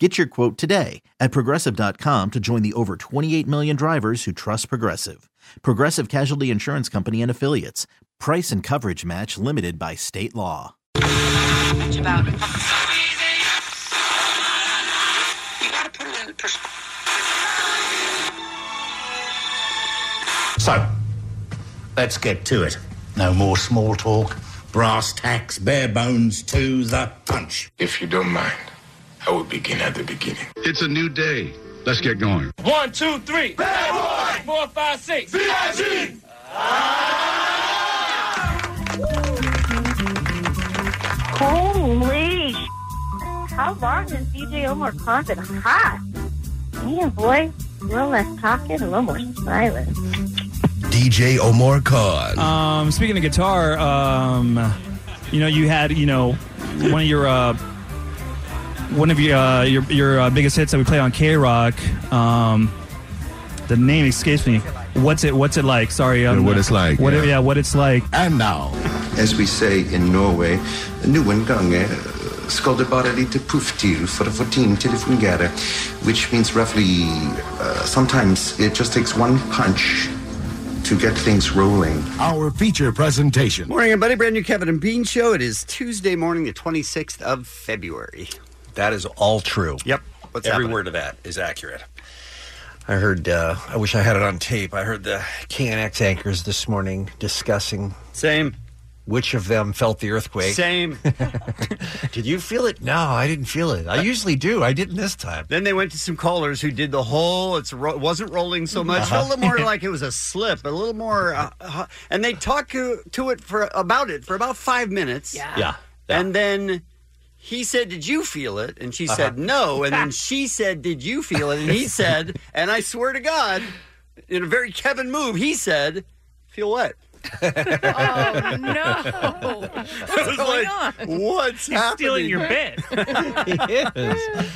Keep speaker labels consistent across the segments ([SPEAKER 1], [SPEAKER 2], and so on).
[SPEAKER 1] Get your quote today at progressive.com to join the over 28 million drivers who trust Progressive. Progressive Casualty Insurance Company and Affiliates. Price and coverage match limited by state law.
[SPEAKER 2] much about it. You gotta put it into perspective.
[SPEAKER 3] So, let's get to it. No more small talk, brass tacks, bare bones to the punch.
[SPEAKER 4] If you don't mind, I will begin at the beginning.
[SPEAKER 5] It's a new day. Let's get going.
[SPEAKER 6] One, two, three. Bad boy. Four, five, six.
[SPEAKER 7] Ah.
[SPEAKER 8] Holy sh- How long is DJ Omar Closet hot? Damn, boy. A little less talking, a little more smiling.
[SPEAKER 7] DJ Omar Khan.
[SPEAKER 9] Um, speaking of guitar, um, you know, you had you know one of your uh, one of your uh, your, your uh, biggest hits that we play on K Rock. Um, the name escapes me. What's it? What's it like? Sorry. Um,
[SPEAKER 7] Yeah, what it's like,
[SPEAKER 9] What,
[SPEAKER 7] yeah.
[SPEAKER 9] yeah. What it's like.
[SPEAKER 3] And now,
[SPEAKER 10] As we say in Norway, nu en gang skal bara lite puff till för att få ting till fungera. Which means roughly, uh, sometimes it just takes one punch to get things rolling.
[SPEAKER 5] Our feature presentation.
[SPEAKER 11] Morning, everybody. Brand new Kevin and Bean show. It is Tuesday morning, the 26th of February.
[SPEAKER 12] That is all true.
[SPEAKER 11] Yep. What's
[SPEAKER 12] Every
[SPEAKER 11] happening?
[SPEAKER 12] word of that is accurate. I heard, uh, I wish I had it on tape. I heard the KNX anchors this morning discussing
[SPEAKER 11] Same.
[SPEAKER 12] which of them felt the earthquake.
[SPEAKER 11] Same.
[SPEAKER 12] Did you feel it? No, I didn't feel it. I usually do. I didn't this time.
[SPEAKER 11] then they went to some callers who did the whole. It's ro- wasn't rolling so much.
[SPEAKER 12] Uh-huh.
[SPEAKER 11] Felt A little more like it was a slip. A little more. Uh, uh, and they talked to, to it for about it for about five minutes. Yeah. Uh-huh.
[SPEAKER 12] Yeah.
[SPEAKER 11] And then he said, "Did you feel it?" And she said, "No." And then she said, "Did you feel it?" And he said, "And I swear to God, in a very Kevin move, he said, feel what."
[SPEAKER 2] Oh no!
[SPEAKER 11] I was like, "What's happening?"
[SPEAKER 9] bit.
[SPEAKER 12] Yes.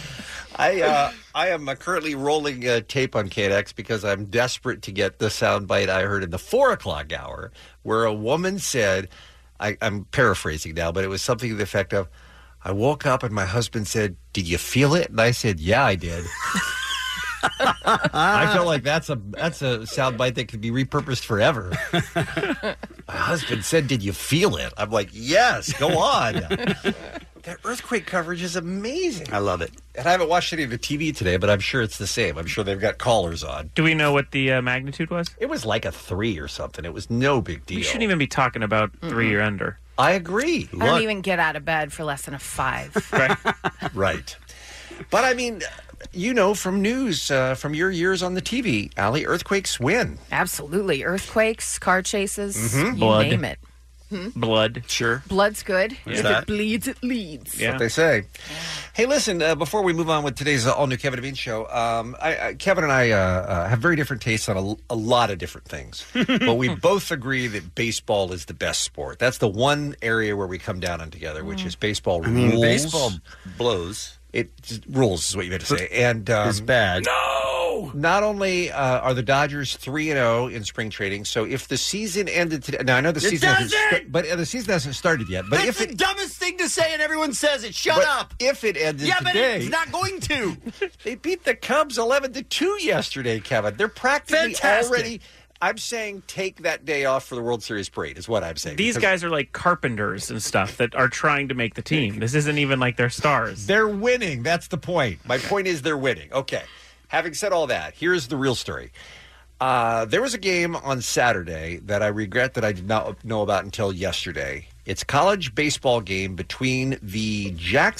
[SPEAKER 12] I uh, I am uh, currently rolling uh, tape on KNX because I'm desperate to get the soundbite I heard in the four o'clock hour where a woman said, I, I'm paraphrasing now, but it was something to the effect of, I woke up and my husband said, "Did you feel it?" And I said, "Yeah, I did." I feel like that's a that's a soundbite that could be repurposed forever. my husband said, "Did you feel it?" I'm like, "Yes, go on." that earthquake coverage is amazing.
[SPEAKER 11] I love it.
[SPEAKER 12] And I haven't watched any of the TV today, but I'm sure it's the same. I'm sure they've got callers on.
[SPEAKER 6] Do we know what the uh, magnitude was?
[SPEAKER 12] It was like a three or something. It was no big deal.
[SPEAKER 6] We shouldn't even be talking about three or under.
[SPEAKER 12] I agree.
[SPEAKER 2] I don't
[SPEAKER 12] Look,
[SPEAKER 2] even get out of bed for less than a five.
[SPEAKER 6] Right?
[SPEAKER 12] right. But I mean, you know, from news uh, from your years on the TV, Alley, earthquakes win.
[SPEAKER 2] Absolutely, earthquakes, car chases,
[SPEAKER 12] Mm-hmm.
[SPEAKER 2] you
[SPEAKER 6] Blood.
[SPEAKER 2] name it. Hmm?
[SPEAKER 6] Blood. Sure.
[SPEAKER 2] Blood's good. If
[SPEAKER 12] that-
[SPEAKER 2] it bleeds, it leads.
[SPEAKER 12] what
[SPEAKER 6] Yeah.
[SPEAKER 12] they say. Hey, listen, uh, before we move on with today's uh, all new Kevin and Bean show, um, I, I, Kevin and I uh, uh, have very different tastes on a, a lot of different things. but we both agree that baseball is the best sport. That's the one area where we come down on together, which is baseball
[SPEAKER 11] I mean,
[SPEAKER 12] rules.
[SPEAKER 11] baseball blows.
[SPEAKER 12] It rules is what you meant to say. And um,
[SPEAKER 11] It's bad.
[SPEAKER 12] not only uh, are the Dodgers three and zero in spring training, so if the season ended today, now I know the
[SPEAKER 11] It
[SPEAKER 12] season, hasn't
[SPEAKER 11] doesn't!
[SPEAKER 12] sta- but uh, the season hasn't started yet. But
[SPEAKER 11] That's
[SPEAKER 12] if
[SPEAKER 11] the
[SPEAKER 12] it,
[SPEAKER 11] dumbest thing to say, and everyone says it. Shut
[SPEAKER 12] but
[SPEAKER 11] up.
[SPEAKER 12] if it ended
[SPEAKER 11] Yeah, but
[SPEAKER 12] today,
[SPEAKER 11] it's not going to.
[SPEAKER 12] They beat the Cubs eleven to two yesterday, Kevin. They're practically
[SPEAKER 11] Fantastic.
[SPEAKER 12] already. I'm saying take that day off for the World Series parade is what I'm saying.
[SPEAKER 6] These
[SPEAKER 12] because
[SPEAKER 6] guys are like carpenters and stuff that are trying to make the team. This isn't even like their stars.
[SPEAKER 12] they're winning. That's the point. My point is they're winning. Okay. Having said all that, here's the real story. Uh, there was a game on Saturday that I regret that I did not know about until yesterday. It's a college baseball game between the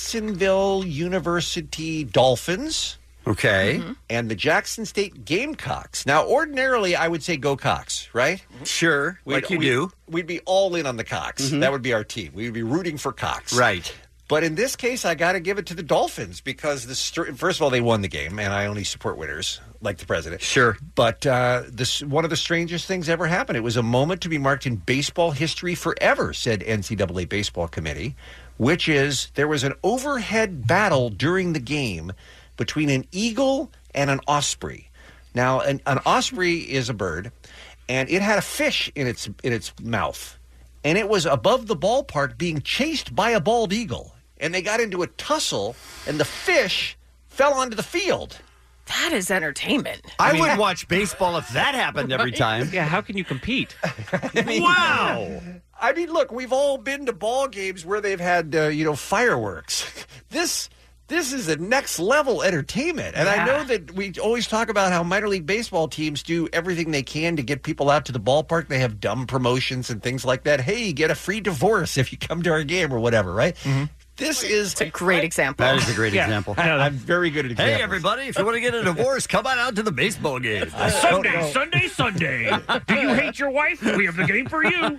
[SPEAKER 12] Jacksonville University Dolphins.
[SPEAKER 11] Okay.
[SPEAKER 12] and the Jackson State Gamecocks. Now, ordinarily, I would say go Cox, right?
[SPEAKER 11] Sure.
[SPEAKER 12] We'd-
[SPEAKER 11] like you
[SPEAKER 12] we'd-
[SPEAKER 11] do.
[SPEAKER 12] We'd be all in on the Cox. That would be our team. We would be rooting for Cox.
[SPEAKER 11] Right.
[SPEAKER 12] But in this case, I got to give it to the Dolphins because the str- first of all they won the game, and I only support winners like the president. Sure, but uh, this one of the strangest things ever happened. It was a moment to be marked in baseball history forever," said NCAA baseball committee, which is there was an overhead battle during the game between an eagle and an osprey. Now, an, an osprey is a bird, and it had a fish in its in its mouth, and it was above the ballpark being chased by a bald eagle, and they got into a tussle, and the fish fell onto the field.
[SPEAKER 2] That is entertainment.
[SPEAKER 11] I, would watch baseball if that happened every
[SPEAKER 12] Right?
[SPEAKER 11] time.
[SPEAKER 12] Yeah,
[SPEAKER 11] how can you compete?
[SPEAKER 12] wow. I mean, look, we've all been to ball games where they've had uh, you know fireworks. this this is the next level entertainment, and I know that we always talk about how minor league baseball teams do everything they can to get people out to the ballpark. They have dumb promotions and things like that. Hey, get a free divorce if you come to our game or whatever, right? This is a
[SPEAKER 2] great example.
[SPEAKER 11] That is a great example.
[SPEAKER 12] I, am very good at examples.
[SPEAKER 11] Hey, everybody, if you want to get a divorce, come on out to the baseball game.
[SPEAKER 13] Sunday, Sunday, Sunday. Do you hate your wife? We have the game for you.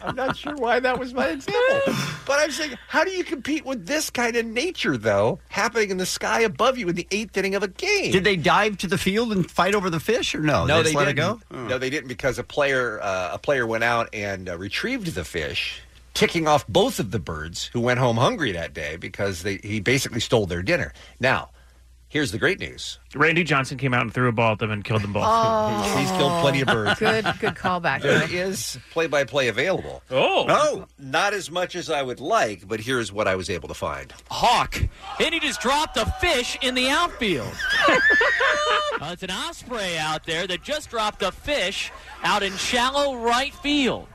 [SPEAKER 12] I'm not sure why that was my example. But I'm saying, how do you compete with this kind of nature, though, happening in the sky above you in the eighth inning of a game?
[SPEAKER 11] Did they dive to the field and fight over the fish, or no?
[SPEAKER 12] No,
[SPEAKER 11] just
[SPEAKER 12] Oh, they,
[SPEAKER 11] let
[SPEAKER 12] didn't.
[SPEAKER 11] it go.
[SPEAKER 12] No, they didn't because a player uh, a player went out and uh, retrieved the fish, ticking off both of the birds who went home hungry that day because they, he basically stole their dinner. Now, here's the great news:
[SPEAKER 6] Randy Johnson came out and threw a ball at them and killed them both.
[SPEAKER 12] Oh. He's killed plenty of birds.
[SPEAKER 2] Good, good callback.
[SPEAKER 12] There is play by play available.
[SPEAKER 13] Oh.
[SPEAKER 12] No, not as much as I would like, but here's what I was able to find.
[SPEAKER 14] Hawk, and he just dropped a fish in the outfield. Uh, it's an osprey out there that just dropped a fish out in shallow right field.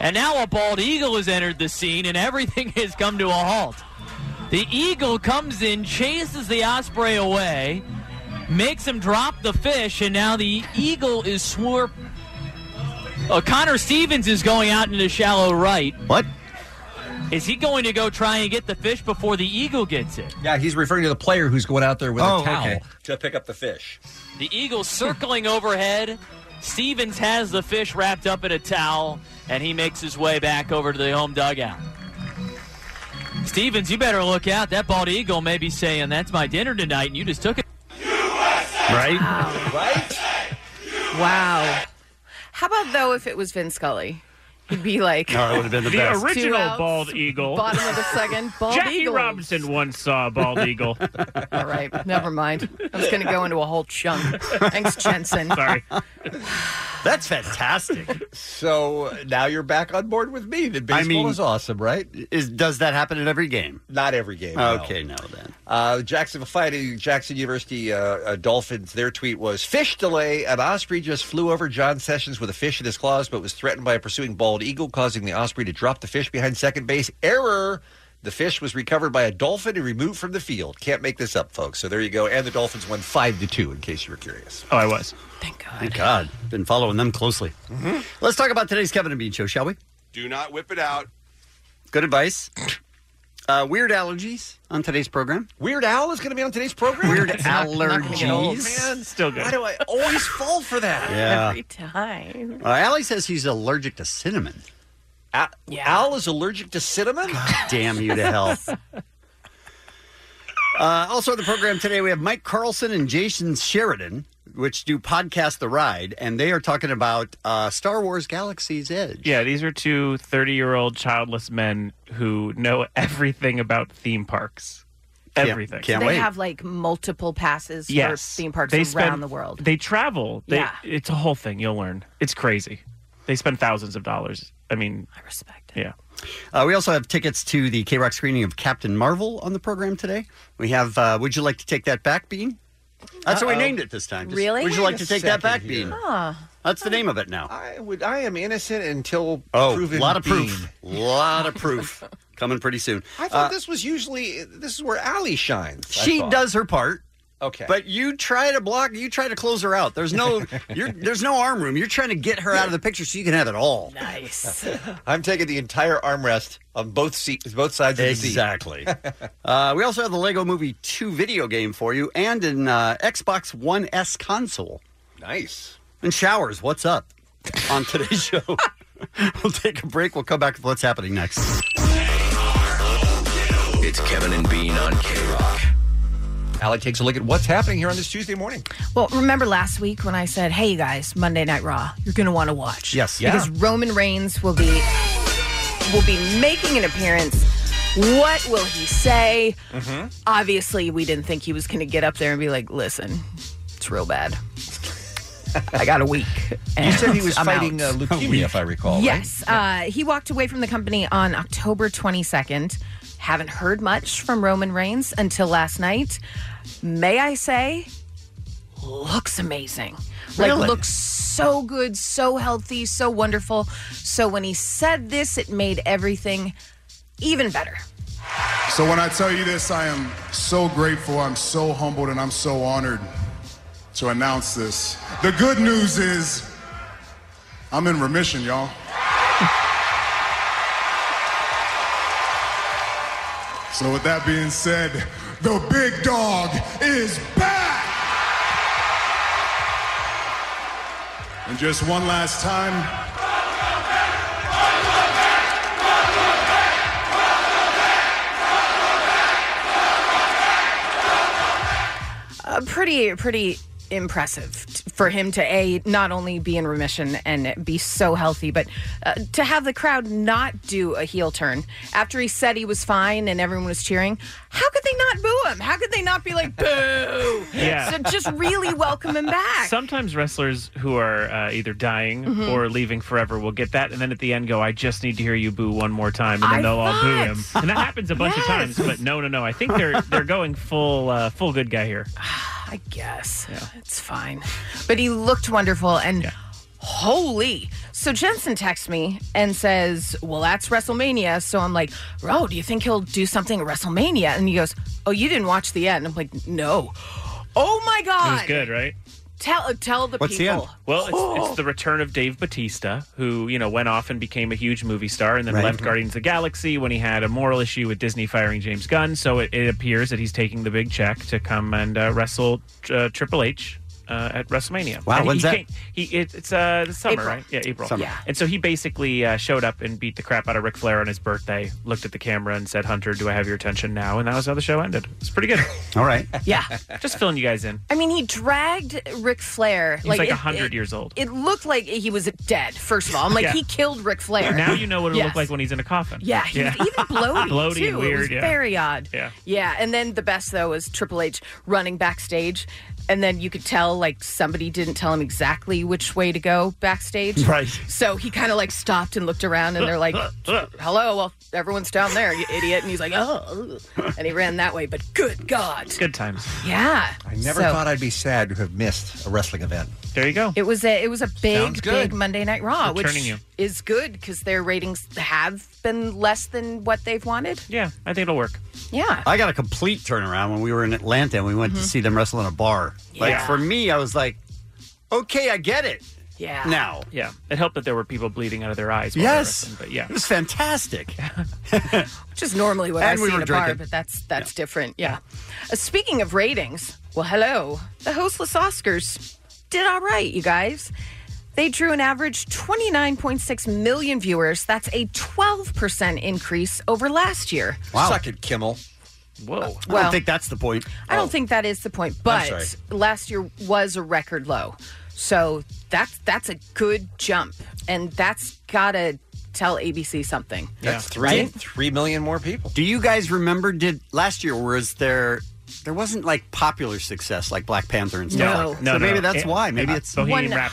[SPEAKER 14] And now a bald eagle has entered the scene, and everything has come to a halt. The eagle comes in, chases the osprey away, makes him drop the fish, and now the eagle is swoop. Oh, Connor Stevens is going out into shallow right.
[SPEAKER 11] What?
[SPEAKER 14] Is he going to go try and get the fish before the eagle gets it?
[SPEAKER 12] Yeah, he's referring to the player who's going out there with
[SPEAKER 14] Oh,
[SPEAKER 12] a towel
[SPEAKER 14] okay.
[SPEAKER 12] to pick up the fish.
[SPEAKER 14] The eagle circling overhead. Stevens has the fish wrapped up in a towel, and he makes his way back over to the home dugout. Stevens, you better look out. That bald eagle may be saying, That's my dinner tonight, and you just took it.
[SPEAKER 11] Right?
[SPEAKER 12] Right?
[SPEAKER 2] Wow. How about though if it was Vin Scully? He'd be like
[SPEAKER 6] No, it would've been the The best. original
[SPEAKER 2] Two outs,
[SPEAKER 6] bald eagle.
[SPEAKER 2] Bottom of the second, bald
[SPEAKER 6] Jackie
[SPEAKER 2] eagle.
[SPEAKER 6] Robinson once saw a bald eagle.
[SPEAKER 2] All right, never mind. I was going to go into a whole chunk. Thanks, Jensen.
[SPEAKER 6] Sorry.
[SPEAKER 11] That's fantastic.
[SPEAKER 12] so now you're back on board with me. That baseball is awesome, right?
[SPEAKER 11] Is does that happen in every game?
[SPEAKER 12] Not every game. no.
[SPEAKER 11] Okay, no then.
[SPEAKER 12] Uh, Jacksonville Fighting Jackson University uh, uh, Dolphins. Their tweet was: "Fish delay. An osprey just flew over John Sessions with a fish in his claws, but was threatened by a pursuing bald eagle, causing the osprey to drop the fish behind second base. Error." The fish was recovered by a dolphin and removed from the field. Can't make this up, folks. So there you go. And the Dolphins won five to two. In case you were curious.
[SPEAKER 11] Oh, I was. Thank God. Thank God. Been following them closely.
[SPEAKER 12] Mm-hmm.
[SPEAKER 11] Let's talk about today's Kevin and Bean show, shall we?
[SPEAKER 7] Do not whip it out.
[SPEAKER 11] Good advice. Uh, weird allergies on today's program.
[SPEAKER 12] Weird Al is going to be on today's program. Weird
[SPEAKER 11] allergies.
[SPEAKER 12] Oh, man, still good. Why do I always fall for that?
[SPEAKER 11] Yeah. Every
[SPEAKER 2] time.
[SPEAKER 11] Uh, Allie says he's allergic to cinnamon.
[SPEAKER 12] Al, Al is allergic to cinnamon.
[SPEAKER 11] Damn you to hell. Uh, also on the program today, we have Mike Carlson and Jason Sheridan, which do podcast The Ride, and they are talking about uh, Star Wars Galaxy's Edge.
[SPEAKER 6] Yeah, these are two 30 year old childless men who know everything about theme parks.
[SPEAKER 11] Can't-
[SPEAKER 6] Everything.
[SPEAKER 2] So they have like multiple passes
[SPEAKER 6] yes.
[SPEAKER 2] for theme parks
[SPEAKER 6] They
[SPEAKER 2] around
[SPEAKER 6] spend-
[SPEAKER 2] the world.
[SPEAKER 6] They travel. They,
[SPEAKER 2] Yeah.
[SPEAKER 6] It's a whole thing. You'll learn. It's crazy. They spend thousands of dollars. I mean, I
[SPEAKER 2] respect
[SPEAKER 6] it. Yeah.
[SPEAKER 11] Uh, we also have tickets to the K Rock screening of Captain Marvel on the program today. We have uh, Would You Like to Take That Back, Bean? That's what we
[SPEAKER 12] Uh-oh.
[SPEAKER 11] named it this time. Just,
[SPEAKER 12] Really?
[SPEAKER 11] Would you
[SPEAKER 12] Wait
[SPEAKER 11] like
[SPEAKER 12] a
[SPEAKER 11] to take that back,
[SPEAKER 12] second here.
[SPEAKER 11] Bean?
[SPEAKER 2] Huh.
[SPEAKER 11] That's the name of it now.
[SPEAKER 12] I would. I am innocent until
[SPEAKER 11] Oh,
[SPEAKER 12] proven.
[SPEAKER 11] lot of
[SPEAKER 12] being.
[SPEAKER 11] proof. lot of proof coming pretty soon.
[SPEAKER 12] I
[SPEAKER 11] Uh,
[SPEAKER 12] thought this was usually this is where Allie shines. I
[SPEAKER 11] she
[SPEAKER 12] thought.
[SPEAKER 11] does her part.
[SPEAKER 12] Okay.
[SPEAKER 11] But you try to block, you try to close her out. There's no, you're, there's no arm room. You're trying to get her out of the picture so you can have it all.
[SPEAKER 2] Nice.
[SPEAKER 12] I'm taking the entire armrest on both seats, both sides of the seat.
[SPEAKER 11] Exactly. uh, we also have the Lego Movie 2 video game for you, and an uh, Xbox One S console.
[SPEAKER 12] Nice.
[SPEAKER 11] And showers. What's up on today's show? we'll take a break. We'll come back with what's happening next.
[SPEAKER 15] It's Kevin and Bean on K Rock.
[SPEAKER 12] Allie takes a look at what's happening here on this Tuesday morning.
[SPEAKER 2] Well, remember last week when I said, hey, you guys, Monday Night Raw, you're going to want to watch.
[SPEAKER 12] Yes.
[SPEAKER 2] Because Roman Reigns will be will be making an appearance. What will he say?
[SPEAKER 6] Mm-hmm.
[SPEAKER 12] Mhm.
[SPEAKER 2] Obviously, we didn't think he was going to get up there and be like, listen, it's real bad. I got a week.
[SPEAKER 12] You said he was
[SPEAKER 2] I'm
[SPEAKER 12] fighting uh,
[SPEAKER 2] out.
[SPEAKER 12] leukemia, if I recall. right?
[SPEAKER 2] Yes. Uh, he walked away from the company on October 22nd. Haven't heard much from Roman Reigns until last night. May I say, looks amazing.
[SPEAKER 7] Really?
[SPEAKER 2] Like, looks so good, so healthy, so wonderful. So, when he said this, it made everything even better.
[SPEAKER 16] So when I tell you this, I am so grateful, I'm so humbled, and I'm so honored to announce this. The good news is I'm in remission, y'all. so with that being said, the big dog is back! And just one last time,
[SPEAKER 2] Uh, pretty, pretty impressive t- for him to a not only be in remission and be so healthy, but uh, to have the crowd not do a heel turn after he said he was fine and everyone was cheering. How could they not boo him? How could they not be like boo?
[SPEAKER 6] Yeah.
[SPEAKER 2] So just really welcome him back.
[SPEAKER 6] Sometimes wrestlers who are uh, either dying
[SPEAKER 2] Mhm.
[SPEAKER 6] or leaving forever will get that, and then at the end go, "I just need to hear you boo one more time," and then
[SPEAKER 2] I
[SPEAKER 6] they'll all boo
[SPEAKER 2] thought-
[SPEAKER 6] him, and that happens a bunch of times. But no, no, no. I think they're they're going full uh, full good guy here.
[SPEAKER 2] I guess. It's fine. But he looked wonderful and holy. So Jensen texts me and says, Well, that's WrestleMania. So I'm like, Ro, do you think he'll do something at WrestleMania? And he goes, Oh, you didn't watch the end. I'm like, No. Oh my
[SPEAKER 6] It
[SPEAKER 2] God.
[SPEAKER 6] was good, right?
[SPEAKER 2] Tell tell the people.
[SPEAKER 6] Well, it's, it's the return of Dave Batista, who you know went off and became a huge movie star, and then
[SPEAKER 17] Right.
[SPEAKER 6] left Guardians of the Galaxy when he had a moral issue with Disney firing James Gunn. So it, it appears that he's taking the big check to come and uh, wrestle uh, Triple H. Uh, at WrestleMania.
[SPEAKER 17] Wow,
[SPEAKER 6] And
[SPEAKER 17] when's
[SPEAKER 6] he
[SPEAKER 17] that?
[SPEAKER 6] came- He, it, it's uh, this summer,
[SPEAKER 17] April.
[SPEAKER 6] right? Yeah, April.
[SPEAKER 17] Summer. Yeah.
[SPEAKER 6] And so he basically uh, showed up and beat the crap out of Ric Flair on his birthday, looked at the camera and said, Hunter, do I have your attention now? And that was how the show ended. It's pretty good.
[SPEAKER 17] All right.
[SPEAKER 2] Yeah.
[SPEAKER 6] Just filling you guys in.
[SPEAKER 2] I mean, he dragged Ric Flair.
[SPEAKER 6] He's like
[SPEAKER 2] it-
[SPEAKER 6] 100 years old.
[SPEAKER 2] It looked like he was dead, first of all. I'm like,
[SPEAKER 6] Yeah.
[SPEAKER 2] he killed Ric Flair.
[SPEAKER 6] Now you know what it
[SPEAKER 2] Yes.
[SPEAKER 6] looked like when he's in a coffin.
[SPEAKER 2] Yeah, he was even bloated,
[SPEAKER 6] Bloated
[SPEAKER 2] too.
[SPEAKER 6] and
[SPEAKER 2] It was
[SPEAKER 6] weird, yeah.
[SPEAKER 2] very odd.
[SPEAKER 6] Yeah.
[SPEAKER 2] Yeah, and then the best though was Triple H running backstage, and then you could tell like somebody didn't tell him exactly which way to go backstage.
[SPEAKER 17] Right.
[SPEAKER 2] So he kind of like stopped and looked around, and they're like, "Hello, well everyone's down there, you idiot," and he's like, "Oh," and he ran that way. But good God,
[SPEAKER 6] Good times.
[SPEAKER 2] yeah.
[SPEAKER 12] I never
[SPEAKER 2] So-
[SPEAKER 12] thought I'd be sad to have missed a wrestling event.
[SPEAKER 6] There you go.
[SPEAKER 2] It was a it was a
[SPEAKER 12] Sounds
[SPEAKER 2] big
[SPEAKER 12] good.
[SPEAKER 2] big Monday Night Raw, which
[SPEAKER 6] Returning you.
[SPEAKER 2] is good because their ratings have been less than what they've wanted.
[SPEAKER 6] Yeah, I think it'll work.
[SPEAKER 2] Yeah.
[SPEAKER 11] I got a complete turnaround when we were in Atlanta and we went
[SPEAKER 2] Mhm.
[SPEAKER 11] to see them wrestle in a bar. Like
[SPEAKER 6] Yeah.
[SPEAKER 11] for me, I was like, okay, I get it.
[SPEAKER 2] Yeah.
[SPEAKER 11] Now.
[SPEAKER 6] Yeah. It helped that there were people bleeding out of their eyes. while they were
[SPEAKER 11] Yes.
[SPEAKER 6] wrestling, But yeah.
[SPEAKER 11] It was fantastic.
[SPEAKER 2] Which is normally what
[SPEAKER 11] And
[SPEAKER 2] I
[SPEAKER 11] we
[SPEAKER 2] see
[SPEAKER 11] were
[SPEAKER 2] in a bar,
[SPEAKER 11] drinking.
[SPEAKER 2] but that's that's different. Yeah. Uh, speaking of ratings, well, hello. The hostless Oscars did all right, you guys. They drew an average 29.6 million viewers. That's a 12% increase over last year.
[SPEAKER 11] Suck it, Kimmel.
[SPEAKER 6] Whoa.
[SPEAKER 11] I
[SPEAKER 2] well-
[SPEAKER 11] don't think that's the point.
[SPEAKER 2] I don't think that is the point,
[SPEAKER 11] Oh. I'm
[SPEAKER 2] but
[SPEAKER 11] sorry.
[SPEAKER 2] last year was a record low. So that's that's a good jump and that's got to tell ABC something.
[SPEAKER 11] That's three three million more people. Do you guys remember? Did last year was there? There wasn't like popular success like Black Panther and stuff.
[SPEAKER 2] No.
[SPEAKER 11] like that.
[SPEAKER 2] No,
[SPEAKER 11] so
[SPEAKER 2] no, no.
[SPEAKER 11] maybe that's
[SPEAKER 2] It-
[SPEAKER 11] why. Maybe it's
[SPEAKER 2] One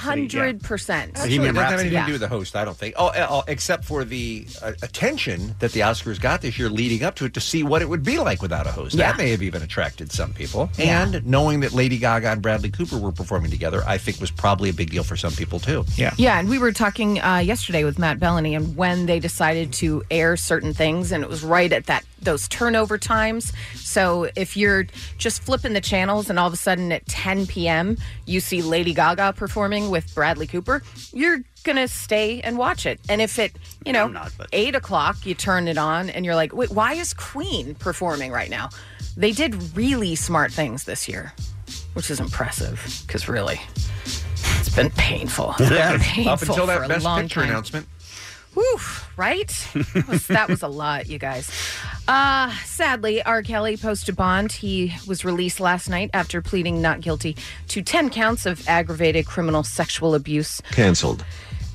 [SPEAKER 2] hundred percent.
[SPEAKER 12] Actually, it doesn't have anything
[SPEAKER 2] Yeah.
[SPEAKER 12] to do with the host, I don't think. Oh, uh, oh, except for the uh, attention that the Oscars got this year leading up to it to see what it would be like without a host. That
[SPEAKER 17] Yeah.
[SPEAKER 12] may have even attracted some people.
[SPEAKER 17] Yeah.
[SPEAKER 12] And knowing that Lady Gaga and Bradley Cooper were performing together, I think was probably a big deal for some people too.
[SPEAKER 6] Yeah.
[SPEAKER 2] Yeah, and we were talking uh, yesterday with Matt Bellany, and when they decided to air certain things, and it was right at that those turnover times. So if you're just flipping the channels, and all of a sudden at 10 p.m. you see Lady Gaga performing with Bradley Cooper, you're gonna stay and watch it. And if it, you know, eight o'clock, you turn it on, and you're like, wait, why is Queen performing right now? They did really smart things this year, which is impressive because really. It's been painful.
[SPEAKER 12] Yeah.
[SPEAKER 2] Painful
[SPEAKER 12] Up until
[SPEAKER 2] for a
[SPEAKER 12] that best
[SPEAKER 2] long
[SPEAKER 12] picture
[SPEAKER 2] time.
[SPEAKER 12] announcement.
[SPEAKER 2] Whew, right? That was, that was a lot, you guys. Uh, sadly, R. Kelly posted bond. He was released last night after pleading not guilty to 10 counts of aggravated criminal sexual abuse.
[SPEAKER 7] Cancelled.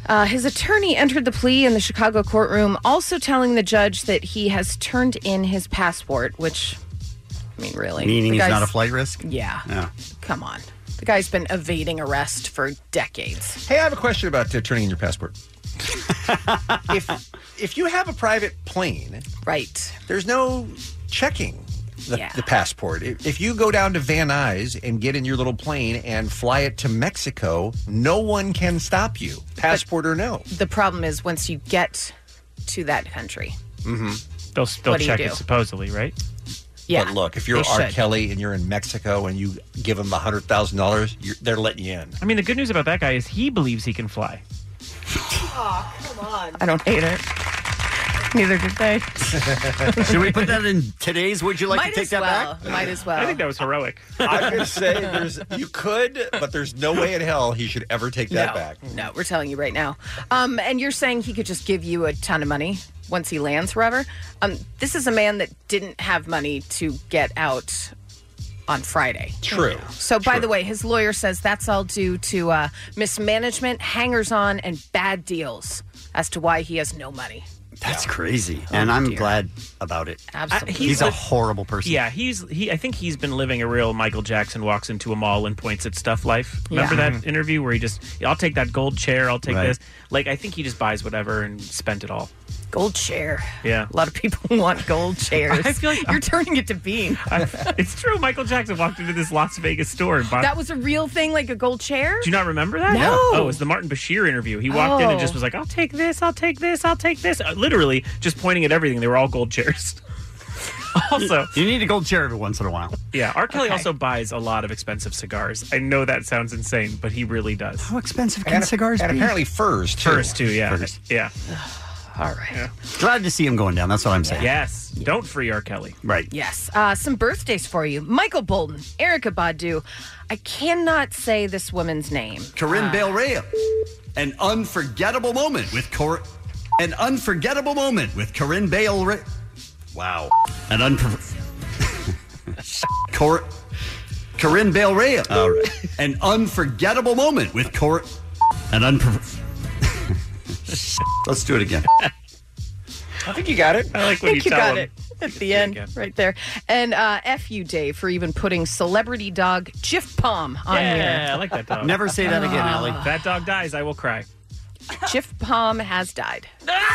[SPEAKER 2] Uh, his attorney entered the plea in the Chicago courtroom, also telling the judge that he has turned in his passport, which, I mean, really.
[SPEAKER 11] Meaning
[SPEAKER 2] the
[SPEAKER 11] he's
[SPEAKER 2] guy's-
[SPEAKER 11] not a flight risk?
[SPEAKER 2] Yeah.
[SPEAKER 11] No.
[SPEAKER 2] Come on. The guy's been evading arrest for decades.
[SPEAKER 12] Hey, I have a question about uh, turning in your passport. if if you have a private plane,
[SPEAKER 2] right?
[SPEAKER 12] There's no checking the,
[SPEAKER 2] Yeah.
[SPEAKER 12] the passport. If, if you go down to Van Nuys and get in your little plane and fly it to Mexico, no one can stop you, passport or no.
[SPEAKER 2] The problem is once you get to that country.
[SPEAKER 12] Mm-hmm.
[SPEAKER 6] They'll
[SPEAKER 2] What do you check it do?
[SPEAKER 6] supposedly, right?
[SPEAKER 2] Yeah,
[SPEAKER 12] But look, if you're
[SPEAKER 2] they
[SPEAKER 12] R.
[SPEAKER 2] should.
[SPEAKER 12] Kelly and you're in Mexico and you give them hundred thousand dollars, they're letting you in.
[SPEAKER 6] I mean, the good news about that guy is he believes he can fly.
[SPEAKER 2] Oh, come on. I don't hate it. Neither did they.
[SPEAKER 11] Should we put that in today's? Would you like
[SPEAKER 2] Might
[SPEAKER 11] to take
[SPEAKER 2] as
[SPEAKER 11] that
[SPEAKER 2] well.
[SPEAKER 11] back?
[SPEAKER 2] Might as well.
[SPEAKER 6] I think that was heroic.
[SPEAKER 12] I'm gonna say there's you could, but there's no way in hell he should ever take
[SPEAKER 2] no,
[SPEAKER 12] that back.
[SPEAKER 2] no, we're telling you right now. Um, and you're saying he could just give you a ton of money once he lands wherever. Um, this is a man that didn't have money to get out on Friday.
[SPEAKER 12] True.
[SPEAKER 2] So, by the way, his lawyer says that's all due to uh, mismanagement, hangers on, and bad deals as to why he has no money.
[SPEAKER 11] That's crazy. and I'm glad about it.
[SPEAKER 2] Oh, Absolutely.
[SPEAKER 11] he's, a
[SPEAKER 6] li-
[SPEAKER 11] horrible person.
[SPEAKER 6] Yeah, he's he. I think he's been living a real Michael Jackson walks into a mall and points at stuff life. Remember
[SPEAKER 11] Yeah.
[SPEAKER 2] Mm-hmm.
[SPEAKER 6] that interview where he just, I'll take that gold chair, I'll take
[SPEAKER 11] Right.
[SPEAKER 6] this. Like, I think he just buys whatever and spent it all.
[SPEAKER 2] Gold chair.
[SPEAKER 6] Yeah,
[SPEAKER 2] a lot of people want gold chairs.
[SPEAKER 6] I feel like
[SPEAKER 2] you're turning it to Bean.
[SPEAKER 6] it's true. Michael Jackson walked into this Las Vegas store and bought.
[SPEAKER 2] That was a real thing, like a gold chair.
[SPEAKER 6] Do you not remember that?
[SPEAKER 2] No.
[SPEAKER 6] Oh, it was the Martin Bashir interview. He walked in and
[SPEAKER 2] Oh.
[SPEAKER 6] just was like, "I'll take this, I'll take this, I'll take this." Uh, literally, just pointing at everything. They were all gold chairs. also,
[SPEAKER 11] you need a gold chair every once in a while.
[SPEAKER 6] Yeah, R. Kelly
[SPEAKER 11] Okay.
[SPEAKER 6] also buys a lot of expensive cigars. I know that sounds insane, but he really does.
[SPEAKER 11] How expensive
[SPEAKER 12] can cigars
[SPEAKER 6] and
[SPEAKER 12] be? apparently furs too.
[SPEAKER 6] Furs too, yeah,
[SPEAKER 11] Furs.
[SPEAKER 6] yeah.
[SPEAKER 11] All right. Glad to see him going down. That's what I'm saying.
[SPEAKER 6] Yes. Don't free R. Kelly.
[SPEAKER 11] Right.
[SPEAKER 2] Yes. Uh, some birthdays for you Michael Bolton, Erica Badu. I cannot say this woman's name.
[SPEAKER 11] Corinne
[SPEAKER 2] Uh,
[SPEAKER 11] Bale Rea. An unforgettable moment with Cor. An unforgettable moment with Corinne Bale Rea. Wow. An unfor. Cor. Corinne Bale Rea. All right. An unforgettable moment with Cor. An unfor. Let's do it again.
[SPEAKER 12] I think you got it.
[SPEAKER 6] I like
[SPEAKER 2] I think you got it at the end, right there. And uh, F you, Dave, for even putting celebrity dog Jif Palm on
[SPEAKER 6] yeah,
[SPEAKER 2] here.
[SPEAKER 6] I like that dog.
[SPEAKER 11] Never say that again,
[SPEAKER 6] Allie.
[SPEAKER 11] Allie.
[SPEAKER 6] That dog dies, I will cry.
[SPEAKER 2] Jif Palm has died,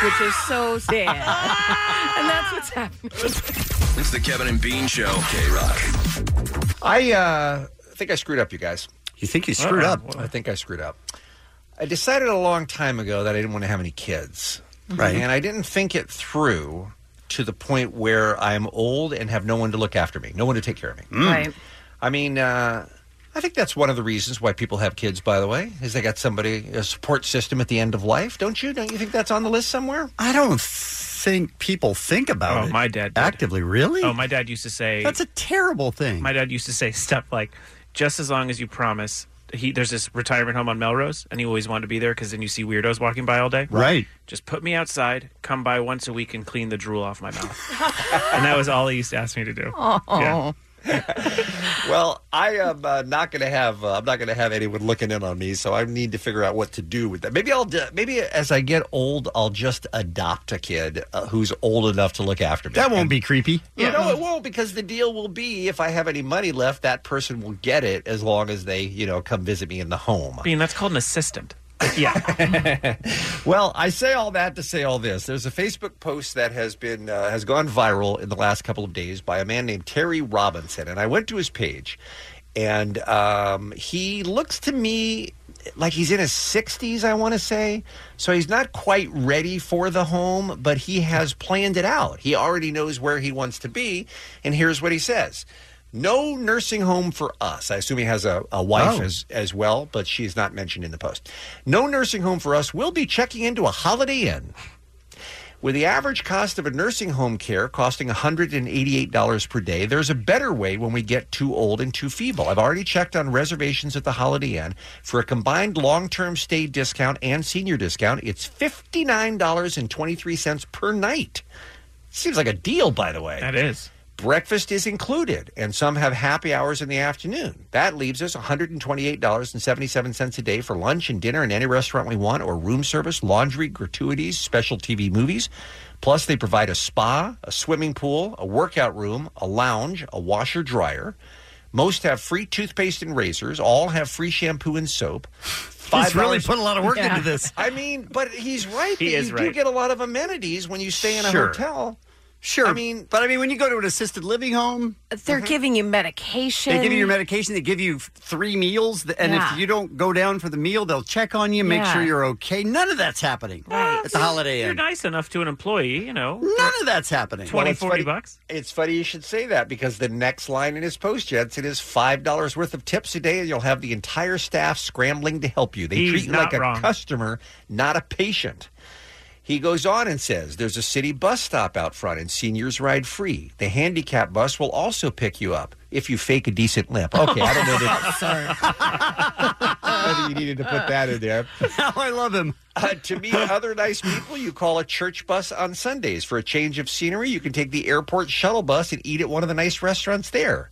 [SPEAKER 2] which is so sad. and that's what's happening.
[SPEAKER 15] It's the Kevin and Bean Show. K Rock.
[SPEAKER 12] I uh, think I screwed up, you guys.
[SPEAKER 11] You think you
[SPEAKER 15] screwed Uh-oh. up?
[SPEAKER 12] I think I screwed up. I decided a long time ago that I didn't want to have any kids.
[SPEAKER 11] Mm-hmm. Right.
[SPEAKER 12] And I didn't think it through to the point where I'm old and have no one to look after me, no one to take care of me.
[SPEAKER 11] Mm.
[SPEAKER 2] Right.
[SPEAKER 12] I mean, uh, I think that's one of the reasons why people have kids, by the way, is they got somebody, a support system at the end of life. Don't you? Don't you think that's on the list somewhere?
[SPEAKER 11] I don't think people think about
[SPEAKER 6] Oh,
[SPEAKER 11] it.
[SPEAKER 6] my dad
[SPEAKER 11] actively. Really?
[SPEAKER 6] Oh, my dad used to say
[SPEAKER 11] That's a terrible thing.
[SPEAKER 6] My dad used to say stuff like, "Just as long as you promise." He there's this retirement home on Melrose, and he always wanted to be there because then you see weirdos walking by all day.
[SPEAKER 11] Right.
[SPEAKER 6] Just put me outside, come by once a week, and clean the drool off my mouth. and that was all he used to ask me to do.
[SPEAKER 2] Oh.
[SPEAKER 6] Yeah.
[SPEAKER 12] well, I am uh, not going to have uh, I'm not going to have anyone looking in on me, so I need to figure out what to do with that. Maybe I'll d- maybe as I get old, I'll just adopt a kid uh, who's old enough to look after me.
[SPEAKER 11] That won't be creepy.
[SPEAKER 12] You know, it won't because the deal will be if I have any money left, that person will get it as long as they, you know, come visit me in the home.
[SPEAKER 6] Bean, that's called an assistant. Yeah.
[SPEAKER 12] well, I say all that to say all this. There's a Facebook post that has been uh, has gone viral in the last couple of days by a man named Terry Robinson, and I went to his page, and um, he looks to me like he's in his 60s. I want to say so he's not quite ready for the home, but he has planned it out. He already knows where he wants to be, and here's what he says. No nursing home for us. I assume he has a, a wife
[SPEAKER 11] Oh.
[SPEAKER 12] as, as well, but she is not mentioned in the post. No nursing home for us. We'll be checking into a Holiday Inn. With the average cost of a nursing home care costing $188 per day, there's a better way when we get too old and too feeble. I've already checked on reservations at the Holiday Inn for a combined long term stay discount and senior discount. It's $59.23 per night. Seems like a deal, by the way. That
[SPEAKER 6] is.
[SPEAKER 12] Breakfast is included, and some have happy hours in the afternoon. That leaves us $128.77 a day for lunch and dinner in any restaurant we want, or room service, laundry, gratuities, special TV movies. Plus, they provide a spa, a swimming pool, a workout room, a lounge, a washer dryer. Most have free toothpaste and razors. All have free shampoo and soap.
[SPEAKER 11] He's really
[SPEAKER 12] $5
[SPEAKER 11] put a lot of work Yeah. into this.
[SPEAKER 12] I mean, but he's right.
[SPEAKER 11] He
[SPEAKER 12] that
[SPEAKER 11] is
[SPEAKER 12] you do
[SPEAKER 11] right.
[SPEAKER 12] get a lot of amenities when you stay in a
[SPEAKER 11] Sure.
[SPEAKER 12] hotel.
[SPEAKER 11] Sure. I mean, but I mean, when you go to an assisted living home,
[SPEAKER 2] They're giving you medication.
[SPEAKER 11] they give you your medication, they give you f- three meals, th- and
[SPEAKER 2] Yeah.
[SPEAKER 11] if you don't go down for the meal, they'll check on you, make
[SPEAKER 6] Yeah.
[SPEAKER 11] sure you're okay. None of that's happening at the Holiday
[SPEAKER 6] You're
[SPEAKER 11] Inn.
[SPEAKER 6] nice enough to an employee, you know.
[SPEAKER 11] None of that's happening.
[SPEAKER 6] 20, 40 bucks.
[SPEAKER 12] It's funny you should say that because the next line in his post, Jensen, is five dollars worth of tips a day, and you'll have the entire staff scrambling to help you. They
[SPEAKER 6] He's
[SPEAKER 12] treat you
[SPEAKER 6] not
[SPEAKER 12] like a
[SPEAKER 6] wrong.
[SPEAKER 12] customer, not a patient. He goes on and says, There's a city bus stop out front, and seniors ride free. The handicap bus will also pick you up if you fake a decent limp. Okay, I don't know that
[SPEAKER 2] Oh,
[SPEAKER 12] whether you needed to put that in there.
[SPEAKER 11] Now I love him.
[SPEAKER 12] Uh, to meet other nice people, you call a church bus on Sundays for a change of scenery. You can take the airport shuttle bus and eat at one of the nice restaurants there.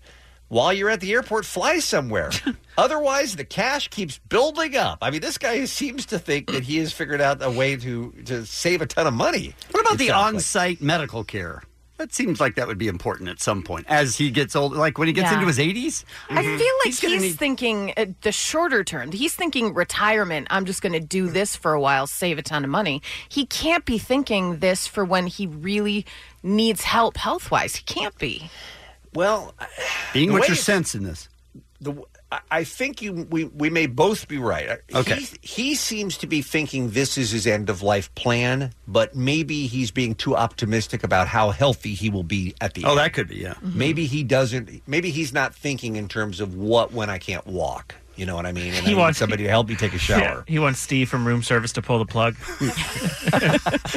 [SPEAKER 12] While you're at the airport, fly somewhere. Otherwise, the cash keeps building up. I mean, this guy seems to think that he has figured out a way to to save a ton of money.
[SPEAKER 11] What about the on site medical care? That seems like that would be important at some point as he gets old, like when he gets
[SPEAKER 2] Yeah.
[SPEAKER 11] into his 80s.
[SPEAKER 2] I feel like
[SPEAKER 11] Mm-hmm. He's
[SPEAKER 2] he's,
[SPEAKER 11] gonna need-
[SPEAKER 2] thinking uh, the shorter term. He's thinking retirement. I'm just going to do this for a while, save a ton of money. He can't be thinking this for when he really needs help health wise. He can't be.
[SPEAKER 12] Well,
[SPEAKER 11] Being
[SPEAKER 12] The
[SPEAKER 11] what
[SPEAKER 12] way
[SPEAKER 11] you're
[SPEAKER 12] it's-
[SPEAKER 11] sensing this.
[SPEAKER 12] the I- I think you we we may both be right.
[SPEAKER 11] Okay.
[SPEAKER 12] He, he seems to be thinking this is his end of life plan, but maybe he's being too optimistic about how healthy he will be at the
[SPEAKER 11] Oh,
[SPEAKER 12] end.
[SPEAKER 11] that could be, yeah. Mhm.
[SPEAKER 12] Mm-hmm. Maybe he doesn't maybe he's not thinking in terms of what when I can't walk. You know what I mean? And
[SPEAKER 6] He
[SPEAKER 12] I need
[SPEAKER 6] wants-
[SPEAKER 12] somebody to help me take a
[SPEAKER 6] Yeah,
[SPEAKER 12] shower.
[SPEAKER 6] he wants Steve from room service to pull the plug.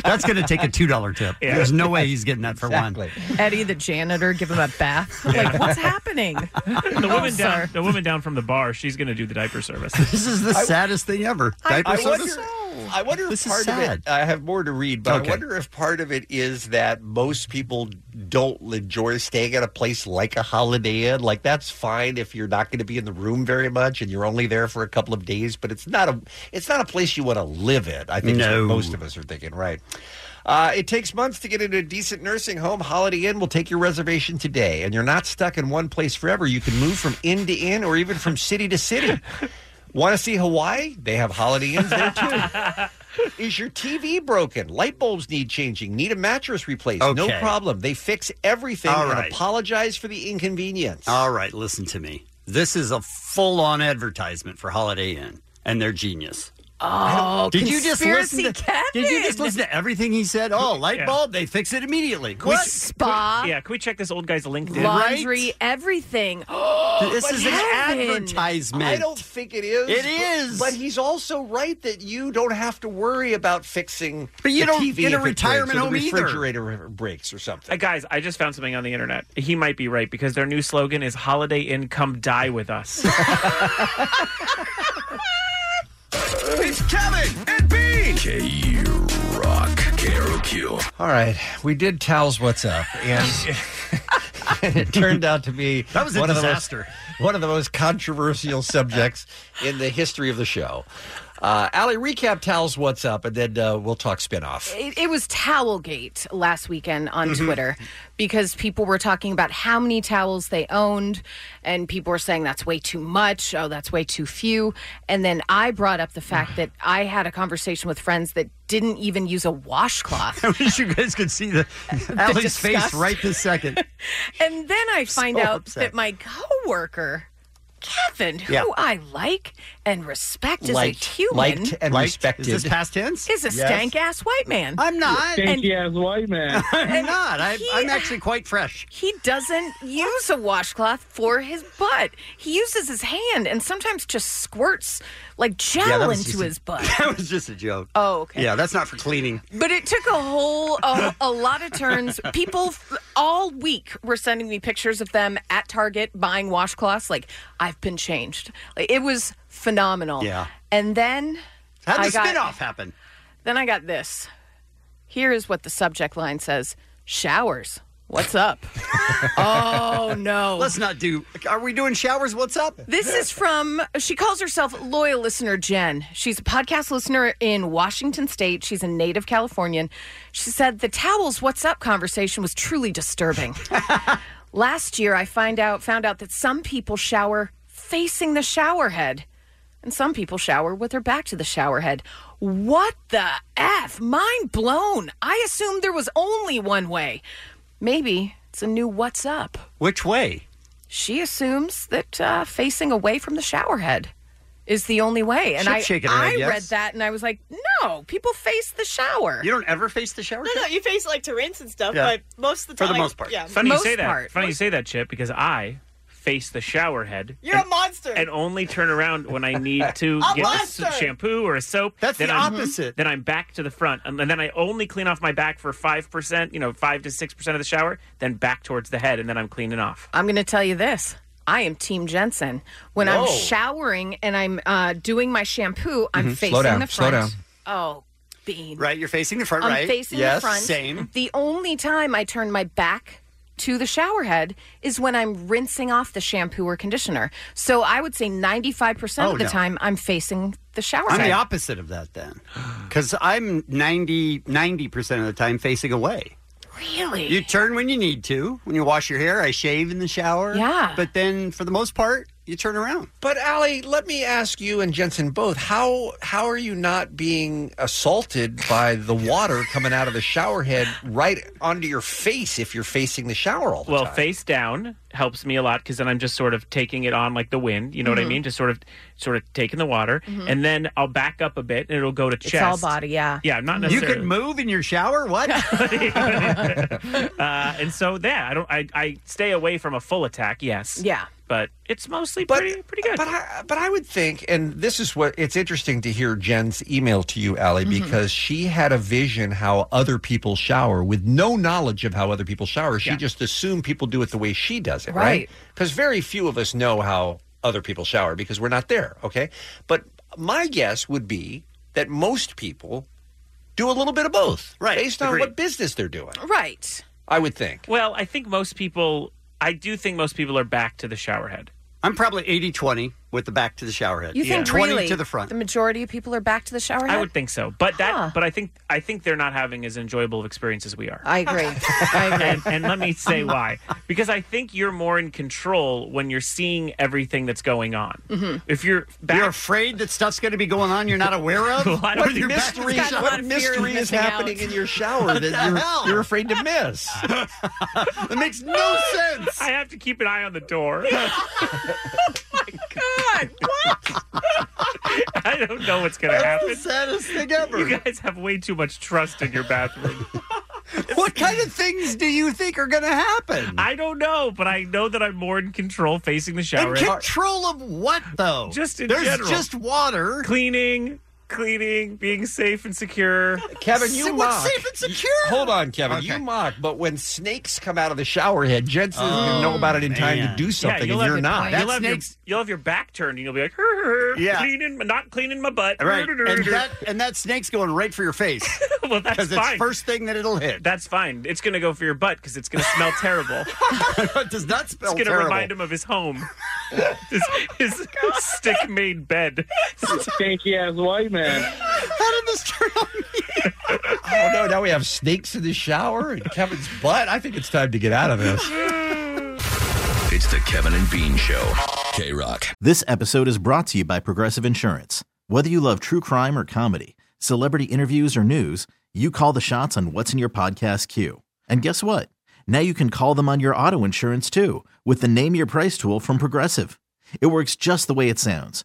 [SPEAKER 11] That's going to take a $2 tip.
[SPEAKER 6] Yeah.
[SPEAKER 11] There's no way he's getting that for one.
[SPEAKER 2] Eddie, the janitor, give him a bath. Like, what's happening?
[SPEAKER 6] The
[SPEAKER 2] Oh,
[SPEAKER 6] woman
[SPEAKER 2] sir.
[SPEAKER 6] down the woman down from the bar, she's gonna do the diaper service.
[SPEAKER 11] This is the saddest thing ever. Diaper
[SPEAKER 12] I
[SPEAKER 11] service?
[SPEAKER 12] wonder- I wonder if
[SPEAKER 11] This is
[SPEAKER 12] part of
[SPEAKER 11] sad.
[SPEAKER 12] it. I have more to read, but
[SPEAKER 11] Okay.
[SPEAKER 12] I wonder if part of it is that most people don't enjoy staying at a place like a Holiday Inn. Like that's fine if you're not going to be in the room very much and you're only there for a couple of days, but it's not a it's not a place you want to live in. I think is what
[SPEAKER 11] No.
[SPEAKER 12] most of us are thinking, right? Uh, it takes months to get into a decent nursing home. Holiday Inn will take your reservation today, and you're not stuck in one place forever. You can move from inn to inn or even from city to city. Want to see Hawaii? They have Holiday Inns there too. Is your TV broken? Light bulbs need changing. Need a mattress replaced? No
[SPEAKER 11] Okay.
[SPEAKER 12] problem. They fix everything
[SPEAKER 11] All
[SPEAKER 12] and
[SPEAKER 11] right.
[SPEAKER 12] apologize for the inconvenience.
[SPEAKER 11] All right, listen to me. This is a full on advertisement for Holiday Inn and their genius.
[SPEAKER 2] Oh,
[SPEAKER 11] did you just
[SPEAKER 2] conspiracy
[SPEAKER 11] listen to, Did you just
[SPEAKER 2] Kevin.
[SPEAKER 11] listen to everything he said? Oh, light
[SPEAKER 6] Yeah.
[SPEAKER 11] bulb, they fix it immediately.
[SPEAKER 6] Can we-
[SPEAKER 11] What?
[SPEAKER 2] Spa.
[SPEAKER 6] can we- yeah, can we check this old guy's LinkedIn?
[SPEAKER 2] Laundry, everything. Oh,
[SPEAKER 11] This
[SPEAKER 2] but
[SPEAKER 11] is an
[SPEAKER 2] heaven.
[SPEAKER 11] advertisement.
[SPEAKER 12] I don't think it is.
[SPEAKER 11] It
[SPEAKER 12] but-
[SPEAKER 11] is.
[SPEAKER 12] But, he's also right that you don't have to worry about fixing.
[SPEAKER 11] But you
[SPEAKER 12] the
[SPEAKER 11] don't
[SPEAKER 12] TV
[SPEAKER 11] get a
[SPEAKER 12] if it breaks or
[SPEAKER 11] retirement
[SPEAKER 12] the
[SPEAKER 11] home either.
[SPEAKER 12] refrigerator breaks or something.
[SPEAKER 6] Uh, guys, I just found something on the internet. He might be right because their new slogan is "Holiday Inn, come die with us."
[SPEAKER 15] It's Kevin and Bean. K Rock K R O Q.
[SPEAKER 12] All right, we did towels. What's up? And it turned out to be
[SPEAKER 11] That was a
[SPEAKER 12] one
[SPEAKER 11] disaster.
[SPEAKER 12] Of the most, one of the most controversial subjects in the history of the show. Uh, Allie, recap towels. What's up? And then uh, we'll talk spinoff.
[SPEAKER 2] It, it was Towelgate last weekend on Twitter because people were talking about how many towels they owned, and people were saying that's way too much. Oh, that's way too few. And then I brought up the fact that I had a conversation with friends that didn't even use a washcloth.
[SPEAKER 11] I wish you guys could see the, Allie's face
[SPEAKER 2] disgust.
[SPEAKER 11] right this second.
[SPEAKER 2] And then I find
[SPEAKER 11] So
[SPEAKER 2] out
[SPEAKER 11] upset.
[SPEAKER 2] that my coworker, Kevin, who
[SPEAKER 11] Yeah.
[SPEAKER 2] I like, and respect
[SPEAKER 12] Liked.
[SPEAKER 2] as a human.
[SPEAKER 12] Liked and Liked. respected. Is this past
[SPEAKER 11] tense?
[SPEAKER 2] Is a
[SPEAKER 12] Yes.
[SPEAKER 2] stank ass white man.
[SPEAKER 11] I'm not.
[SPEAKER 2] And
[SPEAKER 11] ass white man. I'm not. I, I'm actually quite fresh.
[SPEAKER 2] he doesn't use a washcloth for his butt. He uses his hand and sometimes just squirts like gel
[SPEAKER 11] Yeah, that was
[SPEAKER 2] into
[SPEAKER 11] just a-
[SPEAKER 2] his butt.
[SPEAKER 11] That was just a joke.
[SPEAKER 2] Oh, okay.
[SPEAKER 11] Yeah, that's not for cleaning.
[SPEAKER 2] But it took a whole a, a lot of turns. People f- all week were sending me pictures of them at Target buying washcloths. Like I've been changed. Like it was phenomenal.
[SPEAKER 11] Yeah.
[SPEAKER 2] And then
[SPEAKER 11] How'd
[SPEAKER 2] I
[SPEAKER 11] the
[SPEAKER 2] got,
[SPEAKER 11] spinoff happen?
[SPEAKER 2] Then I got this. Here is what the subject line says: Showers. What's up? oh no.
[SPEAKER 11] Let's not do. Are we doing showers? What's up?
[SPEAKER 2] This is from, she calls herself Loyal Listener Jen. She's a podcast listener in Washington State. She's a native Californian. She said, The towels, what's up conversation was truly disturbing. Last year, I find out, found out that some people shower facing the shower head, and some people shower with their back to the shower head. What the F? Mind blown. I assumed there was only one way. Maybe it's a new what's up.
[SPEAKER 11] Which way?
[SPEAKER 2] She assumes that uh, facing away from the shower head is the only way. And
[SPEAKER 11] She's
[SPEAKER 2] I,
[SPEAKER 11] shaking her
[SPEAKER 2] I
[SPEAKER 11] head yes.
[SPEAKER 2] read that and I was like, no, people face the shower.
[SPEAKER 11] You don't ever face the shower?
[SPEAKER 7] No, no, you face like to rinse and stuff,
[SPEAKER 6] Yeah.
[SPEAKER 7] but most of the
[SPEAKER 6] For
[SPEAKER 7] time,
[SPEAKER 6] the most part.
[SPEAKER 7] yeah,
[SPEAKER 6] Funny you say that. Funny you say that, Chip, because I face the shower head.
[SPEAKER 7] You're
[SPEAKER 6] and,
[SPEAKER 7] a monster.
[SPEAKER 6] and only turn around when I need to
[SPEAKER 7] A
[SPEAKER 6] get a s-
[SPEAKER 7] monster.
[SPEAKER 6] shampoo or a soap.
[SPEAKER 11] That's
[SPEAKER 6] then
[SPEAKER 11] the
[SPEAKER 6] I'm,
[SPEAKER 11] opposite.
[SPEAKER 6] Then I'm back to the front, and, and then I only clean off my back for five percent, you know, five to six percent of the shower. Then back towards the head, and then I'm cleaning off.
[SPEAKER 2] I'm going to tell you this. I am Team Jensen. When I'm
[SPEAKER 6] Whoa.
[SPEAKER 2] showering and I'm uh, doing my shampoo, I'm
[SPEAKER 11] Mhm. Slow
[SPEAKER 2] facing
[SPEAKER 11] down,
[SPEAKER 2] the
[SPEAKER 11] slow
[SPEAKER 2] front.
[SPEAKER 11] down.
[SPEAKER 2] Oh, Bean.
[SPEAKER 11] Right, you're facing the front,
[SPEAKER 2] I'm
[SPEAKER 11] right?
[SPEAKER 2] facing
[SPEAKER 11] yes,
[SPEAKER 2] the front.
[SPEAKER 11] Same.
[SPEAKER 2] The only time I turn my back to the shower head is when I'm rinsing off the shampoo or conditioner. So I would say 95%
[SPEAKER 11] Oh,
[SPEAKER 2] of the
[SPEAKER 11] no.
[SPEAKER 2] time I'm facing the shower
[SPEAKER 11] I'm
[SPEAKER 2] head.
[SPEAKER 11] the opposite of that then. Because I'm 90, 90% of the time facing away.
[SPEAKER 2] Really?
[SPEAKER 11] You turn when you need to. When you wash your hair, I shave in the shower.
[SPEAKER 2] Yeah.
[SPEAKER 11] But then for the most part, you turn around.
[SPEAKER 12] But Allie, let me ask you and Jensen both: how how are you not being assaulted by the water coming out of the shower head right onto your face if you're facing the shower all the
[SPEAKER 6] Well,
[SPEAKER 12] time?
[SPEAKER 6] face down helps me a lot because then I'm just sort of taking it on like the wind. You know what
[SPEAKER 2] Mhm.
[SPEAKER 6] I mean? Just sort of, sort of taking the water,
[SPEAKER 2] Mhm.
[SPEAKER 6] and then I'll back up a bit, and it'll go to
[SPEAKER 2] it's
[SPEAKER 6] chest.
[SPEAKER 2] all body, yeah. Mm-hmm.
[SPEAKER 6] Yeah, I'm not
[SPEAKER 11] You
[SPEAKER 6] necessarily.
[SPEAKER 11] could move in your shower? What?
[SPEAKER 6] uh, and so yeah, I don't. I, I stay away from a full attack. Yes.
[SPEAKER 2] Yeah.
[SPEAKER 6] But it's mostly
[SPEAKER 12] But-
[SPEAKER 6] pretty pretty good.
[SPEAKER 12] But I, but I would think, and this is what it's interesting to hear Jen's email to you, Allie,
[SPEAKER 6] Mhm.
[SPEAKER 12] because she had a vision how other people shower with no knowledge of how other people shower. She just assumed people do it the way she does it, right?
[SPEAKER 6] Right.
[SPEAKER 12] Because very few of us know how other people shower because we're not there, okay? But my guess would be that most people do a little bit of both, right? Based on what business they're doing,
[SPEAKER 2] Right.
[SPEAKER 12] I would think.
[SPEAKER 6] Well, I think most people. I do think most people are back to the shower head.
[SPEAKER 11] I'm probably 80 20 with the back to the shower head.
[SPEAKER 2] You think
[SPEAKER 11] 20
[SPEAKER 2] really
[SPEAKER 11] to the front.
[SPEAKER 2] The majority of people are back to the shower head?
[SPEAKER 6] I would think so, but that. But I think I think they're not having as enjoyable of experience as we are.
[SPEAKER 2] I agree. I agree.
[SPEAKER 6] and, and let me say why. Because I think you're more in control when you're seeing everything that's going on.
[SPEAKER 11] Mhm.
[SPEAKER 6] If you're back,
[SPEAKER 11] You're afraid that stuff's going to be going on you're not aware of?
[SPEAKER 6] Well, I don't
[SPEAKER 11] What
[SPEAKER 6] think-
[SPEAKER 11] mystery,
[SPEAKER 6] It's got a lot
[SPEAKER 11] what
[SPEAKER 6] of
[SPEAKER 12] fear
[SPEAKER 11] mystery
[SPEAKER 12] in
[SPEAKER 11] is
[SPEAKER 12] missing out.
[SPEAKER 11] happening in your shower
[SPEAKER 12] What
[SPEAKER 11] that
[SPEAKER 12] the hell?
[SPEAKER 11] you're, you're afraid to miss? it makes no sense.
[SPEAKER 6] I have to keep an eye on the door.
[SPEAKER 2] Oh God, what?
[SPEAKER 6] I don't know what's going to
[SPEAKER 11] That's
[SPEAKER 6] happen.
[SPEAKER 11] the saddest thing ever.
[SPEAKER 6] You guys have way too much trust in your bathroom.
[SPEAKER 11] what kind of things do you think are going to happen?
[SPEAKER 6] I don't know, but I know that I'm more in control facing the shower.
[SPEAKER 11] In control of what, though?
[SPEAKER 6] Just in
[SPEAKER 11] There's
[SPEAKER 6] general.
[SPEAKER 11] just water.
[SPEAKER 6] Cleaning, cleaning, being safe and secure.
[SPEAKER 12] Kevin, you
[SPEAKER 11] So
[SPEAKER 12] mock.
[SPEAKER 11] what's safe and secure?
[SPEAKER 12] Hold on, Kevin.
[SPEAKER 6] Okay.
[SPEAKER 12] You mock, but when snakes come out of the shower head, Jensen is going to know about it in time to do something,
[SPEAKER 6] Oh, you'll
[SPEAKER 12] and
[SPEAKER 6] have
[SPEAKER 12] you're
[SPEAKER 6] your-
[SPEAKER 12] not.
[SPEAKER 6] You'll have, your, you'll have your back turned, and you'll be like, "Hur, hur, hur,
[SPEAKER 11] Yeah.
[SPEAKER 6] cleaning, not cleaning my butt.
[SPEAKER 11] All right,
[SPEAKER 6] Hur, hur,
[SPEAKER 11] and
[SPEAKER 6] hur,
[SPEAKER 11] that
[SPEAKER 6] hur.
[SPEAKER 11] and that snake's going right for your face.
[SPEAKER 6] well, that's
[SPEAKER 11] because it's
[SPEAKER 6] fine.
[SPEAKER 11] first thing that it'll hit.
[SPEAKER 6] That's fine. It's going to go for your butt because it's going to smell terrible.
[SPEAKER 11] it does not smell
[SPEAKER 6] It's going to
[SPEAKER 11] terrible.
[SPEAKER 6] remind him of his home, his, his stick-made bed.
[SPEAKER 17] Stinky ass white man.
[SPEAKER 11] How did this turn on
[SPEAKER 12] me? oh, no. Now we have snakes in the shower and Kevin's butt. I think it's time to get out of this.
[SPEAKER 15] It's the Kevin and Bean Show. K Rock.
[SPEAKER 18] This episode is brought to you by Progressive Insurance. Whether you love true crime or comedy, celebrity interviews or news, you call the shots on what's in your podcast queue. And guess what? Now you can call them on your auto insurance too with the Name Your Price tool from Progressive. It works just the way it sounds.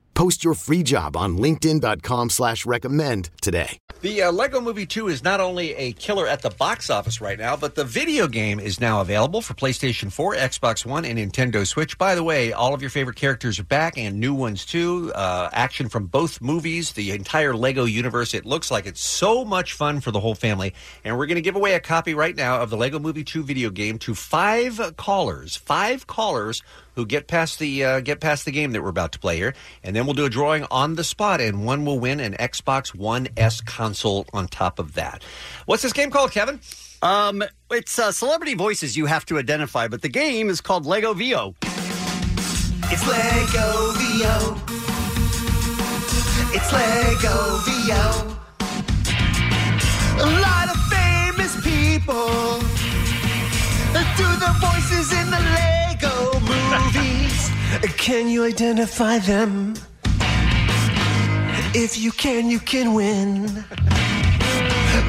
[SPEAKER 10] Post your free job on linkedin.com/recommend slash recommend today.
[SPEAKER 12] The uh, Lego Movie 2 is not only a killer at the box office right now, but the video game is now available for PlayStation 4, Xbox One, and Nintendo Switch. By the way, all of your favorite characters are back and new ones too. Uh, action from both movies, the entire Lego universe. It looks like it's so much fun for the whole family. And we're going to give away a copy right now of the Lego Movie 2 video game to five callers. Five callers who get past the uh, get past the game that we're about to play here, and then we'll do a drawing on the spot, and one will win an Xbox One S console on top of that. What's this game called, Kevin?
[SPEAKER 11] Um, it's uh, celebrity voices you have to identify, but the game is called Lego VO.
[SPEAKER 9] It's Lego VO. It's Lego VO. A lot of famous people do their voices in the Lego movies. Can you identify them? If you can, you can win.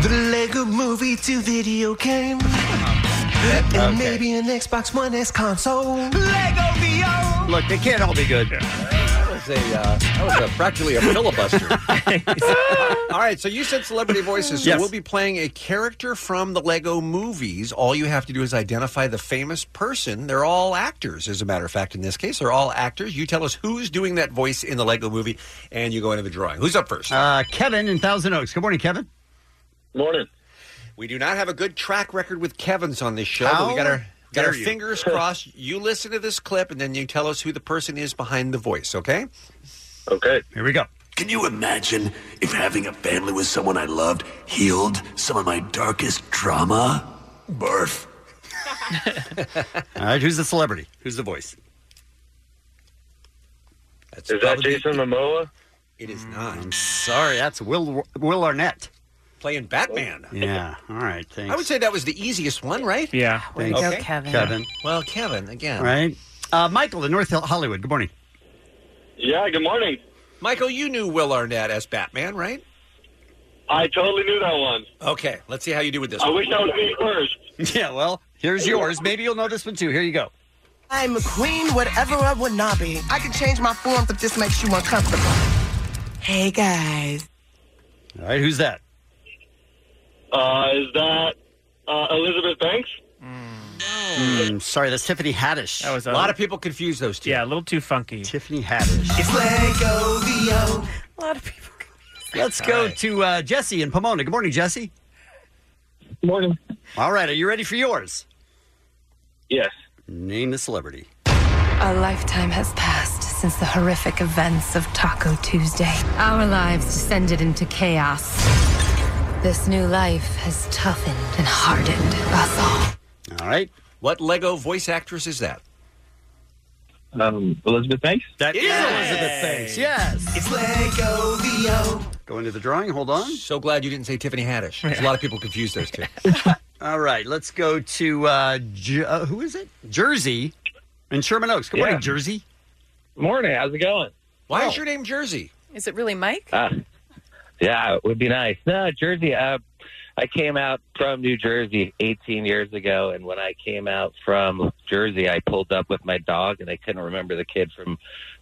[SPEAKER 9] The Lego movie to video game. And
[SPEAKER 11] Okay.
[SPEAKER 9] maybe an Xbox One S console. Lego VO!
[SPEAKER 11] Look, they can't all be good.
[SPEAKER 12] That was a, uh, that was a, practically a filibuster. all right, so you said celebrity voices. So
[SPEAKER 11] Yes.
[SPEAKER 12] we'll be playing a character from the Lego movies. All you have to do is identify the famous person. They're all actors, as a matter of fact, in this case. They're all actors. You tell us who's doing that voice in the Lego movie, and you go into the drawing. Who's up first?
[SPEAKER 11] Uh, Kevin in Thousand Oaks. Good morning, Kevin.
[SPEAKER 12] Morning. We do not have a good track record with Kevin's on this show, but we
[SPEAKER 11] How
[SPEAKER 12] got our got our
[SPEAKER 11] dare you.
[SPEAKER 12] fingers crossed. You listen to this clip and then you tell us who the person is behind the voice, okay?
[SPEAKER 7] Okay.
[SPEAKER 11] Here we go.
[SPEAKER 7] Can you imagine if having a family with someone I loved healed some of my darkest drama? Barf.
[SPEAKER 11] All right, who's the celebrity? Who's the voice?
[SPEAKER 7] Is that Jason Momoa?
[SPEAKER 12] It is not.
[SPEAKER 11] I'm sorry, that's Will Will Arnett
[SPEAKER 12] playing Batman.
[SPEAKER 11] Yeah. All right. Thanks.
[SPEAKER 12] I would say that was the easiest one, right?
[SPEAKER 6] Yeah.
[SPEAKER 11] Way to go, Thanks. Kevin. Kevin.
[SPEAKER 12] Well, Kevin, again.
[SPEAKER 11] All right. Uh, Michael in North Hill, Hollywood. Good morning.
[SPEAKER 12] Yeah, good morning. Michael, you knew Will Arnett as Batman, right?
[SPEAKER 7] I totally knew that one.
[SPEAKER 12] Okay, let's see how you do with this
[SPEAKER 7] I
[SPEAKER 12] one.
[SPEAKER 7] wish I was being first.
[SPEAKER 11] Yeah. Well, here's yours. Maybe you'll know this one too. Here you go.
[SPEAKER 19] I'm a queen, whatever I would not be. I can change my forms if this makes you uncomfortable. Hey guys.
[SPEAKER 11] All right. Who's that?
[SPEAKER 7] Uh, is that uh, Elizabeth Banks?
[SPEAKER 11] Hmm, sorry, that's Tiffany Haddish. That was
[SPEAKER 7] a- lot
[SPEAKER 12] of people confuse those two.
[SPEAKER 6] uh, Yeah, a little too funky.
[SPEAKER 11] Tiffany Haddish.
[SPEAKER 9] It's Lego VO.
[SPEAKER 11] A lot of people. Let's go to uh, Jesse in Pomona. Good morning, Jesse. Morning. All right. Are you ready for yours?
[SPEAKER 7] Yes.
[SPEAKER 11] Name the celebrity.
[SPEAKER 20] A lifetime has passed since the horrific events of Taco Tuesday. Our lives descended into chaos. This new life has toughened and hardened us all.
[SPEAKER 11] All right.
[SPEAKER 12] What Lego voice actress is that?
[SPEAKER 17] Um, Elizabeth Banks?
[SPEAKER 11] That is Elizabeth Banks. Yes.
[SPEAKER 9] It's Lego VO.
[SPEAKER 11] Go into the drawing. Hold on.
[SPEAKER 12] So glad you didn't say Tiffany Haddish. There's A lot of people confuse those two.
[SPEAKER 11] All right, let's go to uh, J- uh, who is it? Jersey in Sherman Oaks. Good
[SPEAKER 6] Yeah.
[SPEAKER 11] morning, Jersey.
[SPEAKER 17] Morning. How's it going?
[SPEAKER 12] Why
[SPEAKER 11] Oh.
[SPEAKER 12] is your name Jersey?
[SPEAKER 2] Is it really Mike?
[SPEAKER 17] Ah, yeah, it would be nice. No, Jersey. Uh, I came out from New Jersey 18 years ago, and when I came out from Jersey, I pulled up with my dog, and I couldn't remember the kid from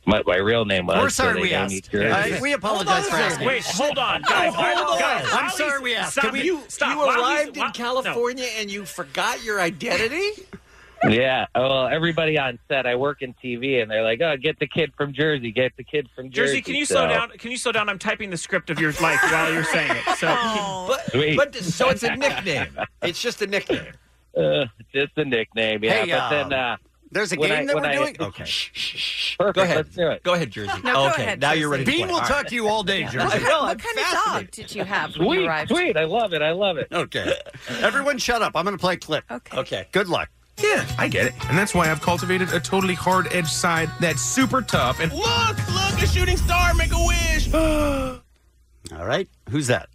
[SPEAKER 17] my, Oh, my real name was.
[SPEAKER 11] We're
[SPEAKER 17] so
[SPEAKER 11] sorry
[SPEAKER 17] they
[SPEAKER 11] we
[SPEAKER 17] named
[SPEAKER 11] asked.
[SPEAKER 17] me Jersey.
[SPEAKER 11] All right, we apologize for asking.
[SPEAKER 6] Wait, hold on, guys.
[SPEAKER 12] No, hold on.
[SPEAKER 6] Guys,
[SPEAKER 11] I'm
[SPEAKER 6] Lolly's-
[SPEAKER 11] sorry we asked.
[SPEAKER 6] stop
[SPEAKER 11] Can
[SPEAKER 6] it.
[SPEAKER 11] you-
[SPEAKER 6] stop.
[SPEAKER 12] you
[SPEAKER 6] Lolly's-
[SPEAKER 12] arrived
[SPEAKER 6] Lo-
[SPEAKER 12] in California and you forgot your identity?
[SPEAKER 17] Yeah. Well, everybody on set. I work in TV, and they're like, "Oh, get the kid from Jersey. Get the kid from Jersey."
[SPEAKER 6] Jersey, can you
[SPEAKER 17] So-
[SPEAKER 6] slow down? Can you slow down? I'm typing the script of your life while you're saying it. So,
[SPEAKER 12] but,
[SPEAKER 17] Sweet.
[SPEAKER 12] but so it's a nickname. It's just a nickname.
[SPEAKER 17] Uh, just a nickname, yeah.
[SPEAKER 12] Hey,
[SPEAKER 17] but
[SPEAKER 12] um,
[SPEAKER 17] then uh,
[SPEAKER 11] There's a
[SPEAKER 17] When
[SPEAKER 11] game
[SPEAKER 17] I-
[SPEAKER 11] that
[SPEAKER 17] when
[SPEAKER 11] we're
[SPEAKER 17] I-
[SPEAKER 11] doing.
[SPEAKER 12] Okay.
[SPEAKER 17] Perfect.
[SPEAKER 12] Go ahead.
[SPEAKER 17] Let's do it.
[SPEAKER 12] Go ahead, Jersey.
[SPEAKER 11] No, go
[SPEAKER 12] okay,
[SPEAKER 11] ahead,
[SPEAKER 12] now you're
[SPEAKER 11] Jersey.
[SPEAKER 12] ready.
[SPEAKER 11] Bean
[SPEAKER 12] to
[SPEAKER 11] will talk to you all day, Jersey.
[SPEAKER 2] What,
[SPEAKER 11] I
[SPEAKER 2] kind-
[SPEAKER 11] will.
[SPEAKER 2] what kind of dog did you have when you
[SPEAKER 11] Sweet,
[SPEAKER 2] arrived?
[SPEAKER 11] sweet.
[SPEAKER 17] I love it. I love it.
[SPEAKER 11] Okay. Everyone shut up. I'm going to play clip. Okay. Okay. Good luck.
[SPEAKER 1] Yeah, I get it. And that's why I've cultivated a totally hard edged side that's super tough and.
[SPEAKER 9] Look, look, a shooting star, make a wish.
[SPEAKER 11] All right. Who's that?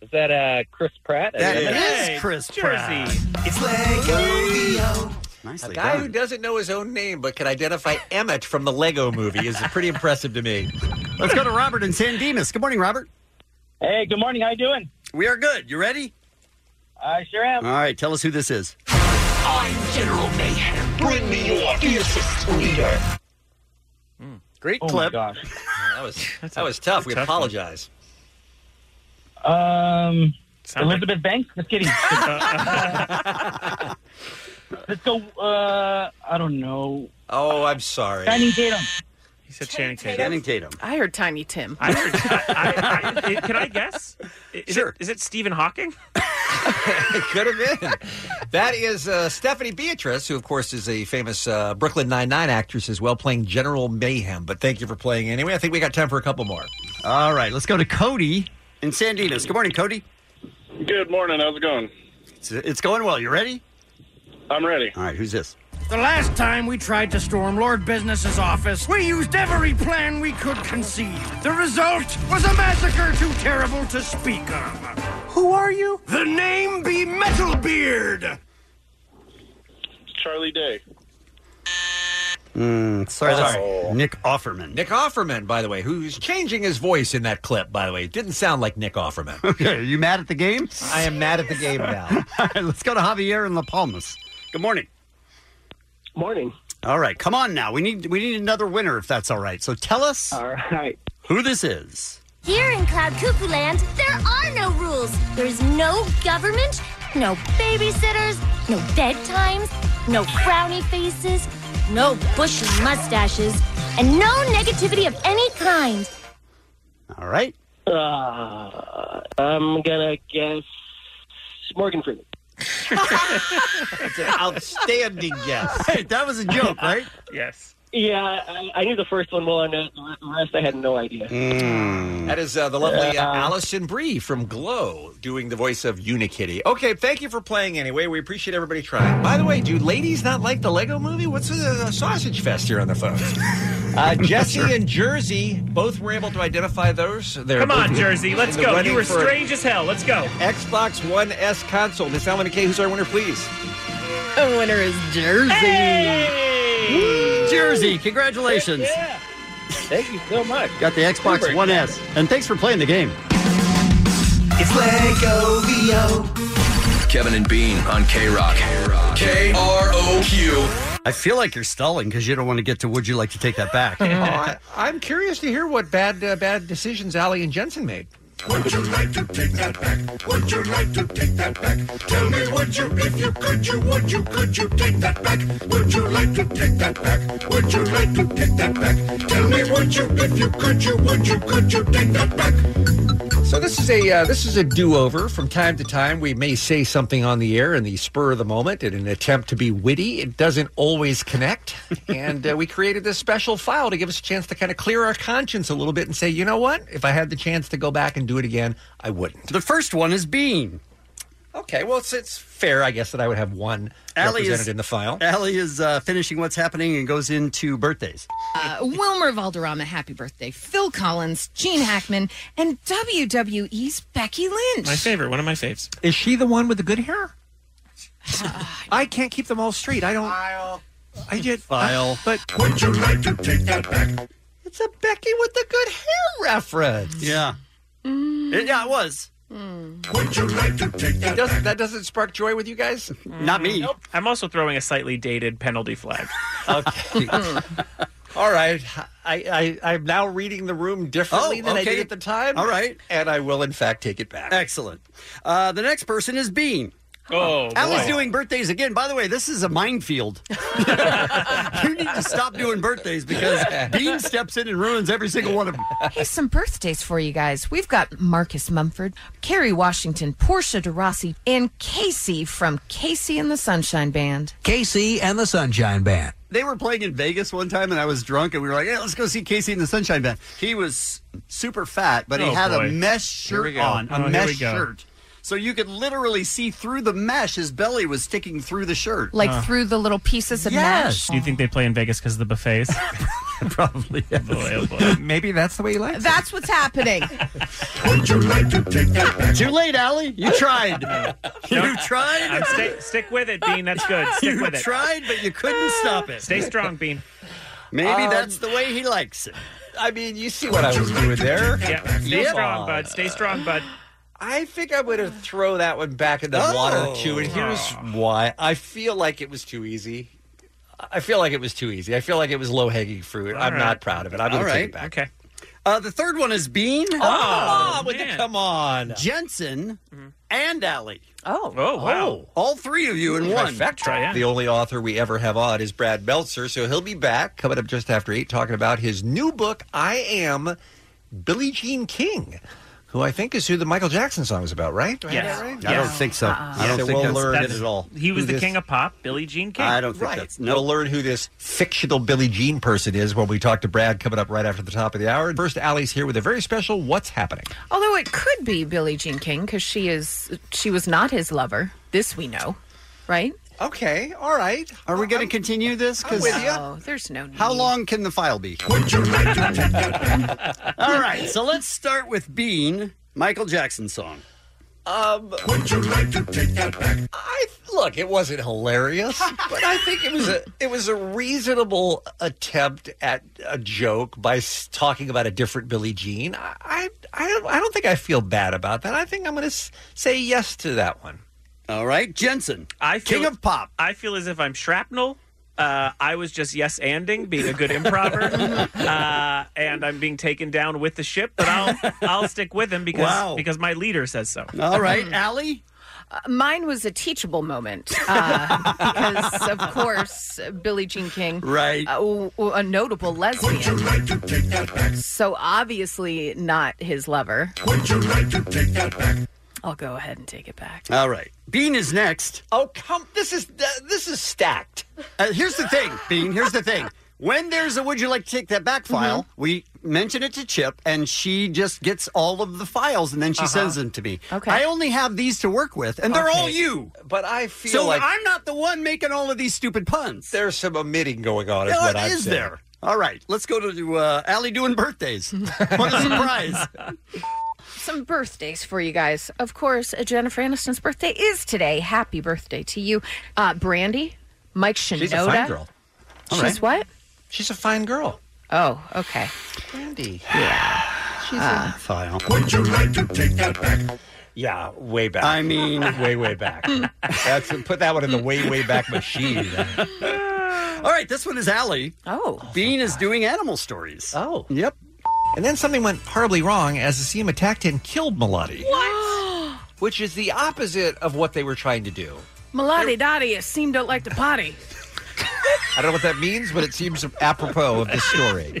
[SPEAKER 17] Is that uh, Chris Pratt?
[SPEAKER 11] That
[SPEAKER 17] I
[SPEAKER 11] is
[SPEAKER 17] mean,
[SPEAKER 11] Chris
[SPEAKER 17] Jersey.
[SPEAKER 11] Pratt.
[SPEAKER 12] It's Lego.
[SPEAKER 11] Nicely
[SPEAKER 12] A guy
[SPEAKER 11] done.
[SPEAKER 12] who doesn't know his own name but can identify Emmett from the Lego movie is pretty impressive to me.
[SPEAKER 11] Let's go to Robert in San Dimas. Good morning, Robert.
[SPEAKER 9] Hey, good morning. How you doing?
[SPEAKER 11] We are good. You ready?
[SPEAKER 9] I sure am.
[SPEAKER 11] All right. Tell us who this is.
[SPEAKER 9] I'm General Mayhem. Bring me your fiercest leader.
[SPEAKER 11] Great
[SPEAKER 9] Oh my
[SPEAKER 11] clip.
[SPEAKER 9] gosh.
[SPEAKER 12] Hmm. That was that was tough. We
[SPEAKER 9] tough one.
[SPEAKER 12] apologize.
[SPEAKER 9] Um,
[SPEAKER 12] Sound like-
[SPEAKER 9] Elizabeth Banks. Just kidding. let's go. Uh, I don't know.
[SPEAKER 12] Oh, I'm sorry.
[SPEAKER 9] Channing Tatum.
[SPEAKER 6] He said Channing Tatum.
[SPEAKER 11] Channing Tatum.
[SPEAKER 2] I heard Tiny Tim.
[SPEAKER 6] I heard. I, I, I, can I guess? Is sure. It, is it Stephen Hawking?
[SPEAKER 12] It could have been. That is uh, Stephanie Beatrice, who, of course, is a famous uh, Brooklyn Nine-Nine actress as well, playing General Mayhem. But thank you for playing anyway. I think we got time for a couple more.
[SPEAKER 11] All right. Let's go to Cody in San Dimas. Good morning, Cody.
[SPEAKER 8] Good morning. How's it going?
[SPEAKER 11] It's, it's going well. You ready?
[SPEAKER 8] I'm ready.
[SPEAKER 11] All right. Who's this?
[SPEAKER 8] The last time we tried to storm Lord Business's office, we used every plan we could conceive. The result was a massacre too terrible to speak of. Who are you? The name be Metalbeard.
[SPEAKER 9] Charlie Day.
[SPEAKER 11] Mm, sorry, that's
[SPEAKER 6] Oh.
[SPEAKER 11] Nick Offerman.
[SPEAKER 12] Nick Offerman, by the way, who's changing his voice in that clip, by the way. It didn't sound like Nick Offerman.
[SPEAKER 11] Okay. Are you mad at the game?
[SPEAKER 12] I am mad at the game now.
[SPEAKER 11] All right. Let's go to Javier in La Palmas. Good morning.
[SPEAKER 9] Morning.
[SPEAKER 11] All right. Come on now. We need we need another winner if that's all right. So tell us. All
[SPEAKER 9] right.
[SPEAKER 11] Who this is?
[SPEAKER 19] Here in Cloud Cuckoo Land, there are no rules. There's no government, no babysitters, no bedtimes, no frowny faces, no bushy mustaches, and no negativity of any kind.
[SPEAKER 11] All right.
[SPEAKER 9] Uh, I'm gonna guess Morgan Freeman.
[SPEAKER 12] That's an outstanding guess.
[SPEAKER 11] Hey, that was a joke, right?
[SPEAKER 6] Yes.
[SPEAKER 9] Yeah, I, I knew the first one well enough. The rest, I had no idea.
[SPEAKER 11] Hmm.
[SPEAKER 12] That is uh, the lovely uh,
[SPEAKER 9] Yeah.
[SPEAKER 12] Allison Brie from Glow doing the voice of Unikitty. Okay, thank you for playing anyway. We appreciate everybody trying. By the way, do ladies not like the Lego movie? What's the uh, sausage fest here on the phone? Uh, Jesse and Jersey both were able to identify those. They're
[SPEAKER 6] Come on,
[SPEAKER 12] both-
[SPEAKER 6] Jersey. Let's
[SPEAKER 12] in the
[SPEAKER 6] go.
[SPEAKER 12] running
[SPEAKER 6] You were
[SPEAKER 12] for
[SPEAKER 6] strange as hell. Let's go.
[SPEAKER 12] Xbox One S console. Miss Ellen McKay, who's our winner, please?
[SPEAKER 2] The winner is Jersey.
[SPEAKER 11] Jersey, congratulations.
[SPEAKER 9] Thank you so much.
[SPEAKER 11] Got the Xbox
[SPEAKER 9] Super
[SPEAKER 11] One S. And thanks for playing the game.
[SPEAKER 9] It's Lego VO.
[SPEAKER 11] Kevin and Bean on K Rock. K R O Q. I feel like you're stalling because you don't want to get to Would You Like to Take That Back?
[SPEAKER 12] Oh, I, I'm curious to hear what bad uh, bad decisions Allie and Jensen made.
[SPEAKER 9] Would you like to take that back? Would you like to take that back? Tell me, would you, if you could, you would, you could, you take that back? Would you like to take that back? Would you like to take that back? Tell me, would you, if you could, you would, you could, you take that back?
[SPEAKER 12] So this is a uh, this is a do over. From time to time, we may say something on the air in the spur of the moment in an attempt to be witty. It doesn't always connect, and uh, we created this special file to give us a chance to kind of clear our conscience a little bit and say, you know what? If I had the chance to go back and do it again, I wouldn't.
[SPEAKER 11] The first one is Bean.
[SPEAKER 12] Okay, well it's, it's fair, I guess, that I would have one
[SPEAKER 11] Allie
[SPEAKER 12] represented
[SPEAKER 11] is,
[SPEAKER 12] in the file.
[SPEAKER 11] Allie is uh, finishing what's happening and goes into birthdays.
[SPEAKER 2] Uh, Wilmer Valderrama, happy birthday. Phil Collins, Gene Hackman, and WWE's Becky Lynch.
[SPEAKER 6] My favorite. One of my faves.
[SPEAKER 12] Is she the one with the good hair? I can't keep them all straight. I don't. I did file, but
[SPEAKER 9] Would you like to take that back?
[SPEAKER 12] it's a Becky with the good hair reference.
[SPEAKER 11] Yeah. It- yeah, it was.
[SPEAKER 9] Would you like to take
[SPEAKER 12] It doesn't, that doesn't spark joy with you guys?
[SPEAKER 11] Not me.
[SPEAKER 6] I'm also throwing a slightly dated penalty flag.
[SPEAKER 12] okay. All right. I, I, I'm now reading the room differently
[SPEAKER 11] Oh,
[SPEAKER 12] than I
[SPEAKER 11] okay.
[SPEAKER 12] did at the time.
[SPEAKER 11] All right.
[SPEAKER 12] And I will, in fact, take it back.
[SPEAKER 11] Excellent. Uh, the next person is Bean.
[SPEAKER 6] Oh,
[SPEAKER 11] I was
[SPEAKER 6] boy.
[SPEAKER 11] doing birthdays again. By the way, this is a minefield. you need to stop doing birthdays because Bean steps in and ruins every single one of them.
[SPEAKER 2] Here's some birthdays for you guys. We've got Marcus Mumford, Carrie Washington, Portia de Rossi, and Casey from Casey and the Sunshine Band.
[SPEAKER 9] Casey and the Sunshine Band.
[SPEAKER 11] They were playing in Vegas one time, and I was drunk, and we were like, "Yeah, let's go see Casey and the Sunshine Band." He was super fat, but he
[SPEAKER 9] Oh,
[SPEAKER 11] had
[SPEAKER 9] boy.
[SPEAKER 11] a mesh
[SPEAKER 9] Here we
[SPEAKER 11] shirt
[SPEAKER 9] go.
[SPEAKER 11] on,
[SPEAKER 9] Oh,
[SPEAKER 11] a
[SPEAKER 9] here
[SPEAKER 11] mesh
[SPEAKER 9] we go.
[SPEAKER 11] shirt, so you could literally see through the mesh. His belly was sticking through the shirt,
[SPEAKER 2] Like through the little pieces of
[SPEAKER 11] Yes.
[SPEAKER 2] mesh.
[SPEAKER 6] Do you think they play in Vegas because of the buffets?
[SPEAKER 9] Probably.
[SPEAKER 6] Boy, oh boy.
[SPEAKER 9] Maybe that's the way you like
[SPEAKER 2] That's what's happening.
[SPEAKER 21] Would you like to take that back?
[SPEAKER 11] Too late, Allie. You tried. you tried.
[SPEAKER 6] I'm sta- stick with it, Bean. That's good. Stick
[SPEAKER 11] You
[SPEAKER 6] with it.
[SPEAKER 11] tried, but you couldn't stop it.
[SPEAKER 6] Stay strong, Bean.
[SPEAKER 11] Maybe
[SPEAKER 6] Um,
[SPEAKER 11] that's the way he likes it. I mean, you see
[SPEAKER 12] what I was doing there.
[SPEAKER 6] Yeah. Stay
[SPEAKER 12] Yeah.
[SPEAKER 6] strong, bud. Stay strong, bud.
[SPEAKER 12] I think I would have throw that one back in the
[SPEAKER 11] Oh.
[SPEAKER 12] water too. And here's why: I feel like it was too easy. I feel like it was too easy. I feel like it was low hanging fruit. I'm
[SPEAKER 11] right.
[SPEAKER 12] not proud of it. I'm going
[SPEAKER 11] All
[SPEAKER 12] to
[SPEAKER 11] right.
[SPEAKER 12] take it back.
[SPEAKER 6] Okay.
[SPEAKER 11] Uh, the third one is Bean.
[SPEAKER 12] Oh, come on, would you- come on.
[SPEAKER 11] Jensen
[SPEAKER 9] Mm-hmm.
[SPEAKER 11] and Allie.
[SPEAKER 2] Oh.
[SPEAKER 6] Oh, wow.
[SPEAKER 11] All three of you in one.
[SPEAKER 6] Trifecta, yeah.
[SPEAKER 12] The only author we ever have on is Brad Meltzer, so he'll be back coming up just after eight, talking about his new book, "I Am Billie Jean King," who I think is who the Michael Jackson song is about, right? Do I have
[SPEAKER 6] Yes.
[SPEAKER 12] that right?
[SPEAKER 6] I don't Yes. think so. Uh-uh. I don't
[SPEAKER 12] so
[SPEAKER 6] think
[SPEAKER 12] we'll
[SPEAKER 6] that's-
[SPEAKER 12] learn
[SPEAKER 6] that's-
[SPEAKER 12] it at all.
[SPEAKER 6] he was
[SPEAKER 12] Who
[SPEAKER 6] the
[SPEAKER 12] this-
[SPEAKER 6] king of pop, Billie Jean King.
[SPEAKER 12] right. We'll learn who this fictional Billie Jean person is when we talk to Brad coming up right after the top of the hour. First, Allie's here with a very special What's Happening.
[SPEAKER 2] Although it could be Billie Jean King because she is she was not his lover. This we know, right?
[SPEAKER 12] Okay, all right.
[SPEAKER 11] Are we going to continue this?
[SPEAKER 2] I'm with ya. Oh, No,
[SPEAKER 11] there's no. How long can the file be? All right, so let's start with Bean, Michael Jackson song.
[SPEAKER 12] Um,
[SPEAKER 11] Would you like to take that back?
[SPEAKER 12] I look, it wasn't hilarious, but I think it was a it was a reasonable attempt at a joke by s- talking about a different Billie Jean. I I, I don't I don't think I feel bad about that. I think I'm going to s- say yes to that one.
[SPEAKER 11] All right, Jensen.
[SPEAKER 6] I feel,
[SPEAKER 12] King of
[SPEAKER 11] pop.
[SPEAKER 6] I feel as if I'm shrapnel. Uh, I was just yes anding, being a good improver, uh, and I'm being taken down with the ship. But I'll I'll stick with him because
[SPEAKER 11] Wow.
[SPEAKER 6] because my leader says so.
[SPEAKER 11] All right, Allie.
[SPEAKER 2] Mm. Uh, mine was a teachable moment uh, because, of course, Billie Jean King,
[SPEAKER 11] Right.
[SPEAKER 2] uh, w- w- a notable lesbian. So obviously not his lover.
[SPEAKER 21] Would you like to take that back?
[SPEAKER 2] I'll go ahead and take it back.
[SPEAKER 11] All right, Bean is next.
[SPEAKER 12] Oh come! This is this is stacked.
[SPEAKER 11] Uh, here's the thing, Bean. Here's the thing. When there's a "Would you like to take that back" file,
[SPEAKER 12] Mm-hmm.
[SPEAKER 11] we mention it to Chip, and she just gets all of the files, and then she
[SPEAKER 12] Uh-huh.
[SPEAKER 11] sends them to me. Okay. I only have these to work with, and they're all
[SPEAKER 12] Okay.
[SPEAKER 11] you.
[SPEAKER 12] But I feel
[SPEAKER 11] so
[SPEAKER 12] like
[SPEAKER 11] I'm not the one making all of these stupid puns.
[SPEAKER 12] There's some omitting going on. Is
[SPEAKER 11] No,
[SPEAKER 12] what
[SPEAKER 11] it
[SPEAKER 12] I'm
[SPEAKER 11] is
[SPEAKER 12] saying.
[SPEAKER 11] there. All right, let's go to uh, Allie doing birthdays. what a surprise!
[SPEAKER 2] Some birthdays for you guys. Of course, uh, Jennifer Aniston's birthday is today. Happy birthday to you, uh, Brandy, Mike Shinoda.
[SPEAKER 12] She's a fine girl. All
[SPEAKER 2] She's
[SPEAKER 12] right.
[SPEAKER 2] what?
[SPEAKER 12] She's a fine girl.
[SPEAKER 2] Oh, okay.
[SPEAKER 12] Brandy.
[SPEAKER 2] Yeah.
[SPEAKER 12] She's
[SPEAKER 2] Uh,
[SPEAKER 11] Ah, file.
[SPEAKER 21] Would you like to take that back?
[SPEAKER 12] Yeah, way back.
[SPEAKER 11] I mean,
[SPEAKER 12] way way back. That's put that one in the way way back machine.
[SPEAKER 11] All right, this one is Allie.
[SPEAKER 2] Oh.
[SPEAKER 11] Bean is doing animal stories.
[SPEAKER 12] Oh.
[SPEAKER 11] Yep.
[SPEAKER 12] And then something went horribly wrong as the team attacked and killed Melody,
[SPEAKER 2] What?
[SPEAKER 12] which is the opposite of what they were trying to do.
[SPEAKER 22] Melody Dottie it seemed to like the potty.
[SPEAKER 12] I don't know what that means, but it seems apropos of the story.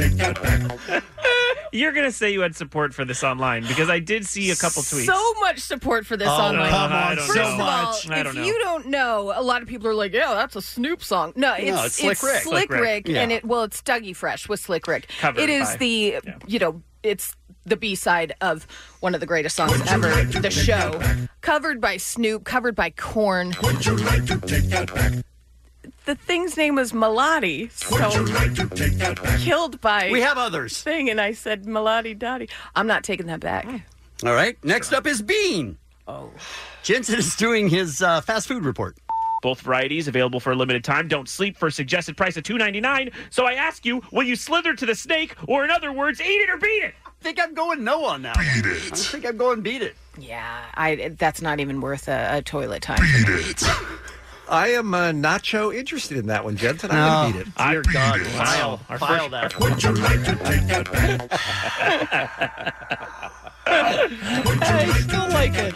[SPEAKER 6] You're gonna say you had support for this online because I did see a couple tweets.
[SPEAKER 2] So much support for this
[SPEAKER 6] Oh,
[SPEAKER 2] online.
[SPEAKER 6] come on,
[SPEAKER 2] First
[SPEAKER 6] so
[SPEAKER 2] of all,
[SPEAKER 6] much. I don't
[SPEAKER 2] if
[SPEAKER 6] know.
[SPEAKER 2] you don't know, a lot of people are like, "Yeah, that's a Snoop song." No, it's,
[SPEAKER 6] it's Slick
[SPEAKER 2] Slick
[SPEAKER 6] Rick. Slick Rick,
[SPEAKER 2] Rick,
[SPEAKER 6] yeah.
[SPEAKER 2] and it well, it's Dougie Fresh with Slick Rick.
[SPEAKER 6] Covered
[SPEAKER 2] it is
[SPEAKER 6] by-
[SPEAKER 2] the you know, it's the B side of one of the greatest songs ever, the show, covered by Snoop, covered by Corn.
[SPEAKER 21] Would you like to take that back?
[SPEAKER 2] The thing's name was Melody,
[SPEAKER 21] Would you
[SPEAKER 2] so
[SPEAKER 21] like to take that back?
[SPEAKER 2] killed by
[SPEAKER 11] We have others.
[SPEAKER 2] thing, and I said Melody Dottie. I'm not taking that back.
[SPEAKER 11] All right. Next up is Bean.
[SPEAKER 2] Oh.
[SPEAKER 11] Jensen is doing his uh, fast food report.
[SPEAKER 6] Both varieties available for a limited time. Don't sleep for a suggested price of two ninety nine. So I ask you, will you slither to the snake, or in other words, eat it or beat it? I
[SPEAKER 11] think I'm going no on that. Beat it. I think I'm going beat it.
[SPEAKER 2] Yeah, I that's not even worth a, a toilet time.
[SPEAKER 12] I am uh, not so interested in that one, Jensen.
[SPEAKER 2] No.
[SPEAKER 12] I'm gonna beat it.
[SPEAKER 6] I
[SPEAKER 12] Dear God,
[SPEAKER 6] File. Our
[SPEAKER 11] File
[SPEAKER 6] first-
[SPEAKER 11] that.
[SPEAKER 21] Would you like to take that back?
[SPEAKER 12] I still like it.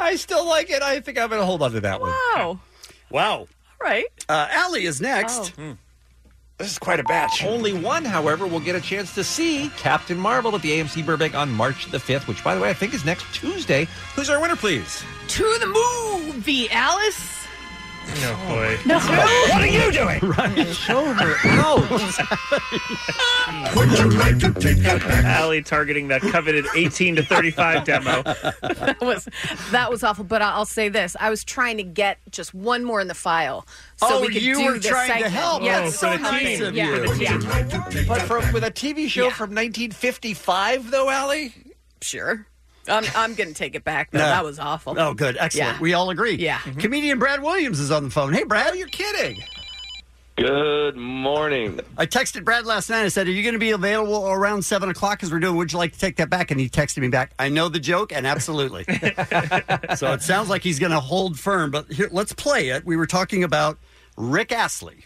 [SPEAKER 12] I still like it. I think I'm going to hold on to that one.
[SPEAKER 7] Wow.
[SPEAKER 12] Wow.
[SPEAKER 7] All right.
[SPEAKER 12] Uh, Allie is next.
[SPEAKER 6] Oh. Hmm.
[SPEAKER 12] This is quite a batch. Only one, however, will get a chance to see Captain Marvel at the AMC Burbank on March the 5th, which, by the way, I think is next Tuesday. Who's our winner, please?
[SPEAKER 7] To the movie, Alice.
[SPEAKER 6] No, Oh, boy.
[SPEAKER 7] No. What are you
[SPEAKER 9] doing?
[SPEAKER 12] Run show her out.
[SPEAKER 6] Would you like to take that back? Allie targeting that coveted 18 to 35 demo.
[SPEAKER 2] that was that was awful. But I- I'll say this: I was trying to get just one more in the file, so
[SPEAKER 12] Oh,
[SPEAKER 2] we could
[SPEAKER 12] you
[SPEAKER 2] do
[SPEAKER 12] were
[SPEAKER 2] this
[SPEAKER 12] trying to
[SPEAKER 2] segment.
[SPEAKER 12] help.
[SPEAKER 2] Yeah,
[SPEAKER 12] Oh,
[SPEAKER 2] it's
[SPEAKER 12] for
[SPEAKER 2] so
[SPEAKER 12] the
[SPEAKER 2] nice
[SPEAKER 12] team.
[SPEAKER 2] of you.
[SPEAKER 12] For the
[SPEAKER 2] Yeah.
[SPEAKER 12] team. But from, with a TV show from 1955, though, Allie?
[SPEAKER 2] Sure. I'm I'm gonna take it back though.
[SPEAKER 11] No.
[SPEAKER 2] That was awful.
[SPEAKER 11] Oh, good. Excellent.
[SPEAKER 2] Yeah.
[SPEAKER 11] We all agree. Mm-hmm.
[SPEAKER 2] Yeah. Mm-hmm.
[SPEAKER 11] Comedian Brad Williams is on the phone. Hey, Brad. you're kidding.
[SPEAKER 17] Good morning.
[SPEAKER 11] I texted Brad last night. I said, Are you going to be available around 7 o'clock? Because we're doing Would You Like to Take That Back? And he texted me back, I know the joke, and absolutely. so it sounds like he's going to hold firm, but here, let's play it. We were talking about Rick Astley.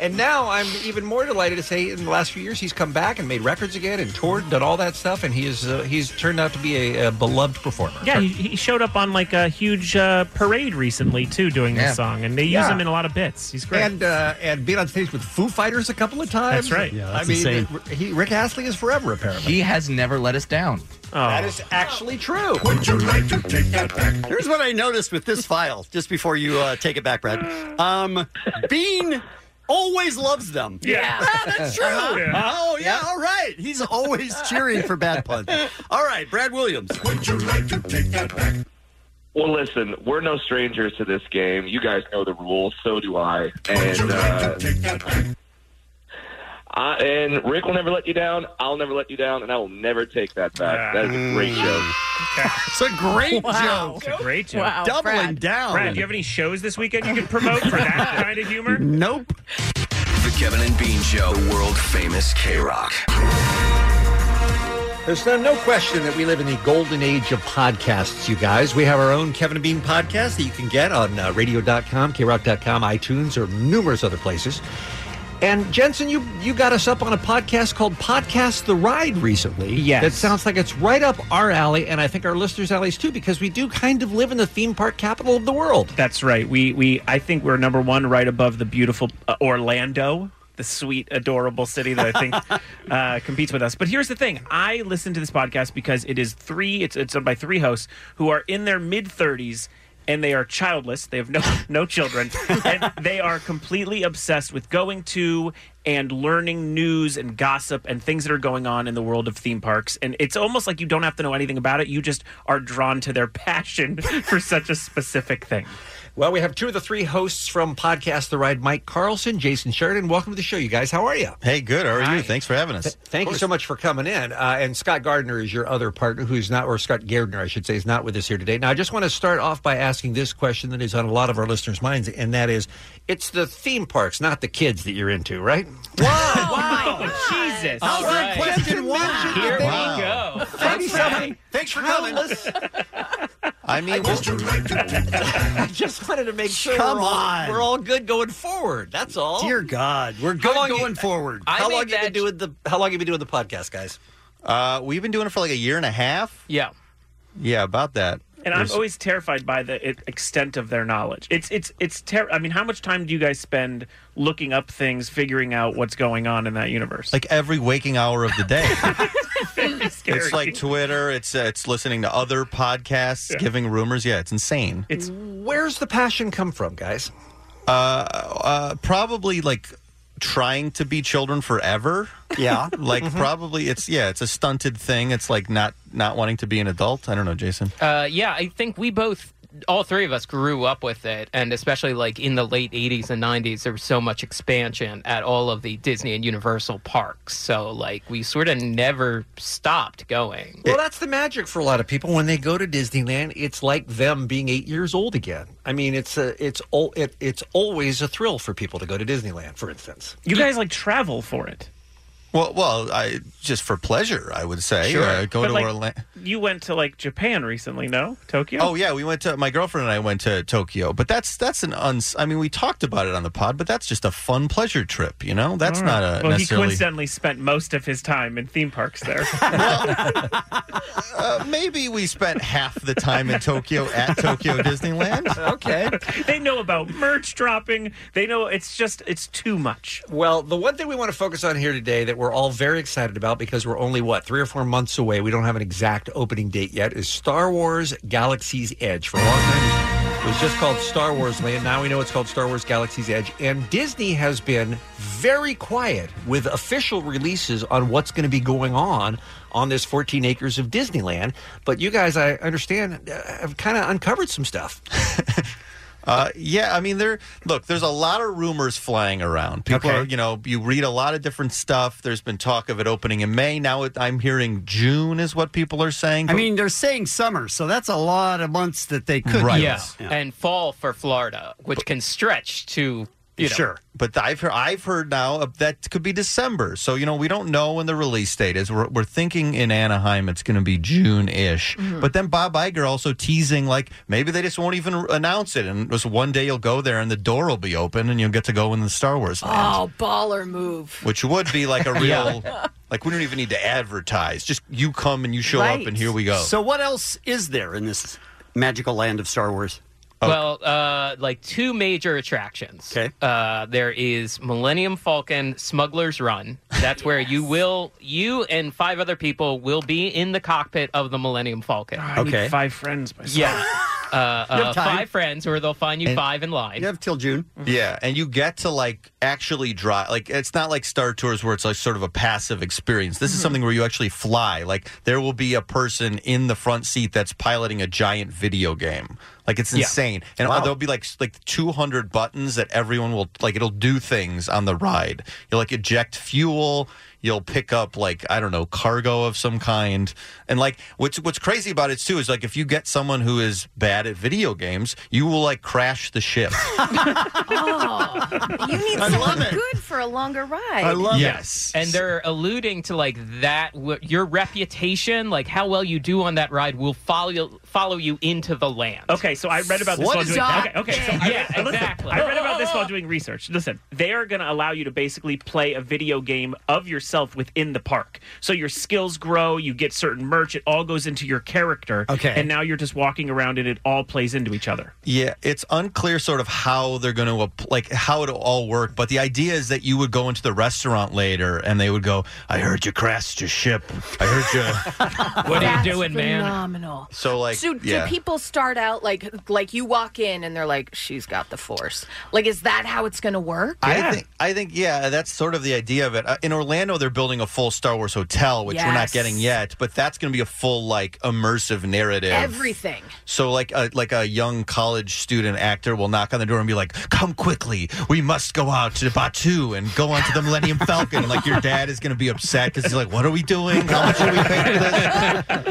[SPEAKER 12] And now I'm even more delighted to say in the last few years he's come back and made records again and toured, done all that stuff, and he is uh, he's turned out to be a, a beloved performer.
[SPEAKER 6] Yeah, he, he showed up on like a huge uh, parade recently too, doing
[SPEAKER 12] Yeah.
[SPEAKER 6] this song, and they use
[SPEAKER 12] Yeah.
[SPEAKER 6] him in a lot of bits. He's great.
[SPEAKER 12] And uh, and being on stage with Foo Fighters a couple of times.
[SPEAKER 6] That's right. Yeah, that's
[SPEAKER 12] I mean,
[SPEAKER 6] insane.
[SPEAKER 12] he Rick Astley is forever apparently.
[SPEAKER 23] He has never let us down.
[SPEAKER 11] That is actually true. Would you like to take that back? Here's what I noticed with this file, just before you uh, take it back, Brad. Um, Bean always loves them.
[SPEAKER 9] Yeah.
[SPEAKER 11] Ah, that's true.
[SPEAKER 9] Uh-huh. Yeah.
[SPEAKER 11] Oh, yeah, all right. He's always cheering for bad puns. All right, Brad Williams. Would you like to take that back?
[SPEAKER 17] Well, listen, we're no strangers to this game. You guys know the rules, so do I. And uh, I, and Rick will never let you down. I'll never let you down, and I will never take that back. That is a great joke.
[SPEAKER 11] It's a great
[SPEAKER 6] Wow.
[SPEAKER 11] joke.
[SPEAKER 6] It's a great joke.
[SPEAKER 11] Wow, Doubling Brad. down.
[SPEAKER 6] Brad, do you have any shows this weekend you can promote for that kind of humor?
[SPEAKER 11] Nope.
[SPEAKER 4] The Kevin and Bean Show, world famous K Rock.
[SPEAKER 12] There's no, no question that we live in the golden age of podcasts, you guys. We have our own Kevin and Bean podcast that you can get on uh, radio.com, krock.com, iTunes, or numerous other places. And Jensen, you, you got us up on a podcast called Podcast the Ride recently. Yes. That sounds like it's right up our alley, and I think our listeners' alleys too, because we do kind of live in the theme park capital of the world.
[SPEAKER 6] That's right. We we I think we're number one, right above the beautiful uh, Orlando, the sweet, adorable city that I think uh, competes with us. But here's the thing: I listen to this podcast because it is three. It's it's done by three hosts who are in their mid thirties. And they are childless. They have no no children, and they are completely obsessed with going to and learning news and gossip and things that are going on in the world of theme parks. And it's almost like you don't have to know anything about it. You just are drawn to their passion for such a specific thing.
[SPEAKER 12] Well, we have two of the three hosts from Podcast The Ride, Mike Carlson, Jason Sheridan. Welcome to the show, you guys. How are you?
[SPEAKER 24] Hey, good. How are you? Thanks for having us.
[SPEAKER 12] Th- thank you so much for coming in. Uh, and Scott Gardner is your other partner, who's not, or Scott Gardner, I should say, is not with us here today. Now, I just want to start off by asking this question that is on a lot of our listeners' minds, and that is, it's the theme parks, not the kids that you're into, right?
[SPEAKER 9] Oh,
[SPEAKER 6] Jesus.
[SPEAKER 12] How's that question one?
[SPEAKER 9] Here we
[SPEAKER 12] Wow.
[SPEAKER 9] go.
[SPEAKER 12] Thanks, Sonny. Thanks for coming.
[SPEAKER 24] I mean,
[SPEAKER 12] I just wanted to make sure
[SPEAKER 11] Come
[SPEAKER 12] we're, all,
[SPEAKER 11] on.
[SPEAKER 12] we're all good going forward. That's all.
[SPEAKER 11] Dear God, we're good going forward.
[SPEAKER 12] How
[SPEAKER 11] made
[SPEAKER 12] long you been doing the? How long you been doing the podcast, guys?
[SPEAKER 24] uh, we've been doing it for like a year and a half.
[SPEAKER 23] Yeah.
[SPEAKER 24] Yeah, about that.
[SPEAKER 6] And I'm
[SPEAKER 24] There's-
[SPEAKER 6] always terrified by the e- extent of their knowledge. It's it's it's ter- I mean, how much time do you guys spend looking up things, figuring out what's going on in that universe?
[SPEAKER 24] like every waking hour of the day.
[SPEAKER 6] Scary.
[SPEAKER 24] it's like Twitter. It's uh, it's listening to other podcasts, giving rumors. Yeah, it's insane.
[SPEAKER 6] It's
[SPEAKER 12] where's the passion come from, guys?
[SPEAKER 24] Uh, uh, probably like trying to be children forever.
[SPEAKER 11] Yeah.
[SPEAKER 24] like
[SPEAKER 23] Mhm.
[SPEAKER 24] probably it's yeah, it's a stunted thing. It's like not not wanting to be an adult. I don't know, Jason.
[SPEAKER 23] Uh, yeah, I think we both, all three of us, grew up with it, and especially like in the late '80s and '90s, there was so much expansion at all of the Disney and Universal parks. So like we sort of never stopped going.
[SPEAKER 12] Well, that's the magic for a lot of people. When they go to Disneyland, it's like them being eight years old again. I mean, it's a, it's all, it, it's always a thrill for people to go to Disneyland. For instance,
[SPEAKER 6] you guys like travel for it.
[SPEAKER 24] Well, well, I just for pleasure, I would say. Uh, go
[SPEAKER 6] But,
[SPEAKER 24] to
[SPEAKER 6] like,
[SPEAKER 24] Orlando.
[SPEAKER 6] You went to like Japan recently, no? Tokyo?
[SPEAKER 24] Oh yeah, we went to my girlfriend and I went to Tokyo, but that's that's an uns. I mean, we talked about it on the pod, but that's just a fun pleasure trip. You know, that's
[SPEAKER 6] All right.
[SPEAKER 24] not a
[SPEAKER 6] Well, he
[SPEAKER 24] necessarily.
[SPEAKER 6] coincidentally spent most of his time in theme parks there.
[SPEAKER 24] uh, maybe we spent half the time in Tokyo at Tokyo Disneyland.
[SPEAKER 11] okay.
[SPEAKER 6] They know about merch dropping. They know it's just it's too much.
[SPEAKER 12] Well, the one thing we want to focus on here today that we're all very excited about because we're only what three or four months away. We don't have an exact opening date yet. Is Star Wars Galaxy's Edge for a long time. It was just called Star Wars Land. Now we know it's called Star Wars Galaxy's Edge. And Disney has been very quiet with official releases on what's going to be going on on this 14 acres of Disneyland. But you guys, I understand, uh, have kind of uncovered some stuff.
[SPEAKER 24] Uh, yeah, I mean, there. Look, there's a lot of rumors flying around. People
[SPEAKER 12] Okay.
[SPEAKER 24] are, you know, you read a lot of different stuff. There's been talk of it opening in May. Now it, I'm hearing June is what people are saying.
[SPEAKER 11] I mean, they're saying summer, so that's a lot of months that they could
[SPEAKER 24] Right.
[SPEAKER 11] use.
[SPEAKER 24] Yeah.
[SPEAKER 23] and fall for Florida, which can stretch to you know.
[SPEAKER 24] Sure, but I've heard I've heard now of- that could be December. So you know we don't know when the release date is. We're, we're thinking in Anaheim it's going to be June ish.
[SPEAKER 23] Mm-hmm.
[SPEAKER 18] Mhm.
[SPEAKER 24] But then Bob Iger also teasing like maybe they just won't even announce it, and just one day you'll go there and the door will be open and you'll get to go in the Star Wars land,
[SPEAKER 7] Oh, baller move.
[SPEAKER 24] which would be like a real
[SPEAKER 2] Oh.
[SPEAKER 24] like we don't even need to advertise. Just you come and you show up and here we go.
[SPEAKER 11] So what else is there in this magical land of Star Wars?
[SPEAKER 23] Well, uh, like two major attractions. Okay. Uh, there is Millennium Falcon Smuggler's Run. That's where you will, you and five other people will be in the cockpit of the Millennium Falcon.
[SPEAKER 6] I need five friends myself.
[SPEAKER 23] Yeah. Uh,
[SPEAKER 24] You
[SPEAKER 23] uh,
[SPEAKER 24] have time.
[SPEAKER 23] five friends, or they'll find you
[SPEAKER 24] And-
[SPEAKER 23] five in line.
[SPEAKER 11] You have till June.
[SPEAKER 24] Mm-hmm. Yeah, and you get to like actually drive. Like it's not like Star Tours where it's like sort of a passive experience. This is
[SPEAKER 18] Mm-hmm.
[SPEAKER 24] something where you actually fly. Like there will be a person in the front seat that's piloting a giant video game. Like it's
[SPEAKER 18] Yeah.
[SPEAKER 24] insane, and
[SPEAKER 18] Wow.
[SPEAKER 24] there'll be like s- like 200 buttons that everyone will like. It'll do things on the ride. You'll like eject fuel. You'll pick up like I don't know cargo of some kind, and like what's what's crazy about it too is like if you get someone who is bad at video games, you will like crash the ship.
[SPEAKER 2] You need
[SPEAKER 23] I love
[SPEAKER 2] someone
[SPEAKER 23] it.
[SPEAKER 2] good for a longer ride.
[SPEAKER 23] it. And they're alluding to like that what- your reputation, like how well you do on that ride will follow follow you into the land.
[SPEAKER 6] Okay, so I read about this
[SPEAKER 23] What
[SPEAKER 6] while
[SPEAKER 23] is
[SPEAKER 6] doing
[SPEAKER 23] that?
[SPEAKER 6] okay, okay, so I
[SPEAKER 23] Yeah,
[SPEAKER 6] read, listen,
[SPEAKER 23] exactly.
[SPEAKER 6] I read about this while doing research. Listen, they are going to allow you to basically play a video game of yourself within the park. So your skills grow, you get certain merch, it all goes into your character.
[SPEAKER 24] Okay.
[SPEAKER 6] and now you're just walking around, and it all plays into each other.
[SPEAKER 24] Yeah, it's unclear sort of how they're going to like how it'll all work, but the idea is that you would go into the restaurant later and they would go, "I heard you crashed your ship. I heard you."
[SPEAKER 23] what
[SPEAKER 2] That's Phenomenal.
[SPEAKER 24] So like,
[SPEAKER 2] so do
[SPEAKER 24] yeah.
[SPEAKER 2] people start out like like you walk in and they're like she's got the force like is that how it's gonna work
[SPEAKER 24] I think I think yeah, that's sort of the idea of it. Uh, in Orlando, they're building a full Star Wars hotel, which we're
[SPEAKER 2] Yes.
[SPEAKER 24] not getting yet, but that's going to be a full like immersive narrative.
[SPEAKER 2] everything
[SPEAKER 24] So like a like a young college student actor will knock on the door and be like, "Come quickly, we must go out to Batu and go onto the Millennium Falcon." like your dad is going to be upset because he's like, "What are we doing? How much are we paying for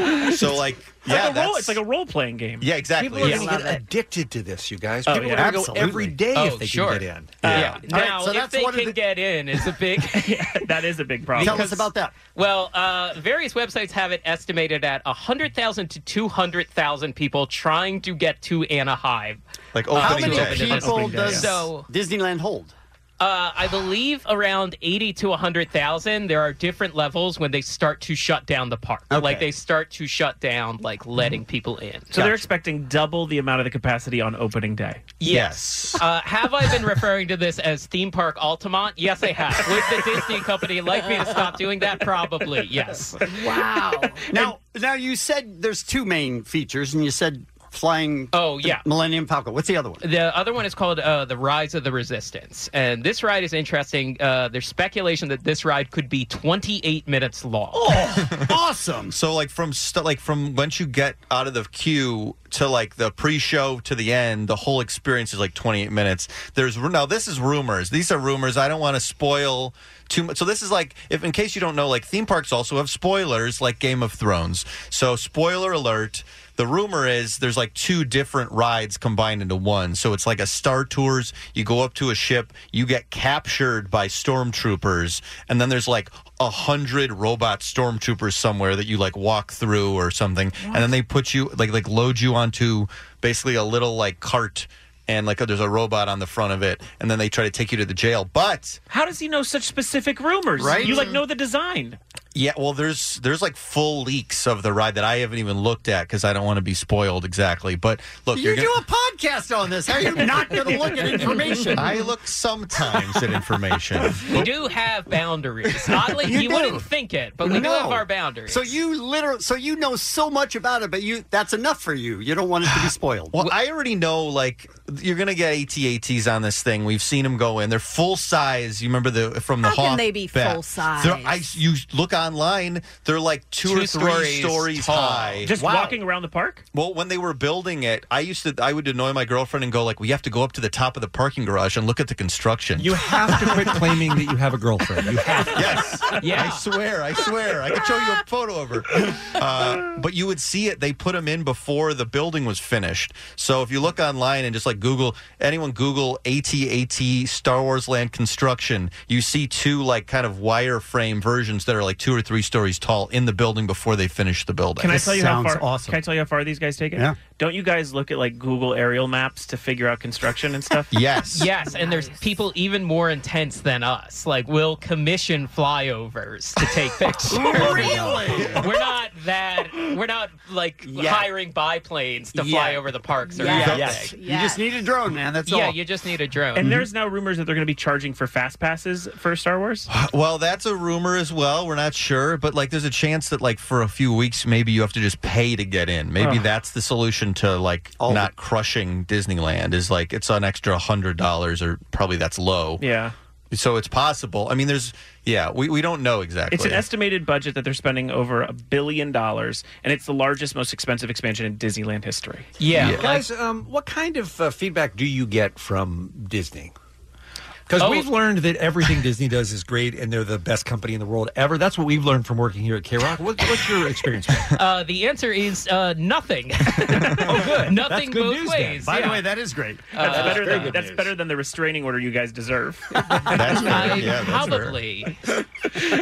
[SPEAKER 24] this?" so like,
[SPEAKER 6] It's like a
[SPEAKER 24] yeah,
[SPEAKER 6] role,
[SPEAKER 24] that's-
[SPEAKER 6] it's like a role playing game.
[SPEAKER 24] yeah, exactly.
[SPEAKER 12] People are
[SPEAKER 24] Yeah.
[SPEAKER 12] going to get addicted to this, you guys.
[SPEAKER 6] Oh,
[SPEAKER 12] People
[SPEAKER 6] yeah.
[SPEAKER 12] are going to go
[SPEAKER 6] Absolutely.
[SPEAKER 12] every day
[SPEAKER 6] Oh,
[SPEAKER 12] if they
[SPEAKER 6] sure. Uh,
[SPEAKER 12] can get in.
[SPEAKER 6] Yeah. Yeah.
[SPEAKER 23] Now, if they can get in, is a big.
[SPEAKER 6] that is a big problem.
[SPEAKER 11] that.
[SPEAKER 23] Well, uh, various websites have it estimated at 100,000 to 200,000 people trying to get to Anaheim. Uh,
[SPEAKER 24] Like
[SPEAKER 11] How many people does
[SPEAKER 23] So,
[SPEAKER 11] Disneyland hold?
[SPEAKER 23] uh, I believe around 80 to 100,000. There are different levels when they start to shut down the park.
[SPEAKER 6] Okay.
[SPEAKER 23] Like they start to shut down, like
[SPEAKER 11] Mm-hmm.
[SPEAKER 23] letting people in.
[SPEAKER 6] So they're expecting double the amount of the capacity on opening day.
[SPEAKER 23] Yes. Uh, have I been referring to this as theme park Altamont? Yes, I have. Would the Disney company like me to stop doing that? Probably. Yes.
[SPEAKER 11] Wow. now, now you said there's two main features, and you said flying.
[SPEAKER 23] Oh yeah,
[SPEAKER 11] Millennium Falcon. What's the other one?
[SPEAKER 23] The other one is called uh, The Rise of the Resistance. And this ride is interesting. Uh, there's speculation that this ride could be 28 minutes long.
[SPEAKER 11] Oh, awesome.
[SPEAKER 24] So like from st- like from once you get out of the queue to like the pre-show to the end, the whole experience is like 28 minutes. There's now this is rumors. These are rumors. I don't want to spoil too much. So this is like if in case you don't know, like theme parks also have spoilers, like Game of Thrones. So spoiler alert. The rumor is there's like two different rides combined into one. So it's like a Star Tours. You go up to a ship, you get captured by stormtroopers, and then there's like a hundred robot stormtroopers somewhere that you like walk through or something, and then they put you like like load you onto basically a little like cart. And like, there's a robot on the front of it, and then they try to take you to the jail. But
[SPEAKER 6] How does he know such specific rumors?
[SPEAKER 24] Right?
[SPEAKER 6] You like know the design.
[SPEAKER 24] yeah, well, there's there's like full leaks of the ride that I haven't even looked at because I don't want to be spoiled exactly. But look,
[SPEAKER 11] you
[SPEAKER 24] are
[SPEAKER 11] do a podcast on this. How are you not going to look at information?
[SPEAKER 24] I look sometimes at information.
[SPEAKER 23] We do have boundaries. Oddly,
[SPEAKER 11] You
[SPEAKER 23] you,
[SPEAKER 11] do.
[SPEAKER 23] wouldn't think it, but we do
[SPEAKER 11] No.
[SPEAKER 23] have our boundaries.
[SPEAKER 11] So you literally, so you know so much about it, but you that's enough for you. You don't want it to be spoiled.
[SPEAKER 24] Well, I already know like you're gonna get ATATs on this thing. We've seen them go in. They're full size. You remember the from the
[SPEAKER 2] How can
[SPEAKER 24] Hawk
[SPEAKER 2] they be
[SPEAKER 24] back.
[SPEAKER 2] full size?
[SPEAKER 24] They're- I, you look online. They're like two,
[SPEAKER 6] Two
[SPEAKER 24] or three stories,
[SPEAKER 6] stories tall.
[SPEAKER 24] high.
[SPEAKER 6] Just walking around the park.
[SPEAKER 24] Well, when they were building it, I used to I would annoy my girlfriend and go like, "We have to go up to the top of the parking garage and look at the construction." You
[SPEAKER 5] have to quit claiming that you have a girlfriend. You have
[SPEAKER 24] yeah. I swear, I swear. I could show you a photo of her. Uh, but you would see it. They put them in before the building was finished. So if you look online and just like Google, anyone Google ATAT Star Wars Land construction, you see two like kind of wireframe versions that are like two or three stories tall in the building before they finish the building.
[SPEAKER 6] Can I tell you how far? Can I tell you how far these guys take it?
[SPEAKER 24] Yeah.
[SPEAKER 6] Don't you guys look at like Google aerial maps to figure out construction and stuff?
[SPEAKER 23] Yes, and there's people even more intense than us. Like, we'll commission flyovers to take pictures.
[SPEAKER 11] Really?
[SPEAKER 23] We're not that. We're not like hiring biplanes to fly over the parks or
[SPEAKER 11] Yeah.
[SPEAKER 23] anything.
[SPEAKER 11] Yes. You just need a drone, man. That's
[SPEAKER 23] yeah,
[SPEAKER 11] all. Mhm.
[SPEAKER 23] you just need a drone.
[SPEAKER 6] And there's now rumors that they're going to be charging for fast passes for Star Wars.
[SPEAKER 24] Well, that's a rumor as well. We're not sure, but like, there's a chance that like for a few weeks, maybe you have to just pay to get in. Maybe
[SPEAKER 6] Ugh.
[SPEAKER 24] that's the solution to like not crushing Disneyland. Is like it's an extra hundred dollars, or probably that's low.
[SPEAKER 6] Yeah.
[SPEAKER 24] So it's possible. I mean, there's yeah, we, we don't know exactly.
[SPEAKER 6] It's an estimated budget that they're spending over a billion dollars, and it's the largest, most expensive expansion in Disneyland history.
[SPEAKER 12] guys. um, what kind of uh, feedback do you get from Disney?
[SPEAKER 5] Because
[SPEAKER 12] Oh.
[SPEAKER 5] we've learned that everything Disney does is great, and they're the best company in the world ever. That's what we've learned from working here at K Rock. What, what's your experience? With?
[SPEAKER 23] Uh, the answer is uh, nothing. oh, good. Nothing both ways. yeah.
[SPEAKER 6] is great. That's,
[SPEAKER 23] Uh,
[SPEAKER 6] better,
[SPEAKER 23] Very
[SPEAKER 6] than,
[SPEAKER 23] good
[SPEAKER 6] that's better than the restraining order you guys deserve.
[SPEAKER 23] I- probably.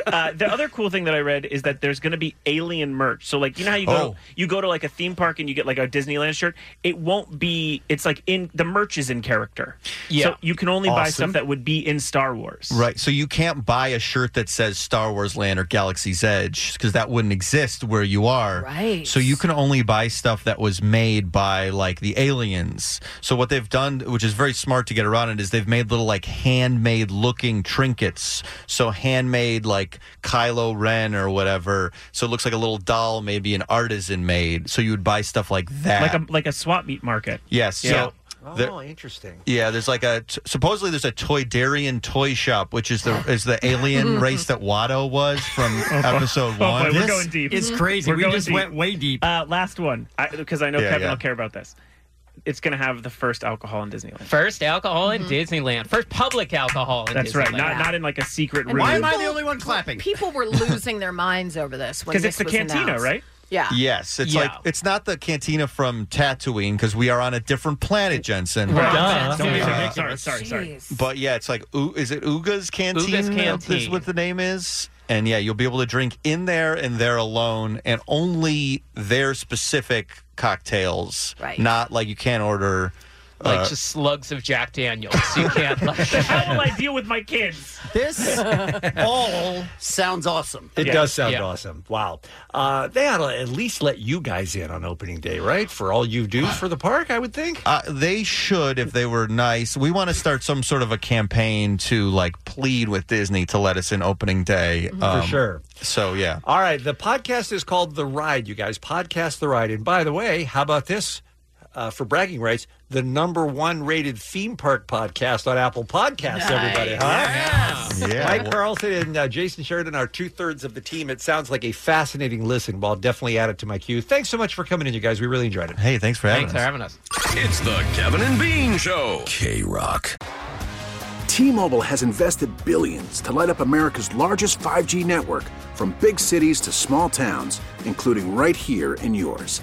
[SPEAKER 6] uh, the other cool thing that I read is that there's going to be alien merch. So like you know how you go
[SPEAKER 24] Oh.
[SPEAKER 6] you go to like a theme park and you get like a Disneyland shirt. It won't be. It's like in the merch is in character.
[SPEAKER 24] Yeah.
[SPEAKER 6] So you can only buy
[SPEAKER 24] Awesome.
[SPEAKER 6] stuff that would be in Star Wars.
[SPEAKER 24] Right. So you can't buy a shirt that says Star Wars Land or Galaxy's Edge because that wouldn't exist where you are.
[SPEAKER 6] Right.
[SPEAKER 24] So you can only buy stuff that was made by like the aliens. So what they've done, which is very smart to get around it, is they've made little like handmade looking trinkets. So handmade like Kylo Ren or whatever. So it looks like a little doll, maybe an artisan made. So you would buy stuff like that.
[SPEAKER 6] Like a like a swap meet market.
[SPEAKER 24] Yes. So
[SPEAKER 6] Oh,
[SPEAKER 24] there-
[SPEAKER 12] interesting.
[SPEAKER 24] yeah, there's like a t- supposedly there's a Toydarian toy shop, which is the is the alien race that Watto was from episode
[SPEAKER 6] Oh,
[SPEAKER 24] one.
[SPEAKER 6] boy, we're going deep. We're going deep. Uh, last one, because I, know
[SPEAKER 24] Yeah,
[SPEAKER 6] Kevin
[SPEAKER 24] yeah.
[SPEAKER 6] will care about this. It's going to have the first alcohol in Disneyland.
[SPEAKER 23] First alcohol in
[SPEAKER 11] Mm-hmm.
[SPEAKER 23] Disneyland. First public alcohol in
[SPEAKER 6] That's
[SPEAKER 23] Disneyland.
[SPEAKER 6] right. Not not in like a secret room.
[SPEAKER 2] only one clapping? People were losing their minds over this when
[SPEAKER 6] 'Cause
[SPEAKER 2] this
[SPEAKER 6] it's the
[SPEAKER 2] was
[SPEAKER 6] cantina,
[SPEAKER 2] announced.
[SPEAKER 6] right?
[SPEAKER 2] Yeah.
[SPEAKER 24] Yes, it's
[SPEAKER 2] Yeah.
[SPEAKER 24] like it's not the cantina from Tatooine because we are on a different planet, Jensen.
[SPEAKER 6] Right.
[SPEAKER 24] Uh,
[SPEAKER 6] Don't be
[SPEAKER 24] uh,
[SPEAKER 6] ridiculous. sorry, sorry, sorry.
[SPEAKER 24] But yeah, it's like U- is it Uga's Canteen? Is
[SPEAKER 6] Canteen.
[SPEAKER 24] what the name is. And yeah, you'll be able to drink in there and there alone, and only their specific cocktails.
[SPEAKER 23] Right.
[SPEAKER 24] Not like you can't order
[SPEAKER 23] Like
[SPEAKER 24] uh,
[SPEAKER 23] just slugs of Jack Daniels. You can't like.
[SPEAKER 6] How will I deal with my kids?
[SPEAKER 11] This all sounds awesome.
[SPEAKER 12] It does sound awesome. Wow. Uh, they ought to at least let you guys in on opening day, right? For all you do for the park, I would think.
[SPEAKER 24] Uh, they should if they were nice. We want to start some sort of a campaign to like plead with Disney to let us in opening day. Um,
[SPEAKER 12] For sure.
[SPEAKER 24] So yeah.
[SPEAKER 12] All right. The podcast is called The Ride, you guys. Podcast The Ride. And by the way, how about this? Uh, for bragging rights, the number one rated theme park podcast on Apple Podcasts,
[SPEAKER 9] Nice.
[SPEAKER 12] everybody, huh?
[SPEAKER 9] Yes. Yeah.
[SPEAKER 12] Mike Carlson and uh, Jason Sheridan are two thirds of the team. It sounds like a fascinating listen. Well, I'll definitely add it to my queue. Thanks so much for coming in, you guys. We really enjoyed it.
[SPEAKER 24] Hey, thanks for
[SPEAKER 12] having us.
[SPEAKER 23] us.
[SPEAKER 4] It's the Kevin and Bean Show. K Rock.
[SPEAKER 18] T-Mobile has invested billions to light up America's largest 5G network from big cities to small towns, including right here in yours.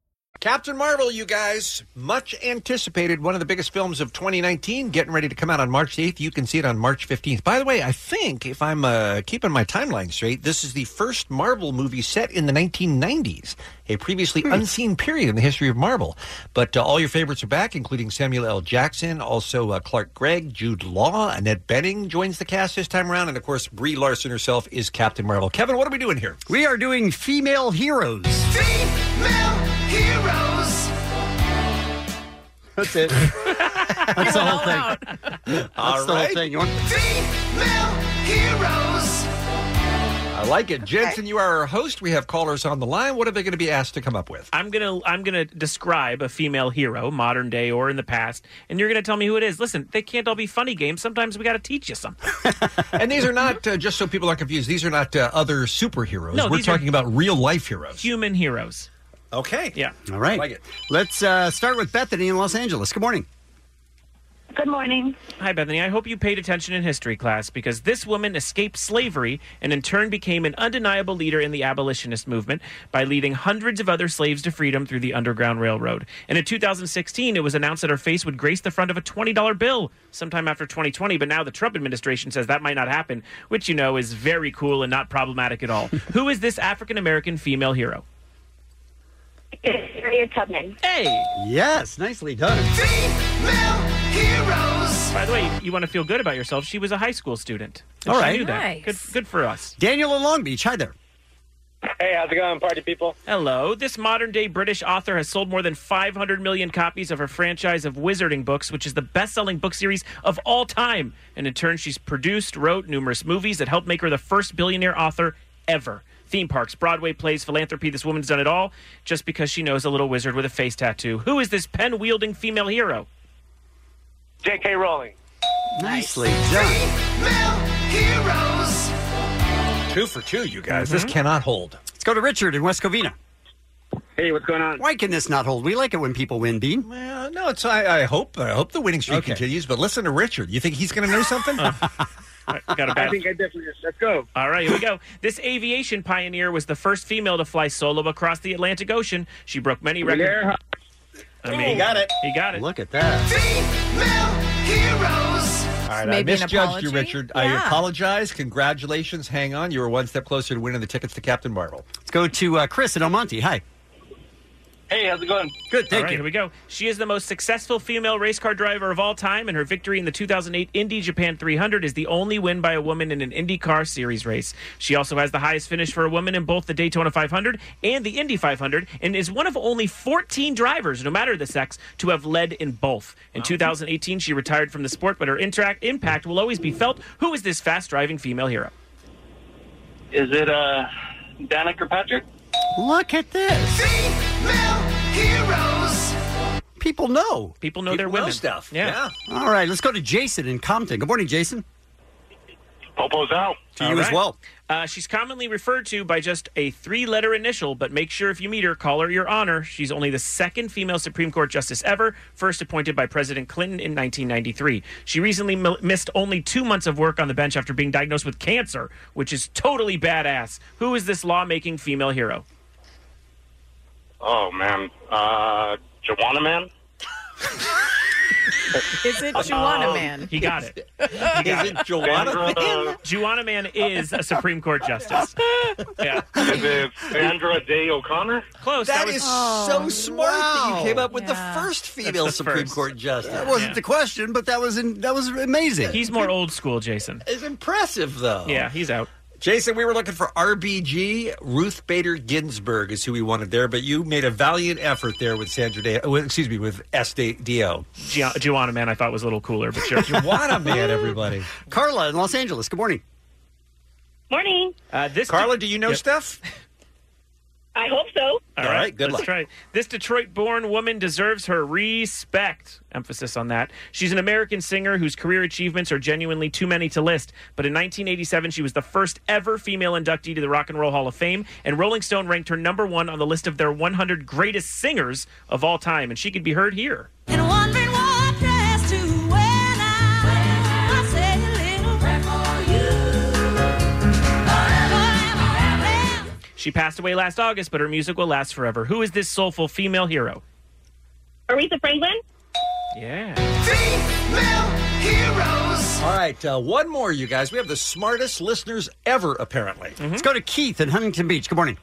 [SPEAKER 12] Captain Marvel, you guys, much anticipated, one of the biggest films of 2019, getting ready to come out on March 8th. You can see it on March 15th. By the way, I think, if I'm uh, keeping my timeline straight, this is the first Marvel movie set in the 1990s, a previously
[SPEAKER 11] Hmm.
[SPEAKER 12] unseen period in the history of Marvel. But uh, all your favorites are back, including Samuel L. Jackson, also uh, Clark Gregg, Jude Law, Annette Benning joins the cast this time around, and of course, Brie Larson herself is Captain Marvel. Kevin, what are we doing here?
[SPEAKER 11] We are doing female heroes.
[SPEAKER 9] Heroes.
[SPEAKER 11] That's it. That's the whole thing. That's
[SPEAKER 12] All
[SPEAKER 11] the
[SPEAKER 12] right.
[SPEAKER 11] whole thing. You want-
[SPEAKER 9] Female heroes.
[SPEAKER 12] I like it. Jensen, you are our host. We have callers on the line. What are they going to be asked to come up with?
[SPEAKER 6] I'm gonna I'm gonna describe a female hero, modern day or in the past, and you're gonna tell me who it is. Listen, they can't all be funny games. Sometimes we gotta teach you something.
[SPEAKER 12] and these are not, uh, just so people aren't confused, these are not uh, other superheroes.
[SPEAKER 6] No,
[SPEAKER 12] We're
[SPEAKER 6] these are-
[SPEAKER 12] talking about real life heroes.
[SPEAKER 6] Human heroes.
[SPEAKER 12] Okay.
[SPEAKER 6] Yeah.
[SPEAKER 11] All right.
[SPEAKER 12] like it.
[SPEAKER 11] Let's uh, start with Bethany in Los Angeles. Good morning.
[SPEAKER 6] Good morning. Hi, Bethany. I hope you paid attention in history class because this woman escaped slavery and in turn became an undeniable leader in the abolitionist movement by leading hundreds of other slaves to freedom through the Underground Railroad. And in 2016, it was announced that her face would grace the front of a $20 bill sometime after 2020, but now the Trump administration says that might not happen, which you know is very cool and not problematic at all. Who is this African American female hero?
[SPEAKER 21] Harriet Tubman.
[SPEAKER 6] Hey!
[SPEAKER 11] Yes, nicely done.
[SPEAKER 9] Heroes.
[SPEAKER 6] By the way, you want to feel good about yourself. She was a high school student. And
[SPEAKER 11] All
[SPEAKER 6] she
[SPEAKER 11] right.
[SPEAKER 6] knew that.
[SPEAKER 21] Nice.
[SPEAKER 6] Good, good for us.
[SPEAKER 11] Daniel in Long Beach. Hi there.
[SPEAKER 21] Hey, how's it going, party people?
[SPEAKER 6] Hello. This modern day British author has sold more than 500 million copies of her franchise of Wizarding books, which is the best selling book series of all time. And in turn, she's produced, wrote numerous movies that helped make her the first billionaire author ever. Theme parks, Broadway plays, philanthropy. This woman's done it all just because she knows a little wizard with a face tattoo. Who is this pen wielding female hero?
[SPEAKER 21] J.K. Rowling.
[SPEAKER 11] Nicely done.
[SPEAKER 9] Heroes.
[SPEAKER 12] Two for two, you
[SPEAKER 11] guys.
[SPEAKER 12] This
[SPEAKER 23] Mm-hmm.
[SPEAKER 12] cannot hold.
[SPEAKER 11] Let's go to Richard in West Covina.
[SPEAKER 21] Hey, what's going on?
[SPEAKER 11] Why can this not hold? We like it when people win, Bean.
[SPEAKER 12] Well, no, it's I, I hope I hope the winning streak continues. But listen to Richard. You think he's going to know something?
[SPEAKER 6] Got a
[SPEAKER 21] I
[SPEAKER 6] bad
[SPEAKER 21] think I definitely Let's go.
[SPEAKER 6] All right, here we go. This aviation pioneer was the first female to fly solo across the Atlantic Ocean. She broke many records. I mean,
[SPEAKER 11] He got it.
[SPEAKER 6] He got it.
[SPEAKER 11] Look at that.
[SPEAKER 9] Heroes.
[SPEAKER 12] All right, I
[SPEAKER 6] Maybe an
[SPEAKER 12] misjudged
[SPEAKER 6] apology?
[SPEAKER 12] you, Richard. I
[SPEAKER 6] Yeah.
[SPEAKER 12] apologize. Congratulations. Hang on. You were one step closer to winning the tickets to Captain Marvel.
[SPEAKER 11] Let's go to uh, Chris in El Monte. Hi.
[SPEAKER 21] Hey, how's it going?
[SPEAKER 11] Good,
[SPEAKER 6] thank you. Here we go. She is the most successful female race car driver of all time, and her victory in the 2008 Indy Japan 300 is the only win by a woman in an IndyCar Series race. She also has the highest finish for a woman in both the Daytona 500 and the Indy 500, and is one of only 14 drivers, no matter the sex, to have led in both. In 2018, she retired from the sport, but her interact impact will always be felt. Who is this fast driving female hero?
[SPEAKER 21] Is it uh, Dana Kirkpatrick?
[SPEAKER 11] Look at this.
[SPEAKER 9] Heroes.
[SPEAKER 11] People know.
[SPEAKER 6] People know their
[SPEAKER 11] know
[SPEAKER 6] women
[SPEAKER 11] stuff.
[SPEAKER 6] Yeah.
[SPEAKER 11] All right, let's go to Jason in Compton. Good morning, Jason.
[SPEAKER 21] Popo's out.
[SPEAKER 11] To you as well.
[SPEAKER 6] Uh, she's commonly referred to by just a three letter initial, but make sure if you meet her, call her Your Honor. She's only the second female Supreme Court justice ever, first appointed by President Clinton in 1993. She recently mi- missed only two months of work on the bench after being diagnosed with cancer, which is totally badass. Who is this lawmaking female hero?
[SPEAKER 21] Oh, man. Uh, Joanna Man?
[SPEAKER 25] Is it Juana Man?
[SPEAKER 6] He got it.
[SPEAKER 25] Is
[SPEAKER 6] it
[SPEAKER 21] Joanna Man?
[SPEAKER 6] Joanna Man is a Supreme Court justice. Yeah.
[SPEAKER 21] Is it Sandra Day O'Connor?
[SPEAKER 6] Close.
[SPEAKER 21] That
[SPEAKER 6] That was-
[SPEAKER 21] is
[SPEAKER 11] Oh,
[SPEAKER 21] so smart that
[SPEAKER 11] wow.
[SPEAKER 21] you came up with
[SPEAKER 11] Yeah.
[SPEAKER 21] the first
[SPEAKER 11] female
[SPEAKER 21] female Supreme Court
[SPEAKER 11] justice. That
[SPEAKER 21] justice.
[SPEAKER 11] wasn't the question, but that was in, that was amazing.
[SPEAKER 6] He's more old school, Jason.
[SPEAKER 11] It's impressive, though.
[SPEAKER 6] Yeah, he's out.
[SPEAKER 12] Jason, we were looking for RBG. Ruth Bader Ginsburg is who we wanted there, but you made a valiant effort there with Sandra Day. oh, excuse me, with SDO.
[SPEAKER 6] Ju- Juana Man, I thought was a little cooler, but sure.
[SPEAKER 12] Juana Man, everybody.
[SPEAKER 11] Carla in Los Angeles. Good morning.
[SPEAKER 26] Morning.
[SPEAKER 6] Uh, this
[SPEAKER 12] Carla, do you know stuff?
[SPEAKER 26] I hope so.
[SPEAKER 6] All
[SPEAKER 12] All right, good
[SPEAKER 6] let's
[SPEAKER 12] luck.
[SPEAKER 6] try it. This Detroit born woman deserves her respect. Emphasis on that. She's an American singer whose career achievements are genuinely too many to list. But in 1987, she was the first ever female inductee to the Rock and Roll Hall of Fame, and Rolling Stone ranked her number one on the list of their 100 greatest singers of all time, and she could be heard here. She passed away last August, but her music will last forever. Who is this soulful female hero?
[SPEAKER 26] Aretha Franklin?
[SPEAKER 6] Yeah.
[SPEAKER 12] All right, uh, one more, you guys. We have the smartest listeners ever, apparently.
[SPEAKER 6] Mm-hmm.
[SPEAKER 11] Let's go to Keith in Huntington Beach. Good morning.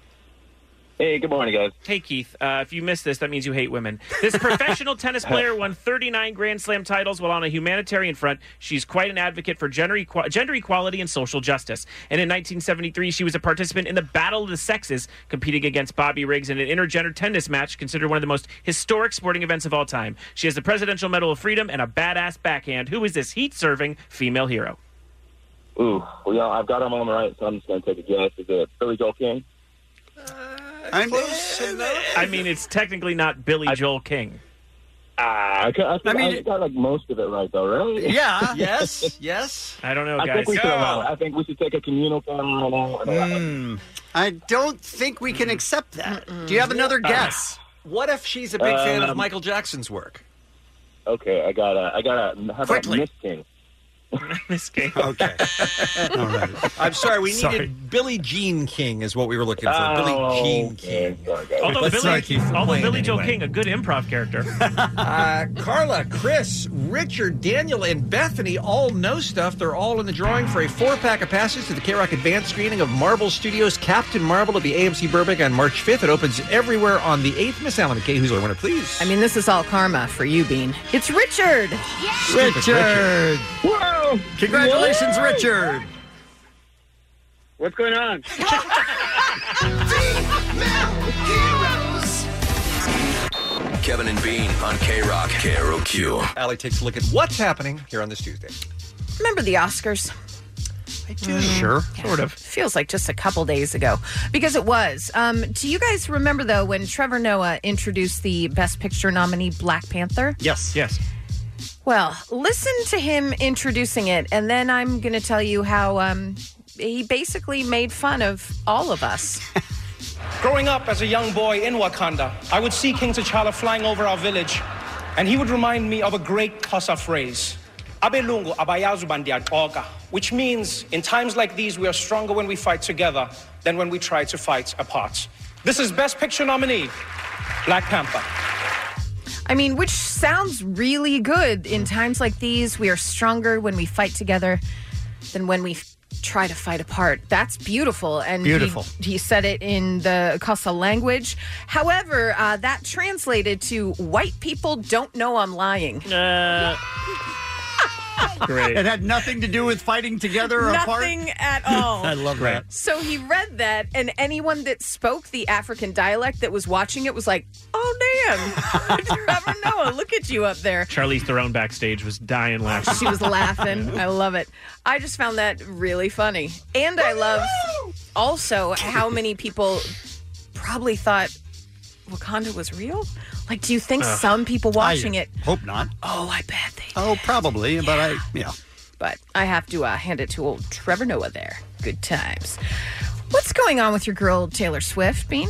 [SPEAKER 6] Hey, good morning, guys. Hey, Keith. Uh, if you missed this, that means you hate women. This professional tennis player won 39 Grand Slam titles while on a humanitarian front. She's quite an advocate for gender, equa- gender equality and social justice. And in 1973, she was a participant in the Battle of the Sexes, competing against Bobby Riggs in an intergender tennis match considered one of the most historic sporting events of all time. She has the Presidential Medal of Freedom and a badass backhand. Who is this heat serving female hero?
[SPEAKER 10] Ooh, well, yeah, I've got him on the right, so I'm just going to take a guess. Is it Billy Joel King?
[SPEAKER 11] I'm
[SPEAKER 12] close enough.
[SPEAKER 6] I mean, it's technically not Billy Joel King.
[SPEAKER 10] Ah, I, I, think I mean, I got like most of it right, though, right?
[SPEAKER 12] yes. Yes.
[SPEAKER 6] I don't know,
[SPEAKER 10] I
[SPEAKER 6] guys.
[SPEAKER 10] think, we should allow it. I think we should take a communal count on all.
[SPEAKER 9] Hmm.
[SPEAKER 11] I don't think we can accept that. Do you have another
[SPEAKER 2] Uh,
[SPEAKER 11] guess?
[SPEAKER 12] What if she's a big fan of
[SPEAKER 10] Um,
[SPEAKER 12] Michael Jackson's work?
[SPEAKER 10] Okay, I got to I got to How
[SPEAKER 12] Quickly.
[SPEAKER 10] about Miss King?
[SPEAKER 6] Miss King.
[SPEAKER 12] Okay. All right. I'm sorry. We needed
[SPEAKER 10] Sorry.
[SPEAKER 12] Billie Jean King is what we were looking for.
[SPEAKER 10] Oh,
[SPEAKER 12] Billie Jean
[SPEAKER 10] okay.
[SPEAKER 12] King.
[SPEAKER 6] Although
[SPEAKER 12] Let's
[SPEAKER 6] Billy,
[SPEAKER 12] not keep
[SPEAKER 6] although
[SPEAKER 12] playing
[SPEAKER 6] Billy Joel
[SPEAKER 12] anyway.
[SPEAKER 6] King, a good improv character.
[SPEAKER 12] Uh, Carla, Chris, Richard, Daniel, and Bethany all know stuff. They're all in the drawing for a four pack of passes to the K Rock Advanced screening of Marvel Studios' Captain Marvel at the AMC Burbank on March 5th. It opens everywhere on the 8th. Miss Allen McKay, who's our winner, please?
[SPEAKER 2] I mean, this is all karma for you, Bean. It's Richard.
[SPEAKER 12] Stupid Richard.
[SPEAKER 10] Whoa!
[SPEAKER 11] Congratulations,
[SPEAKER 10] Whoa!
[SPEAKER 11] Richard.
[SPEAKER 10] What's going on?
[SPEAKER 27] Kevin and Bean on K Rock. KROQ.
[SPEAKER 12] Allie takes a look at what's happening here on this Tuesday.
[SPEAKER 2] Remember the Oscars?
[SPEAKER 12] I
[SPEAKER 2] do.
[SPEAKER 12] Sure. Sort of.
[SPEAKER 2] Feels like just a couple days ago because it was. Um, do you guys remember though when Trevor Noah introduced the Best Picture nominee Black Panther?
[SPEAKER 12] Yes. Yes.
[SPEAKER 2] Well, listen to him introducing it, and then I'm going to tell you how um, he basically made fun of all of us.
[SPEAKER 28] Growing up as a young boy in Wakanda, I would see King T'Challa flying over our village, and he would remind me of a great Xhosa phrase, "Abelungu abayazu bandiagoga," which means in times like these, we are stronger when we fight together than when we try to fight apart. This is Best Picture nominee, Black Panther.
[SPEAKER 2] I mean, which sounds really good in times like these. We are stronger when we fight together than when we f- try to fight apart. That's beautiful. And he-
[SPEAKER 11] Beautiful.
[SPEAKER 2] He, said it in the Kosa language. However, uh, that translated to white people don't know I'm lying.
[SPEAKER 11] Uh,
[SPEAKER 6] uh, Great.
[SPEAKER 11] It had nothing to do with fighting together or apart.
[SPEAKER 2] Nothing at all.
[SPEAKER 11] Great.
[SPEAKER 2] So he read that, and anyone that spoke the African dialect that was watching it was like, oh, damn. Trevor Noah, look at you up there.
[SPEAKER 6] Charlize Theron backstage was dying laughing.
[SPEAKER 2] She was laughing. I love it. I just found that really funny. And I love also how many people probably thought Wakanda was real. Like, do you think
[SPEAKER 6] Uh,
[SPEAKER 11] Ugh.
[SPEAKER 2] some people watching
[SPEAKER 11] I
[SPEAKER 2] it?
[SPEAKER 11] Hope not.
[SPEAKER 2] Oh, I bet they.
[SPEAKER 11] Oh, probably. But I, yeah.
[SPEAKER 2] But I have to uh, hand it to old Trevor Noah there. Good times. What's going on with your girl Taylor Swift, Bean?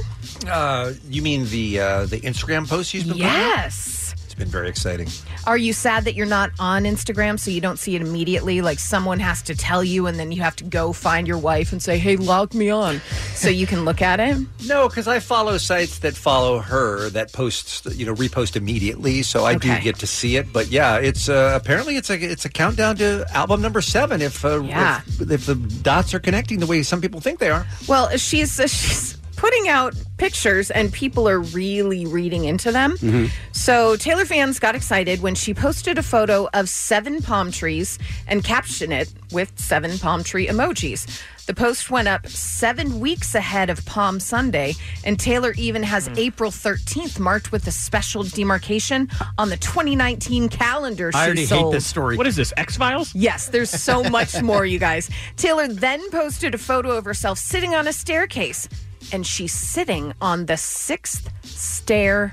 [SPEAKER 12] Uh, you mean the uh, the Instagram post she's been putting out?
[SPEAKER 2] Yes.
[SPEAKER 12] It's been very exciting.
[SPEAKER 2] Are you sad that you're not on Instagram so you don't see it immediately? Like someone has to tell you, and then you have to go find your wife and say, "Hey, log me on," so you can look at it.
[SPEAKER 12] No, because I follow sites that follow her that posts, you know, repost immediately, so I
[SPEAKER 2] Okay.
[SPEAKER 12] do get to see it. But yeah, it's uh, apparently it's a it's a countdown to album number seven. If, uh,
[SPEAKER 2] Yeah.
[SPEAKER 12] if if the dots are connecting the way some people think they are,
[SPEAKER 2] Well, she's uh, she's putting out pictures and people are really reading into them.
[SPEAKER 1] Mm-hmm.
[SPEAKER 2] So Taylor fans got excited when she posted a photo of seven palm trees and captioned it with seven palm tree emojis. The post went up seven weeks ahead of Palm Sunday, and Taylor even has April 13th marked with a special demarcation on the 2019 calendar. she sold.
[SPEAKER 6] What is this? X Files?
[SPEAKER 2] Yes, there's so much more, you guys. Taylor then posted a photo of herself sitting on a staircase, and she's sitting on the sixth stair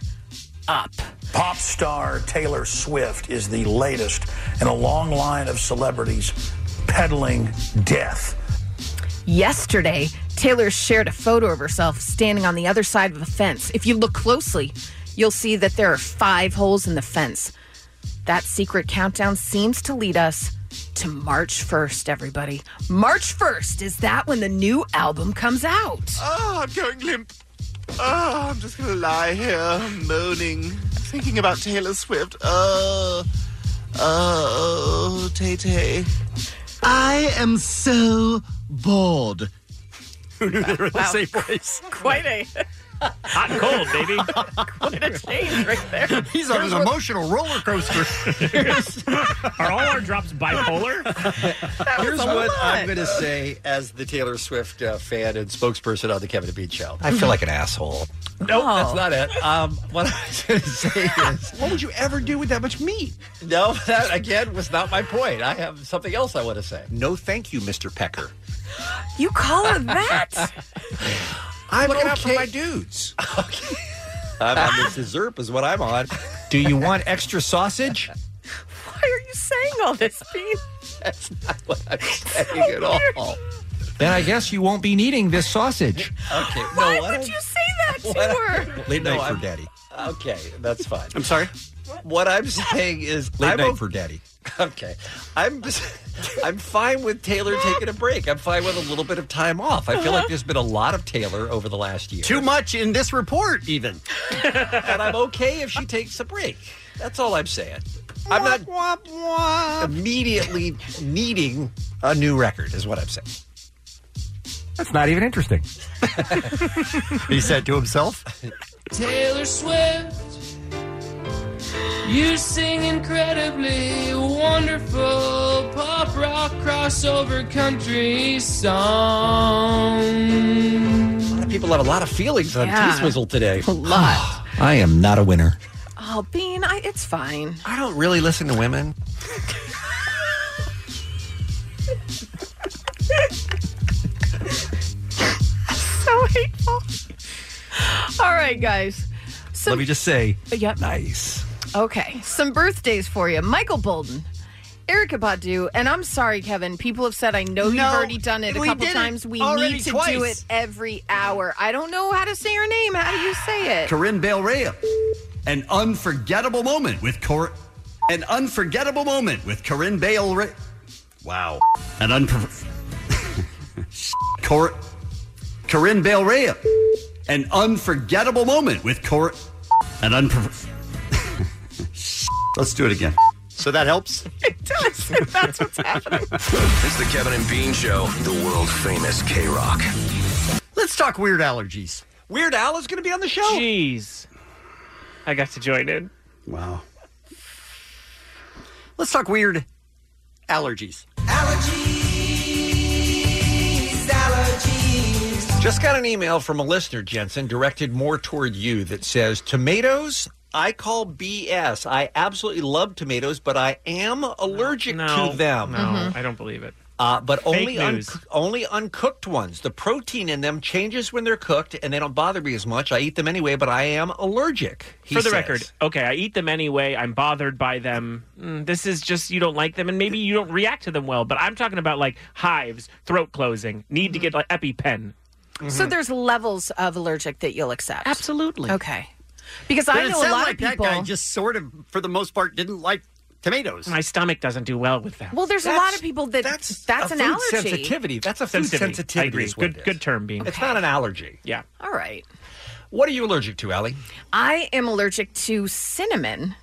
[SPEAKER 2] up.
[SPEAKER 4] Pop star Taylor Swift is the latest in a long line of celebrities peddling death.
[SPEAKER 2] Yesterday, Taylor shared a photo of herself standing on the other side of the fence. If you look closely, you'll see that there are five holes in the fence. That secret countdown seems to lead us to March 1st, everybody. March 1st, is that when the new album comes out?
[SPEAKER 1] Oh, I'm going limp. Oh, I'm just gonna lie here moaning, thinking about Taylor Swift. Oh, oh, Tay Tay. I am so bored. Who knew they were
[SPEAKER 9] the Wow. same
[SPEAKER 1] voice?
[SPEAKER 2] Quite a
[SPEAKER 6] hot and cold, baby.
[SPEAKER 2] Quite a change right there.
[SPEAKER 9] He's on his emotional roller coaster.
[SPEAKER 6] Are all our drops bipolar?
[SPEAKER 12] Here's
[SPEAKER 6] a
[SPEAKER 12] what
[SPEAKER 6] lot.
[SPEAKER 12] I'm going to say as the Taylor Swift uh, fan and spokesperson on the Kevin and Bean Show. I feel like an asshole. No,
[SPEAKER 9] Oh.
[SPEAKER 12] that's not it. Um, what I was going to say is,
[SPEAKER 1] What would you ever do with that much meat?
[SPEAKER 12] no, that again was not my point. I have something else I want to say. No, thank you, Mr. Pecker.
[SPEAKER 2] You call her that?
[SPEAKER 1] I'm looking out for my dudes.
[SPEAKER 12] I'm on this dessert is what I'm on.
[SPEAKER 5] Do you want extra sausage?
[SPEAKER 2] Why are you saying all this, Pete?
[SPEAKER 12] That's not what I'm saying at all.
[SPEAKER 5] Then I guess you won't be needing this sausage.
[SPEAKER 12] Okay.
[SPEAKER 2] Why
[SPEAKER 12] no, what
[SPEAKER 2] would
[SPEAKER 12] I-
[SPEAKER 2] you say that to her?
[SPEAKER 5] Late night for
[SPEAKER 12] daddy. Okay, that's fine. I'm sorry. What I'm saying is
[SPEAKER 24] Late
[SPEAKER 12] I'm
[SPEAKER 24] night
[SPEAKER 12] for daddy. Okay, I'm I'm fine with Taylor taking a break. I'm fine with a little bit of time off. I feel like there's been a lot of Taylor over the last year.
[SPEAKER 11] Too much in this report, even.
[SPEAKER 12] and I'm okay if she takes a break. That's all I'm saying. I'm not immediately needing a new record, is what I'm saying.
[SPEAKER 15] That's not even interesting.
[SPEAKER 11] he said to himself.
[SPEAKER 8] Taylor Swift, you sing incredibly wonderful pop rock crossover country song.
[SPEAKER 12] A lot of people have a lot of feelings on
[SPEAKER 8] Yeah.
[SPEAKER 12] Teaswizzle today.
[SPEAKER 2] A lot.
[SPEAKER 12] I am not a winner.
[SPEAKER 2] Oh, Bean, I, it's fine.
[SPEAKER 12] I don't really listen to women.
[SPEAKER 2] so hateful. All right, guys. So,
[SPEAKER 15] Let me just say,
[SPEAKER 2] Yep.
[SPEAKER 15] nice.
[SPEAKER 2] Okay, some birthdays for you. Michael Bolden, Erica Badu, and I'm sorry, Kevin. People have said I know you've
[SPEAKER 29] No,
[SPEAKER 2] already done it a
[SPEAKER 29] we
[SPEAKER 2] couple
[SPEAKER 29] did it
[SPEAKER 2] times. We
[SPEAKER 29] already
[SPEAKER 2] need to do
[SPEAKER 29] twice.
[SPEAKER 2] it every hour. I don't know how to say her name. How do you say it?
[SPEAKER 11] Corinne Bale Rea. An unforgettable moment with Cor. An unforgettable moment with Corinne Bale Rea. Wow. An unfor. Cor. Corinne Bale Rea. An unforgettable moment with Cor. An unfor. Let's do it again. So that helps.
[SPEAKER 8] It does. That's what's happening.
[SPEAKER 27] It's the Kevin and Bean Show, the world famous K Rock.
[SPEAKER 11] Let's talk weird allergies.
[SPEAKER 12] Weird Al is going to be on the show.
[SPEAKER 6] Jeez. I got to join in.
[SPEAKER 11] Wow. Let's talk weird allergies.
[SPEAKER 12] Just got an email from a listener, Jensen, directed more toward you that says, Tomatoes, I call BS. I absolutely love tomatoes, but I am allergic to them. Mm-hmm.
[SPEAKER 6] No,
[SPEAKER 2] Mm-hmm.
[SPEAKER 6] I don't believe it.
[SPEAKER 12] Uh, but
[SPEAKER 6] Fake
[SPEAKER 12] only un-
[SPEAKER 6] news.
[SPEAKER 12] only uncooked ones. The protein in them changes when they're cooked, and they don't bother me as much. I eat them anyway, but I am allergic. he
[SPEAKER 6] For the
[SPEAKER 12] says.
[SPEAKER 6] record, okay, I eat them anyway. I'm bothered by them. Mm, this is just you don't like them, and maybe you don't react to them well. But I'm talking about like hives, throat closing, need to get like EpiPen.
[SPEAKER 12] Mm-hmm.
[SPEAKER 6] mm-hmm.
[SPEAKER 2] So there's levels of allergic that you'll accept.
[SPEAKER 6] Absolutely.
[SPEAKER 2] Okay. Because
[SPEAKER 11] But
[SPEAKER 2] I know
[SPEAKER 11] it
[SPEAKER 2] a
[SPEAKER 11] sounded
[SPEAKER 2] lot
[SPEAKER 11] like
[SPEAKER 2] of people.
[SPEAKER 11] That guy just sort of, for the most part, didn't like tomatoes.
[SPEAKER 6] My stomach doesn't do well with them.
[SPEAKER 2] Well, there's a lot of people that that's,
[SPEAKER 6] a
[SPEAKER 2] an
[SPEAKER 6] food
[SPEAKER 2] allergy.
[SPEAKER 6] sensitivity.
[SPEAKER 12] That's a
[SPEAKER 6] food Sensitivity. I sensitivity agree. is what Good- it is. good term, Bean.
[SPEAKER 12] It's not an allergy.
[SPEAKER 6] Yeah.
[SPEAKER 2] All right.
[SPEAKER 12] What are you allergic to, Allie?
[SPEAKER 2] I am allergic to cinnamon.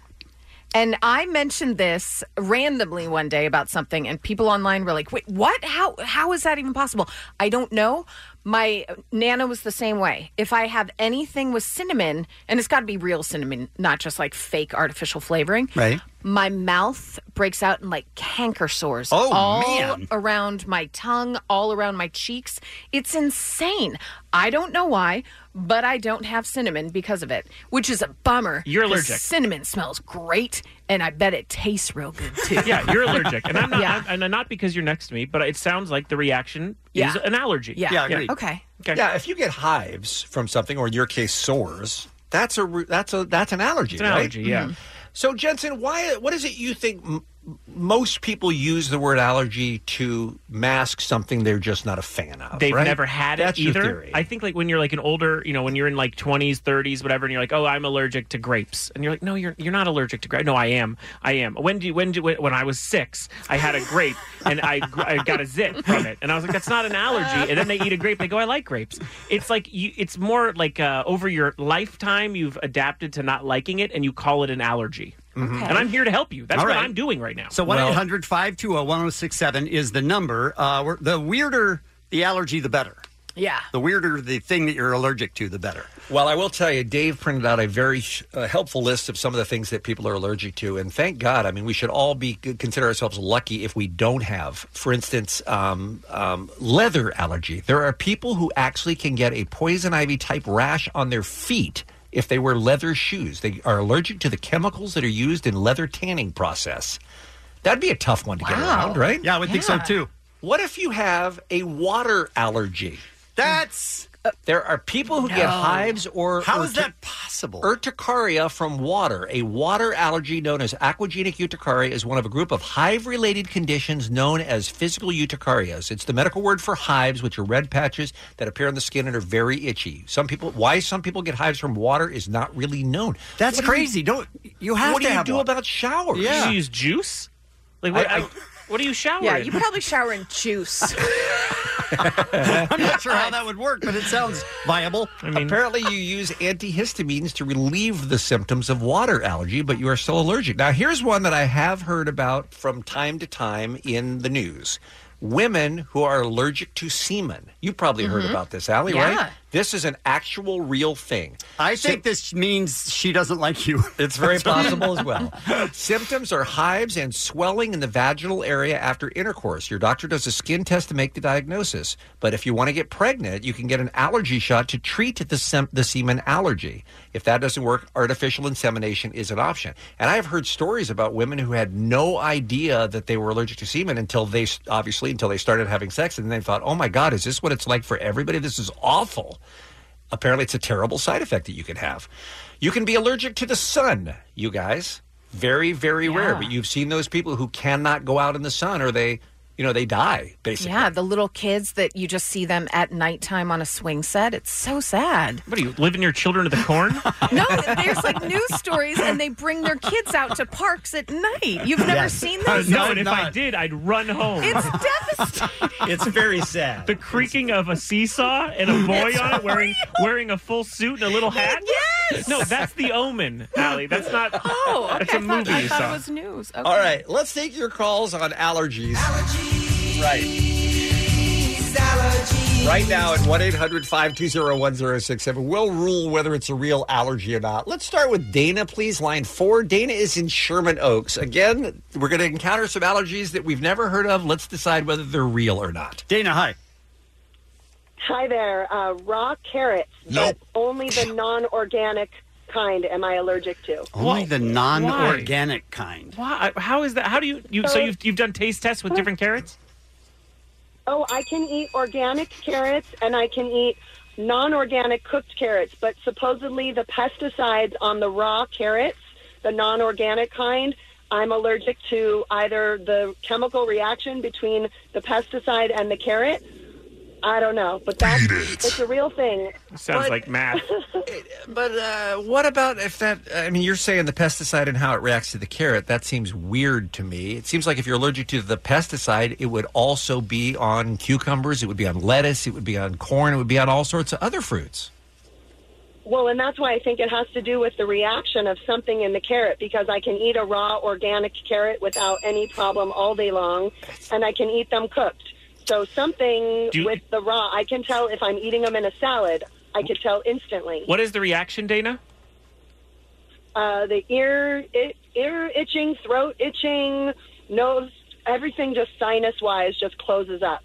[SPEAKER 2] And I mentioned this randomly one day about something, and people online were like, "Wait, what? How? How is that even possible?" I don't know, My Nana was the same way. If I have anything with cinnamon, and it's got to be real cinnamon, not just like fake artificial flavoring,
[SPEAKER 11] Right.
[SPEAKER 2] my mouth breaks out in like canker sores
[SPEAKER 11] Oh,
[SPEAKER 2] all
[SPEAKER 11] man.
[SPEAKER 2] around my tongue, all around my cheeks. It's insane. I don't know why, but I don't have cinnamon because of it, which is a bummer.
[SPEAKER 6] You're
[SPEAKER 2] 'cause
[SPEAKER 6] allergic.
[SPEAKER 2] Cinnamon smells great, and I bet it tastes real good too.
[SPEAKER 6] yeah, you're allergic, and I'm not,
[SPEAKER 2] Yeah.
[SPEAKER 6] I'm- and I'm not because you're next to me, but it sounds like the reaction is
[SPEAKER 2] Yeah.
[SPEAKER 6] an allergy.
[SPEAKER 2] Yeah. Yeah, agreed. Okay.
[SPEAKER 12] Yeah, if you get hives from something, or in your case, sores, that's a re- that's a that's an allergy.
[SPEAKER 6] It's an
[SPEAKER 12] right?
[SPEAKER 6] allergy, yeah.
[SPEAKER 2] Mm-hmm.
[SPEAKER 6] Mhm.
[SPEAKER 12] So Jensen, why? What is it you think m- most people use the word allergy to mask something they're just not a fan of?
[SPEAKER 6] They've
[SPEAKER 12] right?
[SPEAKER 6] never had it
[SPEAKER 12] That's your
[SPEAKER 6] either.
[SPEAKER 12] theory.
[SPEAKER 6] I think like when you're like an older, you know, when you're in like 20s, 30s, whatever, and you're like, oh, I'm allergic to grapes, and you're like, no, you're you're not allergic to grapes. No, I am. I am. When do you, when do when I was six, I had a grape and I gr- I got a zit from it, and I was like, that's not an allergy. And then they eat a grape, they go, I like grapes. It's like you. It's more like uh, over your lifetime, you've adapted to not liking it, and you call it an allergy.
[SPEAKER 11] Okay.
[SPEAKER 6] And I'm here to help you. That's
[SPEAKER 11] All
[SPEAKER 6] what
[SPEAKER 11] right.
[SPEAKER 6] I'm doing right now.
[SPEAKER 11] So 1 800 520 1067 is the number. Uh, we're- the weirder the allergy, the better.
[SPEAKER 2] Yeah.
[SPEAKER 11] The weirder the thing that you're allergic to, the better.
[SPEAKER 12] Well, I will tell you, Dave printed out a very uh, helpful list of some of the things that people are allergic to, and thank God. I mean, we should all be consider ourselves lucky if we don't have, for instance, um, um, leather allergy. There are people who actually can get a poison ivy type rash on their feet if they wear leather shoes. They are allergic to the chemicals that are used in leather tanning process. That'd be a tough one to get
[SPEAKER 11] Wow.
[SPEAKER 12] around, right?
[SPEAKER 11] Yeah, I would think so, Yeah. too.
[SPEAKER 12] What if you have a water allergy?
[SPEAKER 11] That's
[SPEAKER 12] there are people who get
[SPEAKER 11] No.
[SPEAKER 12] hives or
[SPEAKER 11] How is
[SPEAKER 12] urti-
[SPEAKER 11] that possible?
[SPEAKER 12] Urticaria from water. A water allergy known as aquagenic urticaria is one of a group of hive related conditions known as physical urticarias. It's the medical word for hives, which are red patches that appear on the skin and are very itchy. Some people, why some people get hives from water is not really known.
[SPEAKER 11] That's
[SPEAKER 12] What do you-
[SPEAKER 11] crazy. Don't you have
[SPEAKER 12] what
[SPEAKER 11] to
[SPEAKER 12] do you
[SPEAKER 11] have
[SPEAKER 12] do
[SPEAKER 11] one.
[SPEAKER 12] about showers?
[SPEAKER 11] Yeah.
[SPEAKER 6] you use juice? Like what?
[SPEAKER 12] I-
[SPEAKER 6] I- what do you shower?
[SPEAKER 2] Yeah,
[SPEAKER 6] in?
[SPEAKER 2] you probably shower in juice.
[SPEAKER 11] I'm not sure how that would work, but it sounds viable.
[SPEAKER 12] Apparently, you use antihistamines to relieve the symptoms of water allergy, but you are still allergic. Now, here's one that I have heard about from time to time in the news women who are allergic to semen. You probably heard
[SPEAKER 11] Mhm.
[SPEAKER 12] about this, Allie,
[SPEAKER 11] Yeah.
[SPEAKER 12] right? This is an actual, real thing.
[SPEAKER 11] I think this means she doesn't like you.
[SPEAKER 12] It's very possible as well. Symptoms are hives and swelling in the vaginal area after intercourse. Your doctor does a skin test to make the diagnosis. But if you want to get pregnant, you can get an allergy shot to treat the, sem- the semen allergy. If that doesn't work, artificial insemination is an option. And I've heard stories about women who had no idea that they were allergic to semen until they, obviously, until they started having sex. And then they thought, oh my God, is this what it's like for everybody? This is awful apparently it's a terrible side effect that you can have. You can be allergic to the sun, you guys. Very, very rare. But you've seen those people who cannot go out in the sun or they, you know, they die, basically.
[SPEAKER 2] Yeah, the little kids that you just see them at nighttime on a swing set. It's so sad.
[SPEAKER 6] What are you living your children to the corn?
[SPEAKER 2] No, there's like news stories, and they bring their kids out to parks at night. You've never
[SPEAKER 6] Yes.
[SPEAKER 2] seen
[SPEAKER 6] Uh,
[SPEAKER 2] this?
[SPEAKER 6] no, and if I did, I'd run home.
[SPEAKER 2] It's devastating.
[SPEAKER 6] It's very sad. The creaking of a seesaw and a boy
[SPEAKER 2] It's
[SPEAKER 6] on it wearing wearing a full suit and a little hat.
[SPEAKER 2] Yes.
[SPEAKER 6] No, that's the Omen, Allie. That's not.
[SPEAKER 2] Oh, okay.
[SPEAKER 6] That's a
[SPEAKER 2] I thought,
[SPEAKER 6] movie
[SPEAKER 2] I
[SPEAKER 6] you
[SPEAKER 2] thought
[SPEAKER 6] saw.
[SPEAKER 2] it was news.
[SPEAKER 12] All right, let's take your calls on allergies. Allergies. Right. Right now at 1 800 520 1067, we'll rule whether it's a real allergy or not. Let's start with Dana, please. Line four. Dana is in Sherman Oaks. Again, we're going to encounter some allergies that we've never heard of. Let's decide whether they're real or not.
[SPEAKER 11] Dana, hi.
[SPEAKER 23] Hi there. Uh, raw carrots.
[SPEAKER 12] Nope.
[SPEAKER 23] but Only the non organic kind am I allergic to.
[SPEAKER 11] Only the non-organic kind.
[SPEAKER 6] Why? How is that? How do you? you so you've you've done taste tests with different carrots?
[SPEAKER 23] Oh, I can eat organic carrots and I can eat non organic cooked carrots, but supposedly the pesticides on the raw carrots, the non organic kind, I'm allergic to either the chemical reaction between the pesticide and the carrot. I don't know, but that's it's a real thing.
[SPEAKER 6] Sounds like math.
[SPEAKER 12] But uh, what about if that? I mean, you're saying the pesticide and how it reacts to the carrot. That seems weird to me. It seems like if you're allergic to the pesticide, it would also be on cucumbers, it would be on lettuce, it would be on corn, it would be on all sorts of other fruits.
[SPEAKER 23] Well, and that's why I think it has to do with the reaction of something in the carrot because I can eat a raw organic carrot without any problem all day long, and I can eat them cooked. So something
[SPEAKER 6] Do you-
[SPEAKER 23] with the raw, I can tell if I'm eating them in a salad. I could tell instantly.
[SPEAKER 6] What is the reaction, Dana?
[SPEAKER 23] Uh, the ear, it, ear itching, throat itching, nose, everything just sinus wise just closes up.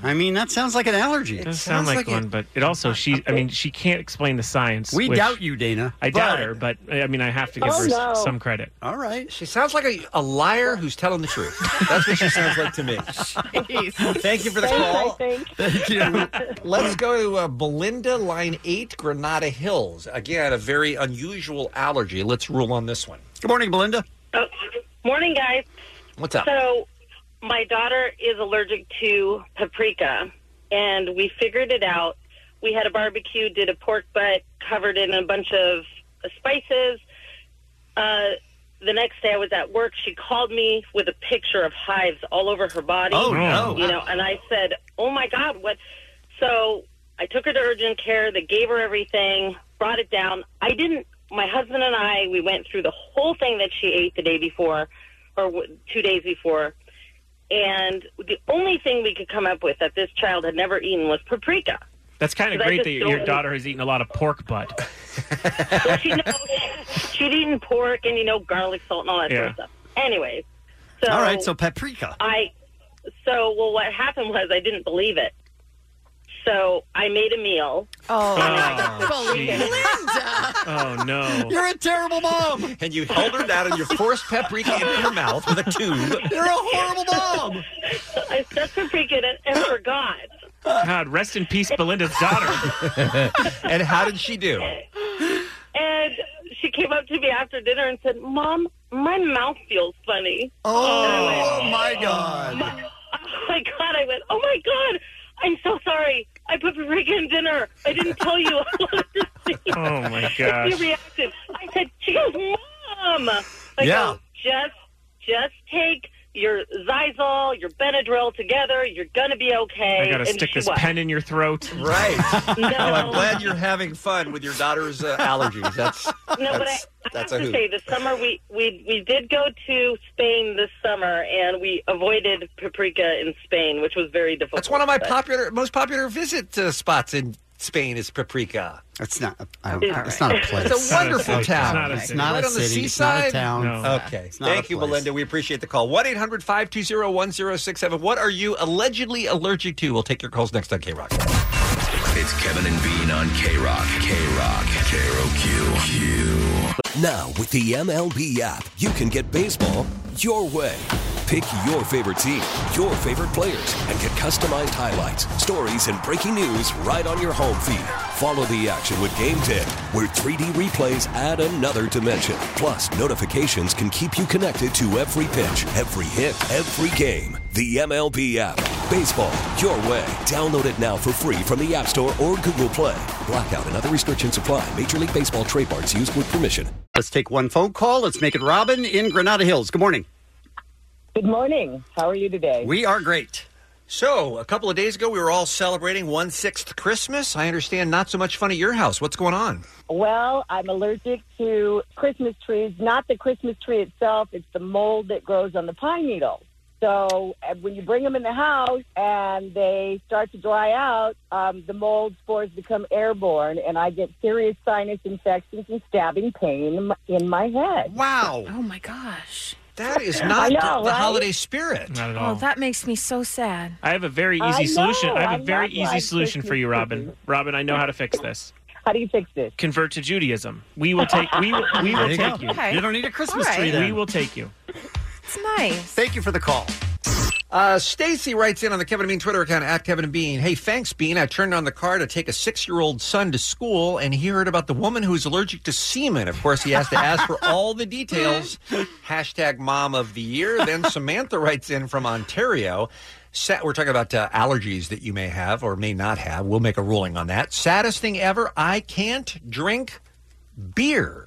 [SPEAKER 11] I mean, that sounds like an allergy.
[SPEAKER 6] It does sound like, one, but it also she. I mean, she can't explain the science.
[SPEAKER 11] We
[SPEAKER 6] which-
[SPEAKER 11] doubt you, Dana.
[SPEAKER 6] I doubt
[SPEAKER 11] but-
[SPEAKER 6] her, but I mean, I have to give
[SPEAKER 11] Oh,
[SPEAKER 6] her s-
[SPEAKER 11] no.
[SPEAKER 6] some credit.
[SPEAKER 11] All right.
[SPEAKER 12] She sounds like a, a liar who's telling the truth. That's what she sounds like to me. Thank you for the call. Thank you. Let's go to uh, Belinda, line eight, Granada Hills. Again, a very unusual allergy. Let's rule on this one.
[SPEAKER 11] Good morning, Belinda.
[SPEAKER 8] Oh, Morning, guys.
[SPEAKER 12] What's up?
[SPEAKER 8] So, my daughter is allergic to paprika, and we figured it out. We had a barbecue, did a pork butt covered in a bunch of spices. Uh, the next day, I was at work. She called me with a picture of hives all over her body.
[SPEAKER 18] Oh, no.
[SPEAKER 8] You know, and I said, "Oh my God, what?" So I took her to urgent care. They gave her everything, brought it down. I didn't. My husband and I, we went through the whole thing that she ate the day before, or w- two days before, and the only thing we could come up with that this child had never eaten was paprika.
[SPEAKER 6] That's kind of
[SPEAKER 8] Because I
[SPEAKER 6] great
[SPEAKER 8] just
[SPEAKER 6] that your,
[SPEAKER 8] don't
[SPEAKER 6] your
[SPEAKER 8] eat-
[SPEAKER 6] daughter has eaten a lot of pork butt.
[SPEAKER 8] She'd eaten pork and you know garlic salt and all that sort
[SPEAKER 6] Yeah.
[SPEAKER 8] of stuff. Anyway, so
[SPEAKER 11] All right, so paprika.
[SPEAKER 8] I so well what happened was I didn't believe it. So I made a meal.
[SPEAKER 2] Oh,
[SPEAKER 6] Oh no!
[SPEAKER 11] You're a terrible mom.
[SPEAKER 12] And you held her down and you forced paprika into your mouth with a tube.
[SPEAKER 8] You're a horrible mom. I stuck paprika in it and forgot.
[SPEAKER 6] God, rest in peace, Belinda's daughter.
[SPEAKER 12] and how did she do?
[SPEAKER 8] And she came up to me after dinner and said, "Mom, my mouth feels funny." And I went,
[SPEAKER 11] Oh, my God.
[SPEAKER 8] Oh my god! I went. Oh my god! I'm so sorry. I put paprika in dinner. I didn't tell you.
[SPEAKER 6] Oh my
[SPEAKER 8] she
[SPEAKER 6] gosh!
[SPEAKER 8] reacted. I said, "She goes, mom." I
[SPEAKER 6] Yeah.
[SPEAKER 8] go, just, just take your Zyzol, your Benadryl together. You're gonna be okay.
[SPEAKER 6] I gotta
[SPEAKER 8] And
[SPEAKER 6] stick
[SPEAKER 8] she
[SPEAKER 6] this
[SPEAKER 8] was.
[SPEAKER 6] pen in your throat.
[SPEAKER 12] Right.
[SPEAKER 11] Oh,
[SPEAKER 12] Well, I'm glad you're having fun with your daughter's uh, allergies. That's
[SPEAKER 8] No, but I,
[SPEAKER 12] that's,
[SPEAKER 8] I have
[SPEAKER 12] that's a
[SPEAKER 8] to
[SPEAKER 12] hoot.
[SPEAKER 8] say, this summer we, we we did go to Spain this summer, and we avoided paprika in Spain, which was very difficult.
[SPEAKER 12] That's one of my
[SPEAKER 8] but-
[SPEAKER 12] popular, most popular visit uh, spots in Spain is Paprika.
[SPEAKER 11] That's not. I
[SPEAKER 8] don't- All
[SPEAKER 11] it's right. not a place.
[SPEAKER 12] It's a wonderful
[SPEAKER 11] It's not a
[SPEAKER 12] town.
[SPEAKER 11] city. It's not a
[SPEAKER 12] right on the
[SPEAKER 11] city. It's not a
[SPEAKER 12] seaside.
[SPEAKER 11] town. No.
[SPEAKER 12] Okay.
[SPEAKER 11] It's not a
[SPEAKER 12] Thank you,
[SPEAKER 11] place.
[SPEAKER 12] Belinda. We appreciate the call. One 800 520 1067 What are you allegedly allergic to? We'll take your calls next on K Rock.
[SPEAKER 27] It's Kevin and Bean on K Rock. K Rock. K Rock. Q.
[SPEAKER 7] Now, with the MLB app, you can get baseball your way. Pick your favorite team, your favorite players, and get customized highlights, stories, and breaking news right on your home feed. Follow the action with Game Tip, where 3D replays add another dimension. Plus, notifications can keep you connected to every pitch, every hit, every game. The MLB app. Baseball, your way. Download it now for free from the App Store or Google Play. Blackout and other restrictions apply. Major League Baseball trademarks used with permission.
[SPEAKER 11] Let's take one phone call. Let's make it Robin in Granada Hills. Good morning.
[SPEAKER 17] Good morning. How are you today?
[SPEAKER 11] We are great.
[SPEAKER 12] So, a couple of days ago, we were all celebrating one sixth Christmas. I understand not so much fun at your house. What's going on?
[SPEAKER 17] Well, I'm allergic to Christmas trees, not the Christmas tree itself, it's the mold that grows on the pine needles. So uh, when you bring them in the house and they start to dry out, um, the mold spores become airborne, and I get serious sinus infections and stabbing pain in my, in my head.
[SPEAKER 11] Wow.
[SPEAKER 2] Oh my gosh.
[SPEAKER 12] That
[SPEAKER 6] is
[SPEAKER 17] I
[SPEAKER 6] not
[SPEAKER 17] know,
[SPEAKER 6] the
[SPEAKER 17] right?
[SPEAKER 6] holiday
[SPEAKER 12] spirit.
[SPEAKER 6] Not at
[SPEAKER 2] Oh,
[SPEAKER 6] all.
[SPEAKER 2] that makes me so sad.
[SPEAKER 6] I have a very
[SPEAKER 2] I
[SPEAKER 6] easy solution.
[SPEAKER 2] know,
[SPEAKER 6] I
[SPEAKER 2] I
[SPEAKER 6] have a very
[SPEAKER 2] love
[SPEAKER 6] easy
[SPEAKER 2] life
[SPEAKER 6] solution for you, Robin. Robin, I know how to fix this.
[SPEAKER 17] How do you fix this?
[SPEAKER 6] Convert to Judaism. We will take. We will, we
[SPEAKER 11] There
[SPEAKER 6] will
[SPEAKER 11] you go.
[SPEAKER 6] take you.
[SPEAKER 11] Okay. You don't need a Christmas All right. tree then.
[SPEAKER 6] We will take you.
[SPEAKER 2] It's nice.
[SPEAKER 11] Thank you for the call.
[SPEAKER 12] Uh, Stacy writes in on the Kevin and Bean Twitter account at Kevin and Bean. Hey, thanks, Bean. I turned on the car to take a six-year-old son to school, and he heard about the woman who's allergic to semen. Of course, he has to ask for all the details. Hashtag Mom of the Year. Then Samantha writes in from Ontario. Sa- we're talking about uh, allergies that you may have or may not have. We'll make a ruling on that. Saddest thing ever. I can't drink beer.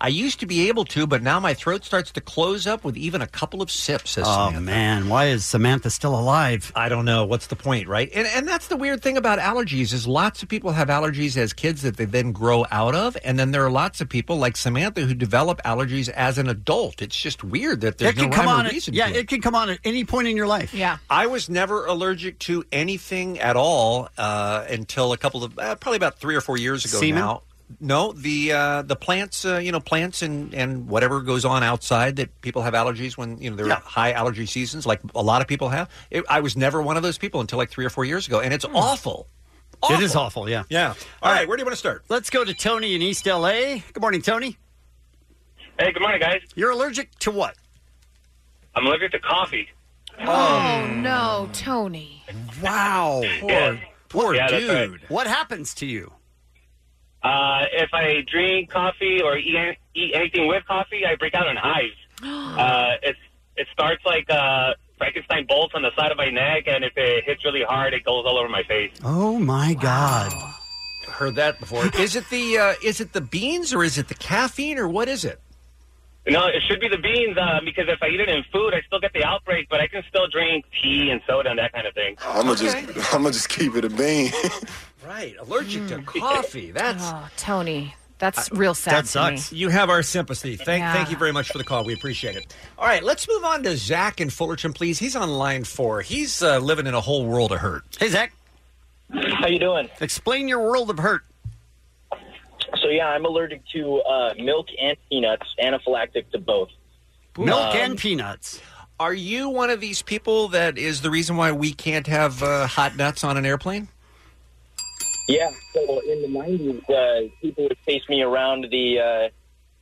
[SPEAKER 12] I used to be able to, but now my throat starts to close up with even a couple of sips. Says
[SPEAKER 11] Oh,
[SPEAKER 12] Samantha.
[SPEAKER 11] man. Why is Samantha still alive?
[SPEAKER 12] I don't know. What's the point, right? And and that's the weird thing about allergies is lots of people have allergies as kids that they then grow out of, and then there are lots of people like Samantha who develop allergies as an adult. It's just weird that there's
[SPEAKER 11] It can
[SPEAKER 12] no
[SPEAKER 11] come
[SPEAKER 12] rhyme or
[SPEAKER 11] on. At,
[SPEAKER 12] reason.
[SPEAKER 11] yeah,
[SPEAKER 12] to
[SPEAKER 11] it can come on at any point in your life.
[SPEAKER 2] Yeah.
[SPEAKER 12] I was never allergic to anything at all uh, until a couple of uh, probably about three or four years ago
[SPEAKER 11] Semen?
[SPEAKER 12] now. No, the uh, the plants, uh, you know, plants and, and whatever goes on outside that people have allergies when you know there are high allergy seasons, like a lot of people have. It, I was never one of those people until like three or four years ago, and it's awful.
[SPEAKER 11] Hmm. It is awful. Yeah.
[SPEAKER 12] Yeah. All right. Where do you want to start?
[SPEAKER 11] Let's go to Tony in East LA. Good morning, Tony.
[SPEAKER 16] Hey, good morning, guys.
[SPEAKER 11] You're allergic to what?
[SPEAKER 16] I'm allergic to coffee.
[SPEAKER 2] Oh, no, Tony.
[SPEAKER 11] Wow.
[SPEAKER 16] Yeah.
[SPEAKER 11] Poor
[SPEAKER 16] Yeah, that's
[SPEAKER 11] dude. What happens to you?
[SPEAKER 16] Uh, if I drink coffee or eat, eat anything with coffee, I break out in hives. uh, it's it starts like uh, Frankenstein bolts on the side of my neck, and if it hits really hard, it goes all over my face.
[SPEAKER 11] Oh my God!
[SPEAKER 12] Heard that before. is it the uh, is it the beans or is it the caffeine or what is it?
[SPEAKER 16] No, it should be the beans uh, because if I eat it in food, I still get the outbreak, but I can still drink tea and soda and that kind of thing.
[SPEAKER 4] I'm gonna just, I'm gonna just keep it a bean.
[SPEAKER 12] Right, allergic
[SPEAKER 2] Mm.
[SPEAKER 12] to coffee. That's
[SPEAKER 2] oh, Tony. That's real sad. to me.
[SPEAKER 12] You have our sympathy. Thank,
[SPEAKER 2] Yeah.
[SPEAKER 12] thank you very much for the call. We appreciate it. All right, let's move on to Zach in Fullerton, please. He's on line four. He's uh, living in a whole world of hurt.
[SPEAKER 11] Hey, Zach.
[SPEAKER 18] How you doing?
[SPEAKER 11] Explain your world of hurt.
[SPEAKER 18] So yeah, I'm allergic to uh, milk and peanuts, anaphylactic to both.
[SPEAKER 11] Milk
[SPEAKER 18] Um,
[SPEAKER 11] and peanuts.
[SPEAKER 12] Are you one of these people that is the reason why we can't have uh, hot nuts on an airplane?
[SPEAKER 18] Yeah. So in the '90s, uh, people would chase me around the uh,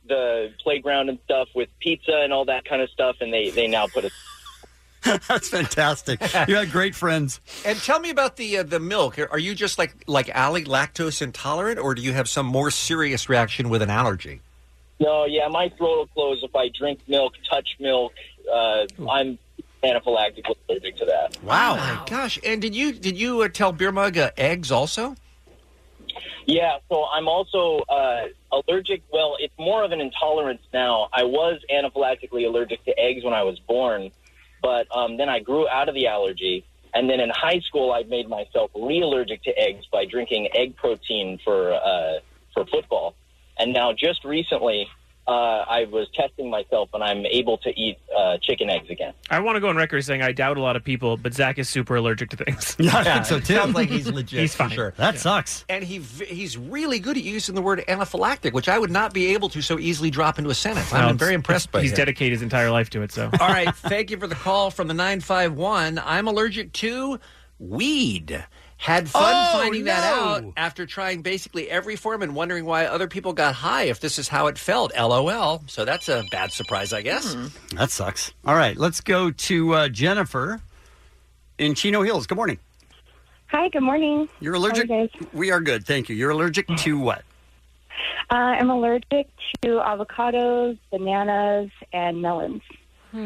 [SPEAKER 18] the playground and stuff with pizza and all that kind of stuff, and they they now put a
[SPEAKER 11] That's fantastic. You had great friends.
[SPEAKER 12] And tell me about the uh, the milk. Are you just like like Allie lactose intolerant, or do you have some more serious reaction with an allergy?
[SPEAKER 18] no. Yeah, my throat will close if I drink milk, touch milk. Uh, I'm anaphylactic allergic to that.
[SPEAKER 12] Wow, My gosh! And did you did you uh, tell beer mug uh, eggs also?
[SPEAKER 18] Yeah, so I'm also uh, allergic. Well, it's more of an intolerance now. I was anaphylactically allergic to eggs when I was born, but um, then I grew out of the allergy. And then in high school, I made myself re allergic to eggs by drinking egg protein for, uh, for football. And now just recently, uh, I was testing myself and I'm able to eat uh, chicken eggs again.
[SPEAKER 6] I want to go on record saying I doubt a lot of people, but Zach is super allergic to things.
[SPEAKER 12] it Sounds like he's legit.
[SPEAKER 6] he's
[SPEAKER 12] for
[SPEAKER 6] fine.
[SPEAKER 12] Sure.
[SPEAKER 11] That sucks.
[SPEAKER 12] And he v- he's really good at using the word anaphylactic, which I would not be able to so easily drop into a sentence.
[SPEAKER 6] Well,
[SPEAKER 12] I'm
[SPEAKER 6] it's-
[SPEAKER 12] very impressed by
[SPEAKER 6] He's
[SPEAKER 12] him.
[SPEAKER 6] dedicated his entire life to it. So
[SPEAKER 12] All right, thank you for the call from the 951. I'm allergic to weed. Had fun
[SPEAKER 6] Oh,
[SPEAKER 12] finding that
[SPEAKER 6] no.
[SPEAKER 12] out after trying basically every form and wondering why other people got high if this is how it felt. LOL. So that's a bad surprise, I guess.
[SPEAKER 11] That sucks. All right, let's go to uh, Jennifer in Chino Hills. Good morning.
[SPEAKER 13] Hi, good morning.
[SPEAKER 11] You're allergic. we are good, thank you. You're allergic to what?
[SPEAKER 13] Uh, I'm allergic to avocados, bananas, and melons.
[SPEAKER 11] Hmm.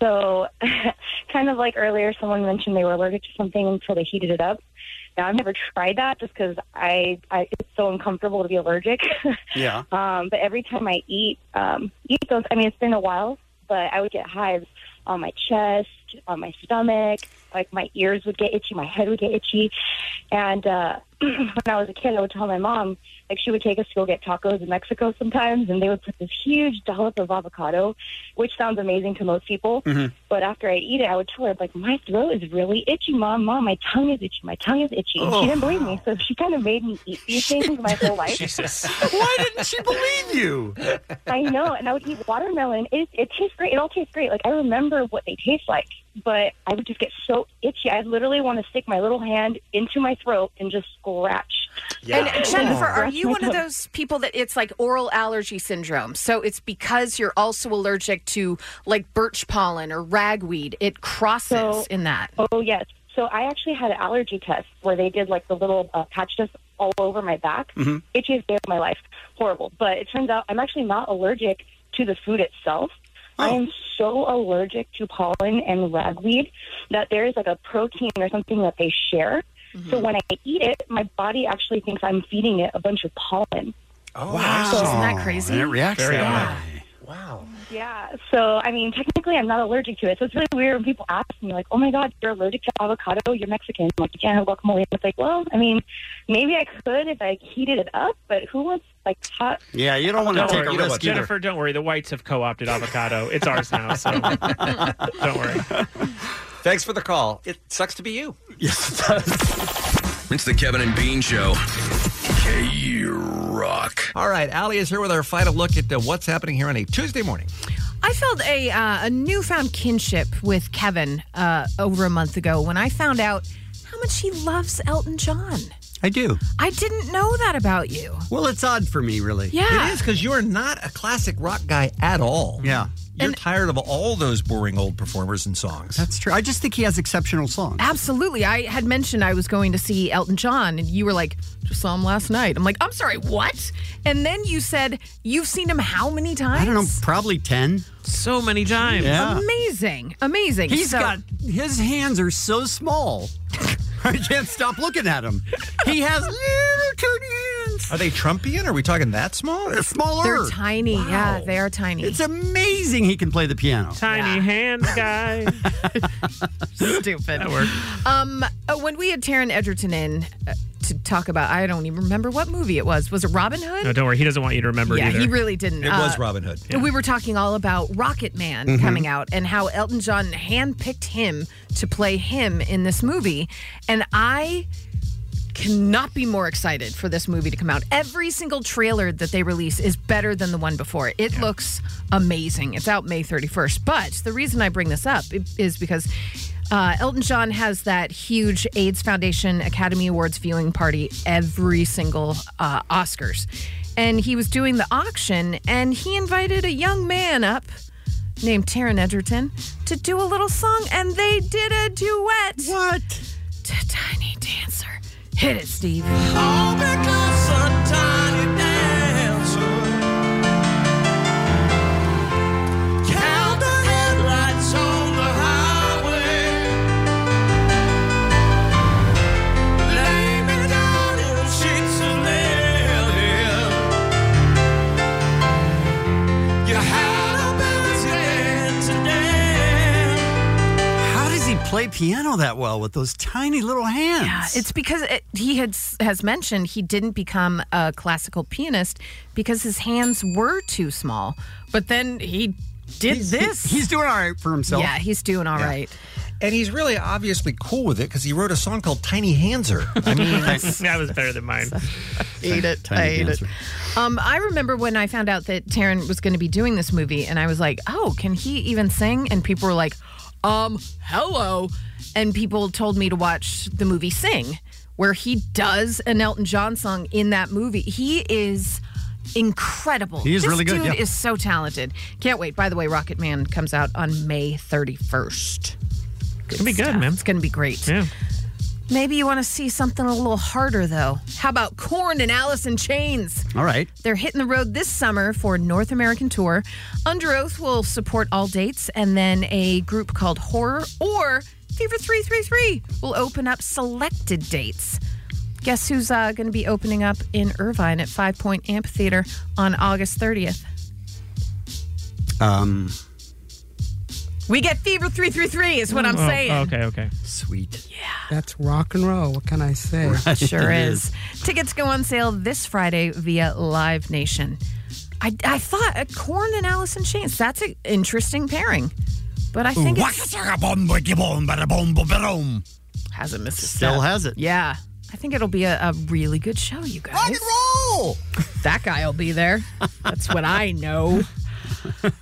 [SPEAKER 13] So, kind of like earlier, someone mentioned they were allergic to something until they heated it up. Now, I've never tried that just because I, I it's so uncomfortable to be allergic.
[SPEAKER 11] Yeah.
[SPEAKER 2] Uh,
[SPEAKER 13] um, but every time I eat um, eat those, I mean, it's been a while, but I would get hives on my chest, on my stomach. Like my ears would get itchy, my head would get itchy, and uh, when I was a kid, I would tell my mom like she would take us to go get tacos in Mexico sometimes, and they would put this huge dollop of avocado, which sounds amazing to most people.
[SPEAKER 14] Mhm.
[SPEAKER 13] But after I'd eat it, I would tell her like my throat is really itchy, mom, mom, my tongue is itchy, my tongue is itchy. And
[SPEAKER 14] Oh.
[SPEAKER 13] she didn't believe me, so she kind of made me eat these things my whole life.
[SPEAKER 11] Why didn't she believe you?
[SPEAKER 13] I know, and I would eat watermelon. It, it tastes great. It all tastes great. Like I remember what they taste like, but I would just get so itchy. I literally want to stick my little hand into my throat and just scratch.
[SPEAKER 2] And Jennifer, are you one of those people that it's like oral allergy syndrome? So it's because you're also allergic to like birch pollen or ragweed. It crosses in that.
[SPEAKER 13] Oh yes. So I actually had an allergy test where they did like the little uh, patch test all over my back.
[SPEAKER 8] Mm.
[SPEAKER 12] Mm-hmm.
[SPEAKER 14] Mhm.
[SPEAKER 13] Itchiest day of my life. Horrible. But it turns out I'm actually not allergic to the food itself. I am so allergic to pollen and ragweed that there is like a protein or something that they share. So when I eat it, my body actually thinks I'm feeding it a bunch of pollen.
[SPEAKER 30] Oh,
[SPEAKER 11] Wow.
[SPEAKER 30] Isn't that crazy?
[SPEAKER 11] And it reacts
[SPEAKER 30] Very
[SPEAKER 11] that
[SPEAKER 30] odd.
[SPEAKER 11] way.
[SPEAKER 13] Yeah. So, I mean, technically, I'm not allergic to it. So it's really weird when people ask me, like, "Oh my God, you're allergic to avocado? You're Mexican? I'm like, you can't have guacamole?" And it's like, well, I mean, maybe I could if I heated it up, but who wants like hot?
[SPEAKER 11] Yeah, you don't want to
[SPEAKER 6] Don't
[SPEAKER 11] take
[SPEAKER 6] worry,
[SPEAKER 11] a
[SPEAKER 6] you know
[SPEAKER 11] risk
[SPEAKER 6] what,
[SPEAKER 11] either.
[SPEAKER 6] Jennifer, don't worry. The whites have co-opted avocado. It's ours now, so don't worry.
[SPEAKER 31] Thanks for the call. It sucks to be you.
[SPEAKER 7] It's the Kevin and Bean Show. K Rock.
[SPEAKER 31] All right, Allie is here with our final look at uh, what's happening here on a Tuesday morning.
[SPEAKER 2] I felt a uh, a newfound kinship with Kevin uh, over a month ago when I found out how much he loves Elton John.
[SPEAKER 11] I do.
[SPEAKER 2] I didn't know that about you.
[SPEAKER 11] Well, it's odd for me, really.
[SPEAKER 2] Yeah.
[SPEAKER 31] It is because you are not a classic rock guy at all.
[SPEAKER 11] Yeah.
[SPEAKER 12] You're tired of all those boring old performers and songs.
[SPEAKER 11] That's true. I just think he has exceptional songs.
[SPEAKER 2] Absolutely. I had mentioned I was going to see Elton John, and you were like, just saw him last night. I'm like, I'm sorry, what? And then you said, you've seen him how many times?
[SPEAKER 11] I don't know, probably 10.
[SPEAKER 6] So many times.
[SPEAKER 11] Yeah.
[SPEAKER 2] Amazing. Amazing.
[SPEAKER 11] He's
[SPEAKER 2] He's
[SPEAKER 11] got his hands are so small. I can't stop looking at him. He has little tiny hands.
[SPEAKER 12] Are they Trumpian? Are we talking that small?
[SPEAKER 11] They're smaller.
[SPEAKER 2] They're tiny. Yeah, they are tiny.
[SPEAKER 11] It's amazing he can play the piano.
[SPEAKER 6] Tiny hands guy.
[SPEAKER 2] Stupid. Um, oh, when we had Taryn Edgerton in uh, to talk about, I don't even remember what movie it was. Was it Robin Hood?
[SPEAKER 6] No, don't worry. He doesn't want you to remember
[SPEAKER 2] yeah,
[SPEAKER 6] either.
[SPEAKER 2] he really didn't. uh,
[SPEAKER 6] It was Robin Hood. Yeah.
[SPEAKER 2] We were talking all about Rocket Man
[SPEAKER 6] Mhm.
[SPEAKER 2] coming out and how Elton John handpicked him to play him in this movie, and I cannot be more excited for this movie to come out. Every single trailer that they release is better than the one before. It looks amazing. It's out May 31st. But the reason I bring this up is because uh, Elton John has that huge AIDS Foundation Academy Awards viewing party every single uh, Oscars. And he was doing the auction and he invited a young man up named Taryn Edgerton to do a little song and they did a duet.
[SPEAKER 11] What?
[SPEAKER 2] To Tiny Dancer. Hit it, Steve.
[SPEAKER 9] Count the headlights on the highway. Lay me down in sheets of linen. You had a busy day today.
[SPEAKER 11] How does he play piano that well with those tiny little hands?
[SPEAKER 2] Yeah, it's because it, he had has mentioned he didn't become a classical pianist because his hands were too small. But then he did
[SPEAKER 11] He's-
[SPEAKER 2] this.
[SPEAKER 11] he's doing all right for himself.
[SPEAKER 2] Yeah, he's doing all right.
[SPEAKER 12] And he's really obviously cool with it because he wrote a song called Tiny Hanser. I mean,
[SPEAKER 6] that was better than mine.
[SPEAKER 2] Ate it.
[SPEAKER 12] Tiny
[SPEAKER 2] I ate
[SPEAKER 12] dancer.
[SPEAKER 2] it. Um, I remember when I found out that Taryn was going to be doing this movie, and I was like, "Oh, can he even sing?" And people were like, "Um, hello," and people told me to watch the movie Sing, where he does an Elton John song in that movie. He is incredible.
[SPEAKER 11] He is
[SPEAKER 2] This
[SPEAKER 11] really
[SPEAKER 2] Dude
[SPEAKER 11] good, yeah.
[SPEAKER 2] is so talented. Can't wait. By the way, Rocket Man comes out on May thirty first. It's gonna be good, man. It's gonna be great.
[SPEAKER 6] Yeah.
[SPEAKER 2] Maybe you want to see something a little harder, though. How about Corn and Alice in Chains?
[SPEAKER 11] All right.
[SPEAKER 2] They're hitting the road this summer for a North American tour. Under Oath will support all dates, and then a group called Horror or Fever 333 will open up selected dates. Guess who's uh, going to be opening up in Irvine at Five Point Amphitheater on August 30th?
[SPEAKER 11] Um,
[SPEAKER 2] We get Fever 333, is what I'm
[SPEAKER 12] Oh,
[SPEAKER 11] Oh,
[SPEAKER 2] saying.
[SPEAKER 6] okay, okay.
[SPEAKER 11] Sweet.
[SPEAKER 23] Yeah. That's rock and roll. What can I say?
[SPEAKER 2] It sure is. Tickets go on sale this Friday via Live Nation. I, I thought uh, Corn and Allison Chains. That's an interesting pairing, but I think it's, hasn't missed a
[SPEAKER 11] Still
[SPEAKER 2] step.
[SPEAKER 11] has it.
[SPEAKER 2] Yeah, I think it'll be a, a really good show, you guys. Rock and
[SPEAKER 11] roll.
[SPEAKER 2] That guy'll be there. That's what I know.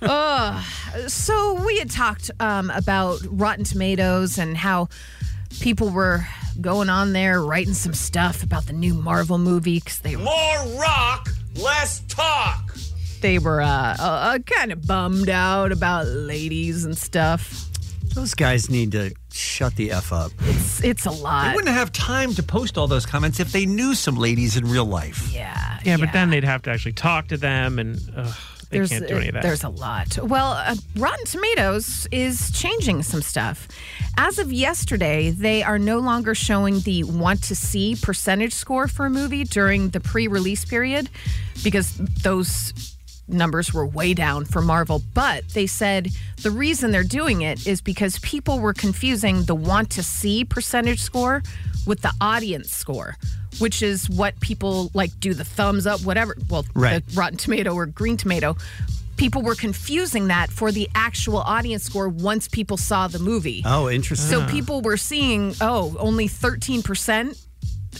[SPEAKER 2] Ugh. So we had talked um, about Rotten Tomatoes and how people were going on there writing some stuff about the new Marvel movie because they
[SPEAKER 9] More rock, less talk.
[SPEAKER 2] they were uh, uh, uh, kind of bummed out about ladies and stuff.
[SPEAKER 11] Those guys need to shut the F up.
[SPEAKER 2] It's, it's a lot.
[SPEAKER 12] they wouldn't have time to post all those comments if they knew some ladies in real life.
[SPEAKER 2] Yeah.
[SPEAKER 6] Yeah, but then they'd have to actually talk to them, and ugh. They
[SPEAKER 2] There's-
[SPEAKER 6] can't do any of that.
[SPEAKER 2] There's a lot. Well, uh, Rotten Tomatoes is changing some stuff. As of yesterday, they are no longer showing the want to see percentage score for a movie during the pre release period because those numbers were way down for Marvel. But they said the reason they're doing it is because people were confusing the want to see percentage score with the audience score. Which is what people like do the thumbs up, whatever. Well,
[SPEAKER 29] Right.
[SPEAKER 2] the Rotten Tomato or Green Tomato, people were confusing that for the actual audience score once people saw the movie.
[SPEAKER 29] Oh, interesting.
[SPEAKER 2] So
[SPEAKER 29] Ah.
[SPEAKER 2] people were seeing, oh, only 13%.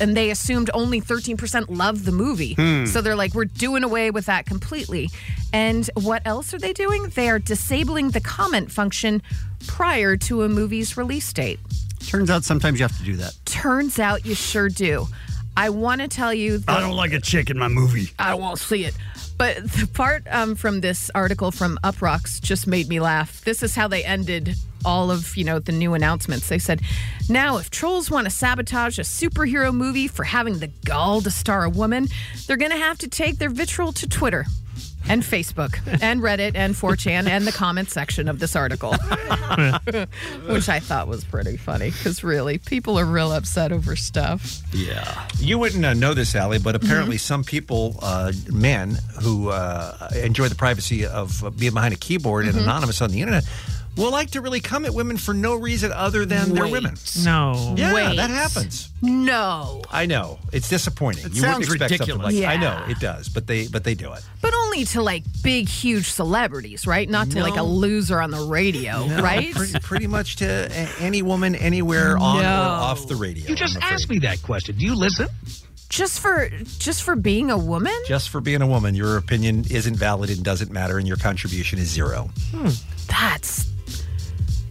[SPEAKER 2] And they assumed only 13% loved the movie.
[SPEAKER 29] Hmm.
[SPEAKER 2] So they're like, we're doing away with that completely. And what else are they doing? They are disabling the comment function prior to a movie's release date.
[SPEAKER 29] Turns out sometimes you have to do that.
[SPEAKER 2] Turns out you sure do. I want to tell you that.
[SPEAKER 29] I don't like a chick in my movie.
[SPEAKER 2] I won't see it. But the part um, from this article from UpRocks just made me laugh. This is how they ended all of you know the new announcements. They said, "Now, if trolls want to sabotage a superhero movie for having the gall to star a woman, they're going to have to take their vitriol to Twitter." And Facebook and Reddit and 4chan and the comment section of this article, which I thought was pretty funny because really people are real upset over stuff.
[SPEAKER 12] Yeah. You wouldn't uh, know this, Allie, but apparently some people, uh, men who uh, enjoy the privacy of uh, being behind a keyboard
[SPEAKER 2] Mm-hmm.
[SPEAKER 6] Mhm.
[SPEAKER 12] and anonymous on the internet, will like to really come at women for no reason other than they're women.
[SPEAKER 6] No.
[SPEAKER 12] Yeah,
[SPEAKER 2] Oh. Wait.
[SPEAKER 12] that happens.
[SPEAKER 2] No.
[SPEAKER 12] I know it's disappointing.
[SPEAKER 29] It
[SPEAKER 12] you
[SPEAKER 29] sounds
[SPEAKER 12] wouldn't expect
[SPEAKER 29] ridiculous.
[SPEAKER 12] something like
[SPEAKER 2] Yeah.
[SPEAKER 12] I know it does, but they but they do it.
[SPEAKER 2] But only to like big, huge celebrities, right? Not to like a
[SPEAKER 12] No.
[SPEAKER 2] loser on the radio,
[SPEAKER 12] No,
[SPEAKER 2] right?
[SPEAKER 12] Pretty, pretty much to a- any woman anywhere on
[SPEAKER 2] No.
[SPEAKER 12] or off the radio. You just asked me that question. Do you listen?
[SPEAKER 2] Just for just for being a woman?
[SPEAKER 12] Just for being a woman, your opinion isn't valid and doesn't matter, and your contribution is zero.
[SPEAKER 2] That's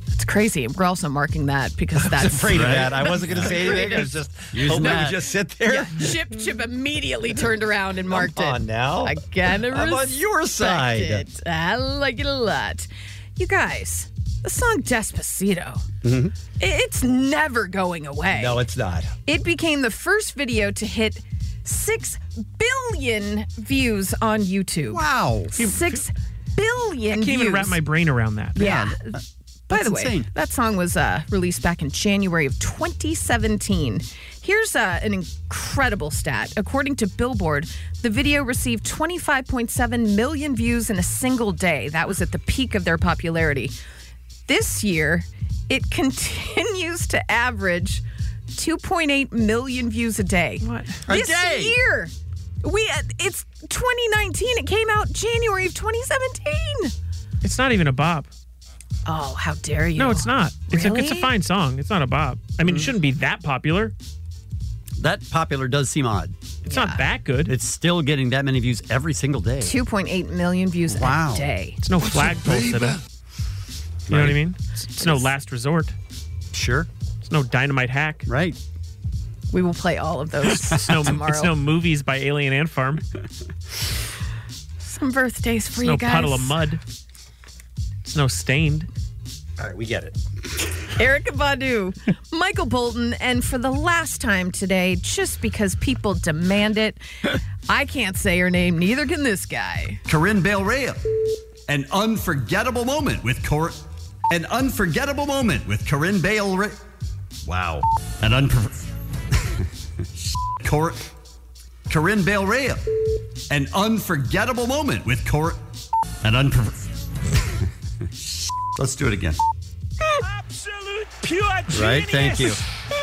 [SPEAKER 2] that's crazy. We're also marking that because that's
[SPEAKER 12] I was afraid of that. I wasn't going to say anything. I was just
[SPEAKER 2] Use
[SPEAKER 12] hoping
[SPEAKER 2] that.
[SPEAKER 12] we just sit there.
[SPEAKER 2] Yeah, Chip Chip immediately turned around and marked
[SPEAKER 12] Come
[SPEAKER 2] it.
[SPEAKER 12] on now.
[SPEAKER 2] I gotta
[SPEAKER 12] I'm on your
[SPEAKER 2] respect
[SPEAKER 12] side.
[SPEAKER 2] It. I like it a lot. You guys, the song Despacito,
[SPEAKER 11] Mm-hmm.
[SPEAKER 2] i- it's never going away.
[SPEAKER 12] No, it's not.
[SPEAKER 2] It became the first video to hit 6 billion views on YouTube.
[SPEAKER 12] Wow.
[SPEAKER 2] 6 billion
[SPEAKER 6] I can't
[SPEAKER 2] views.
[SPEAKER 6] even wrap my brain around that.
[SPEAKER 2] Yeah. By the way,
[SPEAKER 6] Uh, insane.
[SPEAKER 2] that song was uh, released back in January of 2017. Here's uh, an incredible stat. According to Billboard, the video received 25.7 million views in a single day. That was at the peak of their popularity. This year, it continues to average 2.8 million views a day. What?
[SPEAKER 9] A
[SPEAKER 2] This
[SPEAKER 9] day?
[SPEAKER 2] year. We uh, it's 2019. It came out January of 2017.
[SPEAKER 6] It's not even a bop.
[SPEAKER 2] Oh, how dare you?
[SPEAKER 6] No, it's not. It's, a, it's a
[SPEAKER 2] Really? Mm.
[SPEAKER 6] fine song. It's not a bop. I mean, it shouldn't be that popular.
[SPEAKER 29] That popular does seem odd.
[SPEAKER 6] It's not that good.
[SPEAKER 29] It's still getting that many views every single day.
[SPEAKER 2] 2.8 million views
[SPEAKER 29] Wow.
[SPEAKER 2] a day.
[SPEAKER 6] It's no flagpole setup. You know what I mean? It's, it's no last resort.
[SPEAKER 29] Sure.
[SPEAKER 6] It's no dynamite hack.
[SPEAKER 29] Right.
[SPEAKER 2] We will play all of those
[SPEAKER 6] It's no,
[SPEAKER 2] tomorrow.
[SPEAKER 6] it's no movies by Alien Ant Farm.
[SPEAKER 2] Some birthdays for
[SPEAKER 6] It's
[SPEAKER 2] you
[SPEAKER 6] no
[SPEAKER 2] guys.
[SPEAKER 6] puddle of mud. It's no stained.
[SPEAKER 12] All right, we get it.
[SPEAKER 2] Erica Badu, Michael Bolton, and for the last time today, just because people demand it, I can't say her name, neither can this guy.
[SPEAKER 11] Corinne Bale Rhea. An unforgettable moment with Cor. An unforgettable moment with Corinne Bale. Re- wow. An unper. Cor. Corinne Bale Rhea. An unforgettable moment with Cor. An unper. Let's do it again.
[SPEAKER 9] Absolute pure genius.
[SPEAKER 11] Right, thank you.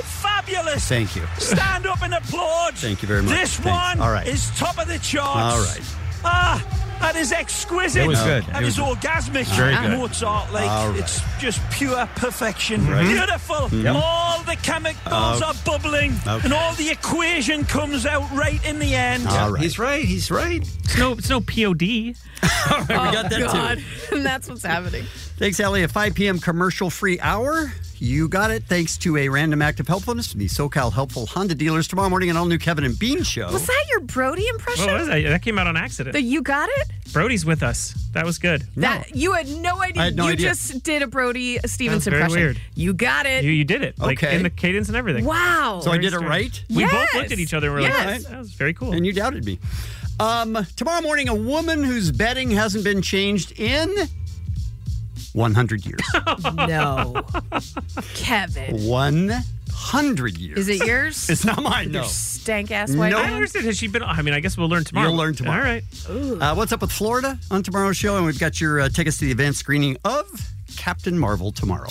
[SPEAKER 9] Fabulous.
[SPEAKER 11] Thank you.
[SPEAKER 9] Stand up and applaud.
[SPEAKER 11] Thank you very much.
[SPEAKER 9] This
[SPEAKER 11] Thanks.
[SPEAKER 9] one
[SPEAKER 11] All right.
[SPEAKER 9] is top of the charts.
[SPEAKER 11] All right.
[SPEAKER 9] Ah, that is exquisite.
[SPEAKER 11] It was good.
[SPEAKER 9] That
[SPEAKER 11] It
[SPEAKER 9] is
[SPEAKER 11] was-
[SPEAKER 9] orgasmic.
[SPEAKER 11] Very good.
[SPEAKER 9] Mozart, like,
[SPEAKER 11] All right.
[SPEAKER 9] it's just pure perfection. Mm-hmm.
[SPEAKER 11] Right.
[SPEAKER 9] Beautiful.
[SPEAKER 11] Yep.
[SPEAKER 9] All the chemicals
[SPEAKER 11] Uh,
[SPEAKER 9] are bubbling,
[SPEAKER 11] okay.
[SPEAKER 9] and all the equation comes out right in the end.
[SPEAKER 12] He's right. He's right.
[SPEAKER 6] It's no, it's no POD.
[SPEAKER 29] All right, we
[SPEAKER 2] Oh,
[SPEAKER 29] got that too.
[SPEAKER 2] and that's what's happening.
[SPEAKER 29] Thanks, Ellie. A 5 p.m. commercial free hour. You got it. Thanks to a random act of helpfulness from the SoCal Helpful Honda dealers. Tomorrow morning, an all new Kevin and Bean
[SPEAKER 11] Oh.
[SPEAKER 29] show.
[SPEAKER 2] Was that your Brody impression?
[SPEAKER 6] What was that? That came out on accident.
[SPEAKER 2] The you got it?
[SPEAKER 6] Brody's with us. That was good.
[SPEAKER 2] That you had no idea.
[SPEAKER 6] I had no
[SPEAKER 2] you
[SPEAKER 6] idea.
[SPEAKER 2] just did a Brody Stevens
[SPEAKER 6] very
[SPEAKER 2] impression.
[SPEAKER 6] weird.
[SPEAKER 2] You got it.
[SPEAKER 6] You, you did it. Like
[SPEAKER 29] Okay.
[SPEAKER 6] in the cadence and everything.
[SPEAKER 2] Wow. So I
[SPEAKER 6] Very
[SPEAKER 29] did it
[SPEAKER 6] strange.
[SPEAKER 29] right?
[SPEAKER 6] We both
[SPEAKER 2] Yes.
[SPEAKER 6] looked at each other and we were
[SPEAKER 2] Yes.
[SPEAKER 6] like, that was very cool.
[SPEAKER 29] And you doubted me.
[SPEAKER 11] Um, tomorrow morning, a woman whose bedding hasn't been changed in 100 years.
[SPEAKER 2] no. Kevin.
[SPEAKER 11] 100 years.
[SPEAKER 2] Is it yours?
[SPEAKER 11] It's not mine,
[SPEAKER 2] Your
[SPEAKER 11] no.
[SPEAKER 2] Stank ass white.
[SPEAKER 6] I understand. Has she been? I mean, I guess we'll learn tomorrow.
[SPEAKER 11] You'll learn tomorrow.
[SPEAKER 6] All right.
[SPEAKER 11] Uh, what's up with Florida on tomorrow's show? And we've got your uh, tickets to the advanced screening of Captain Marvel tomorrow.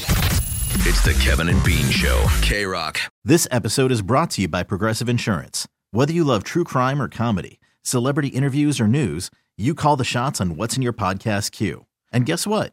[SPEAKER 7] It's the Kevin and Bean Show. K Rock.
[SPEAKER 1] This episode is brought to you by Progressive Insurance. Whether you love true crime or comedy, celebrity interviews or news, you call the shots on what's in your podcast queue. And guess what?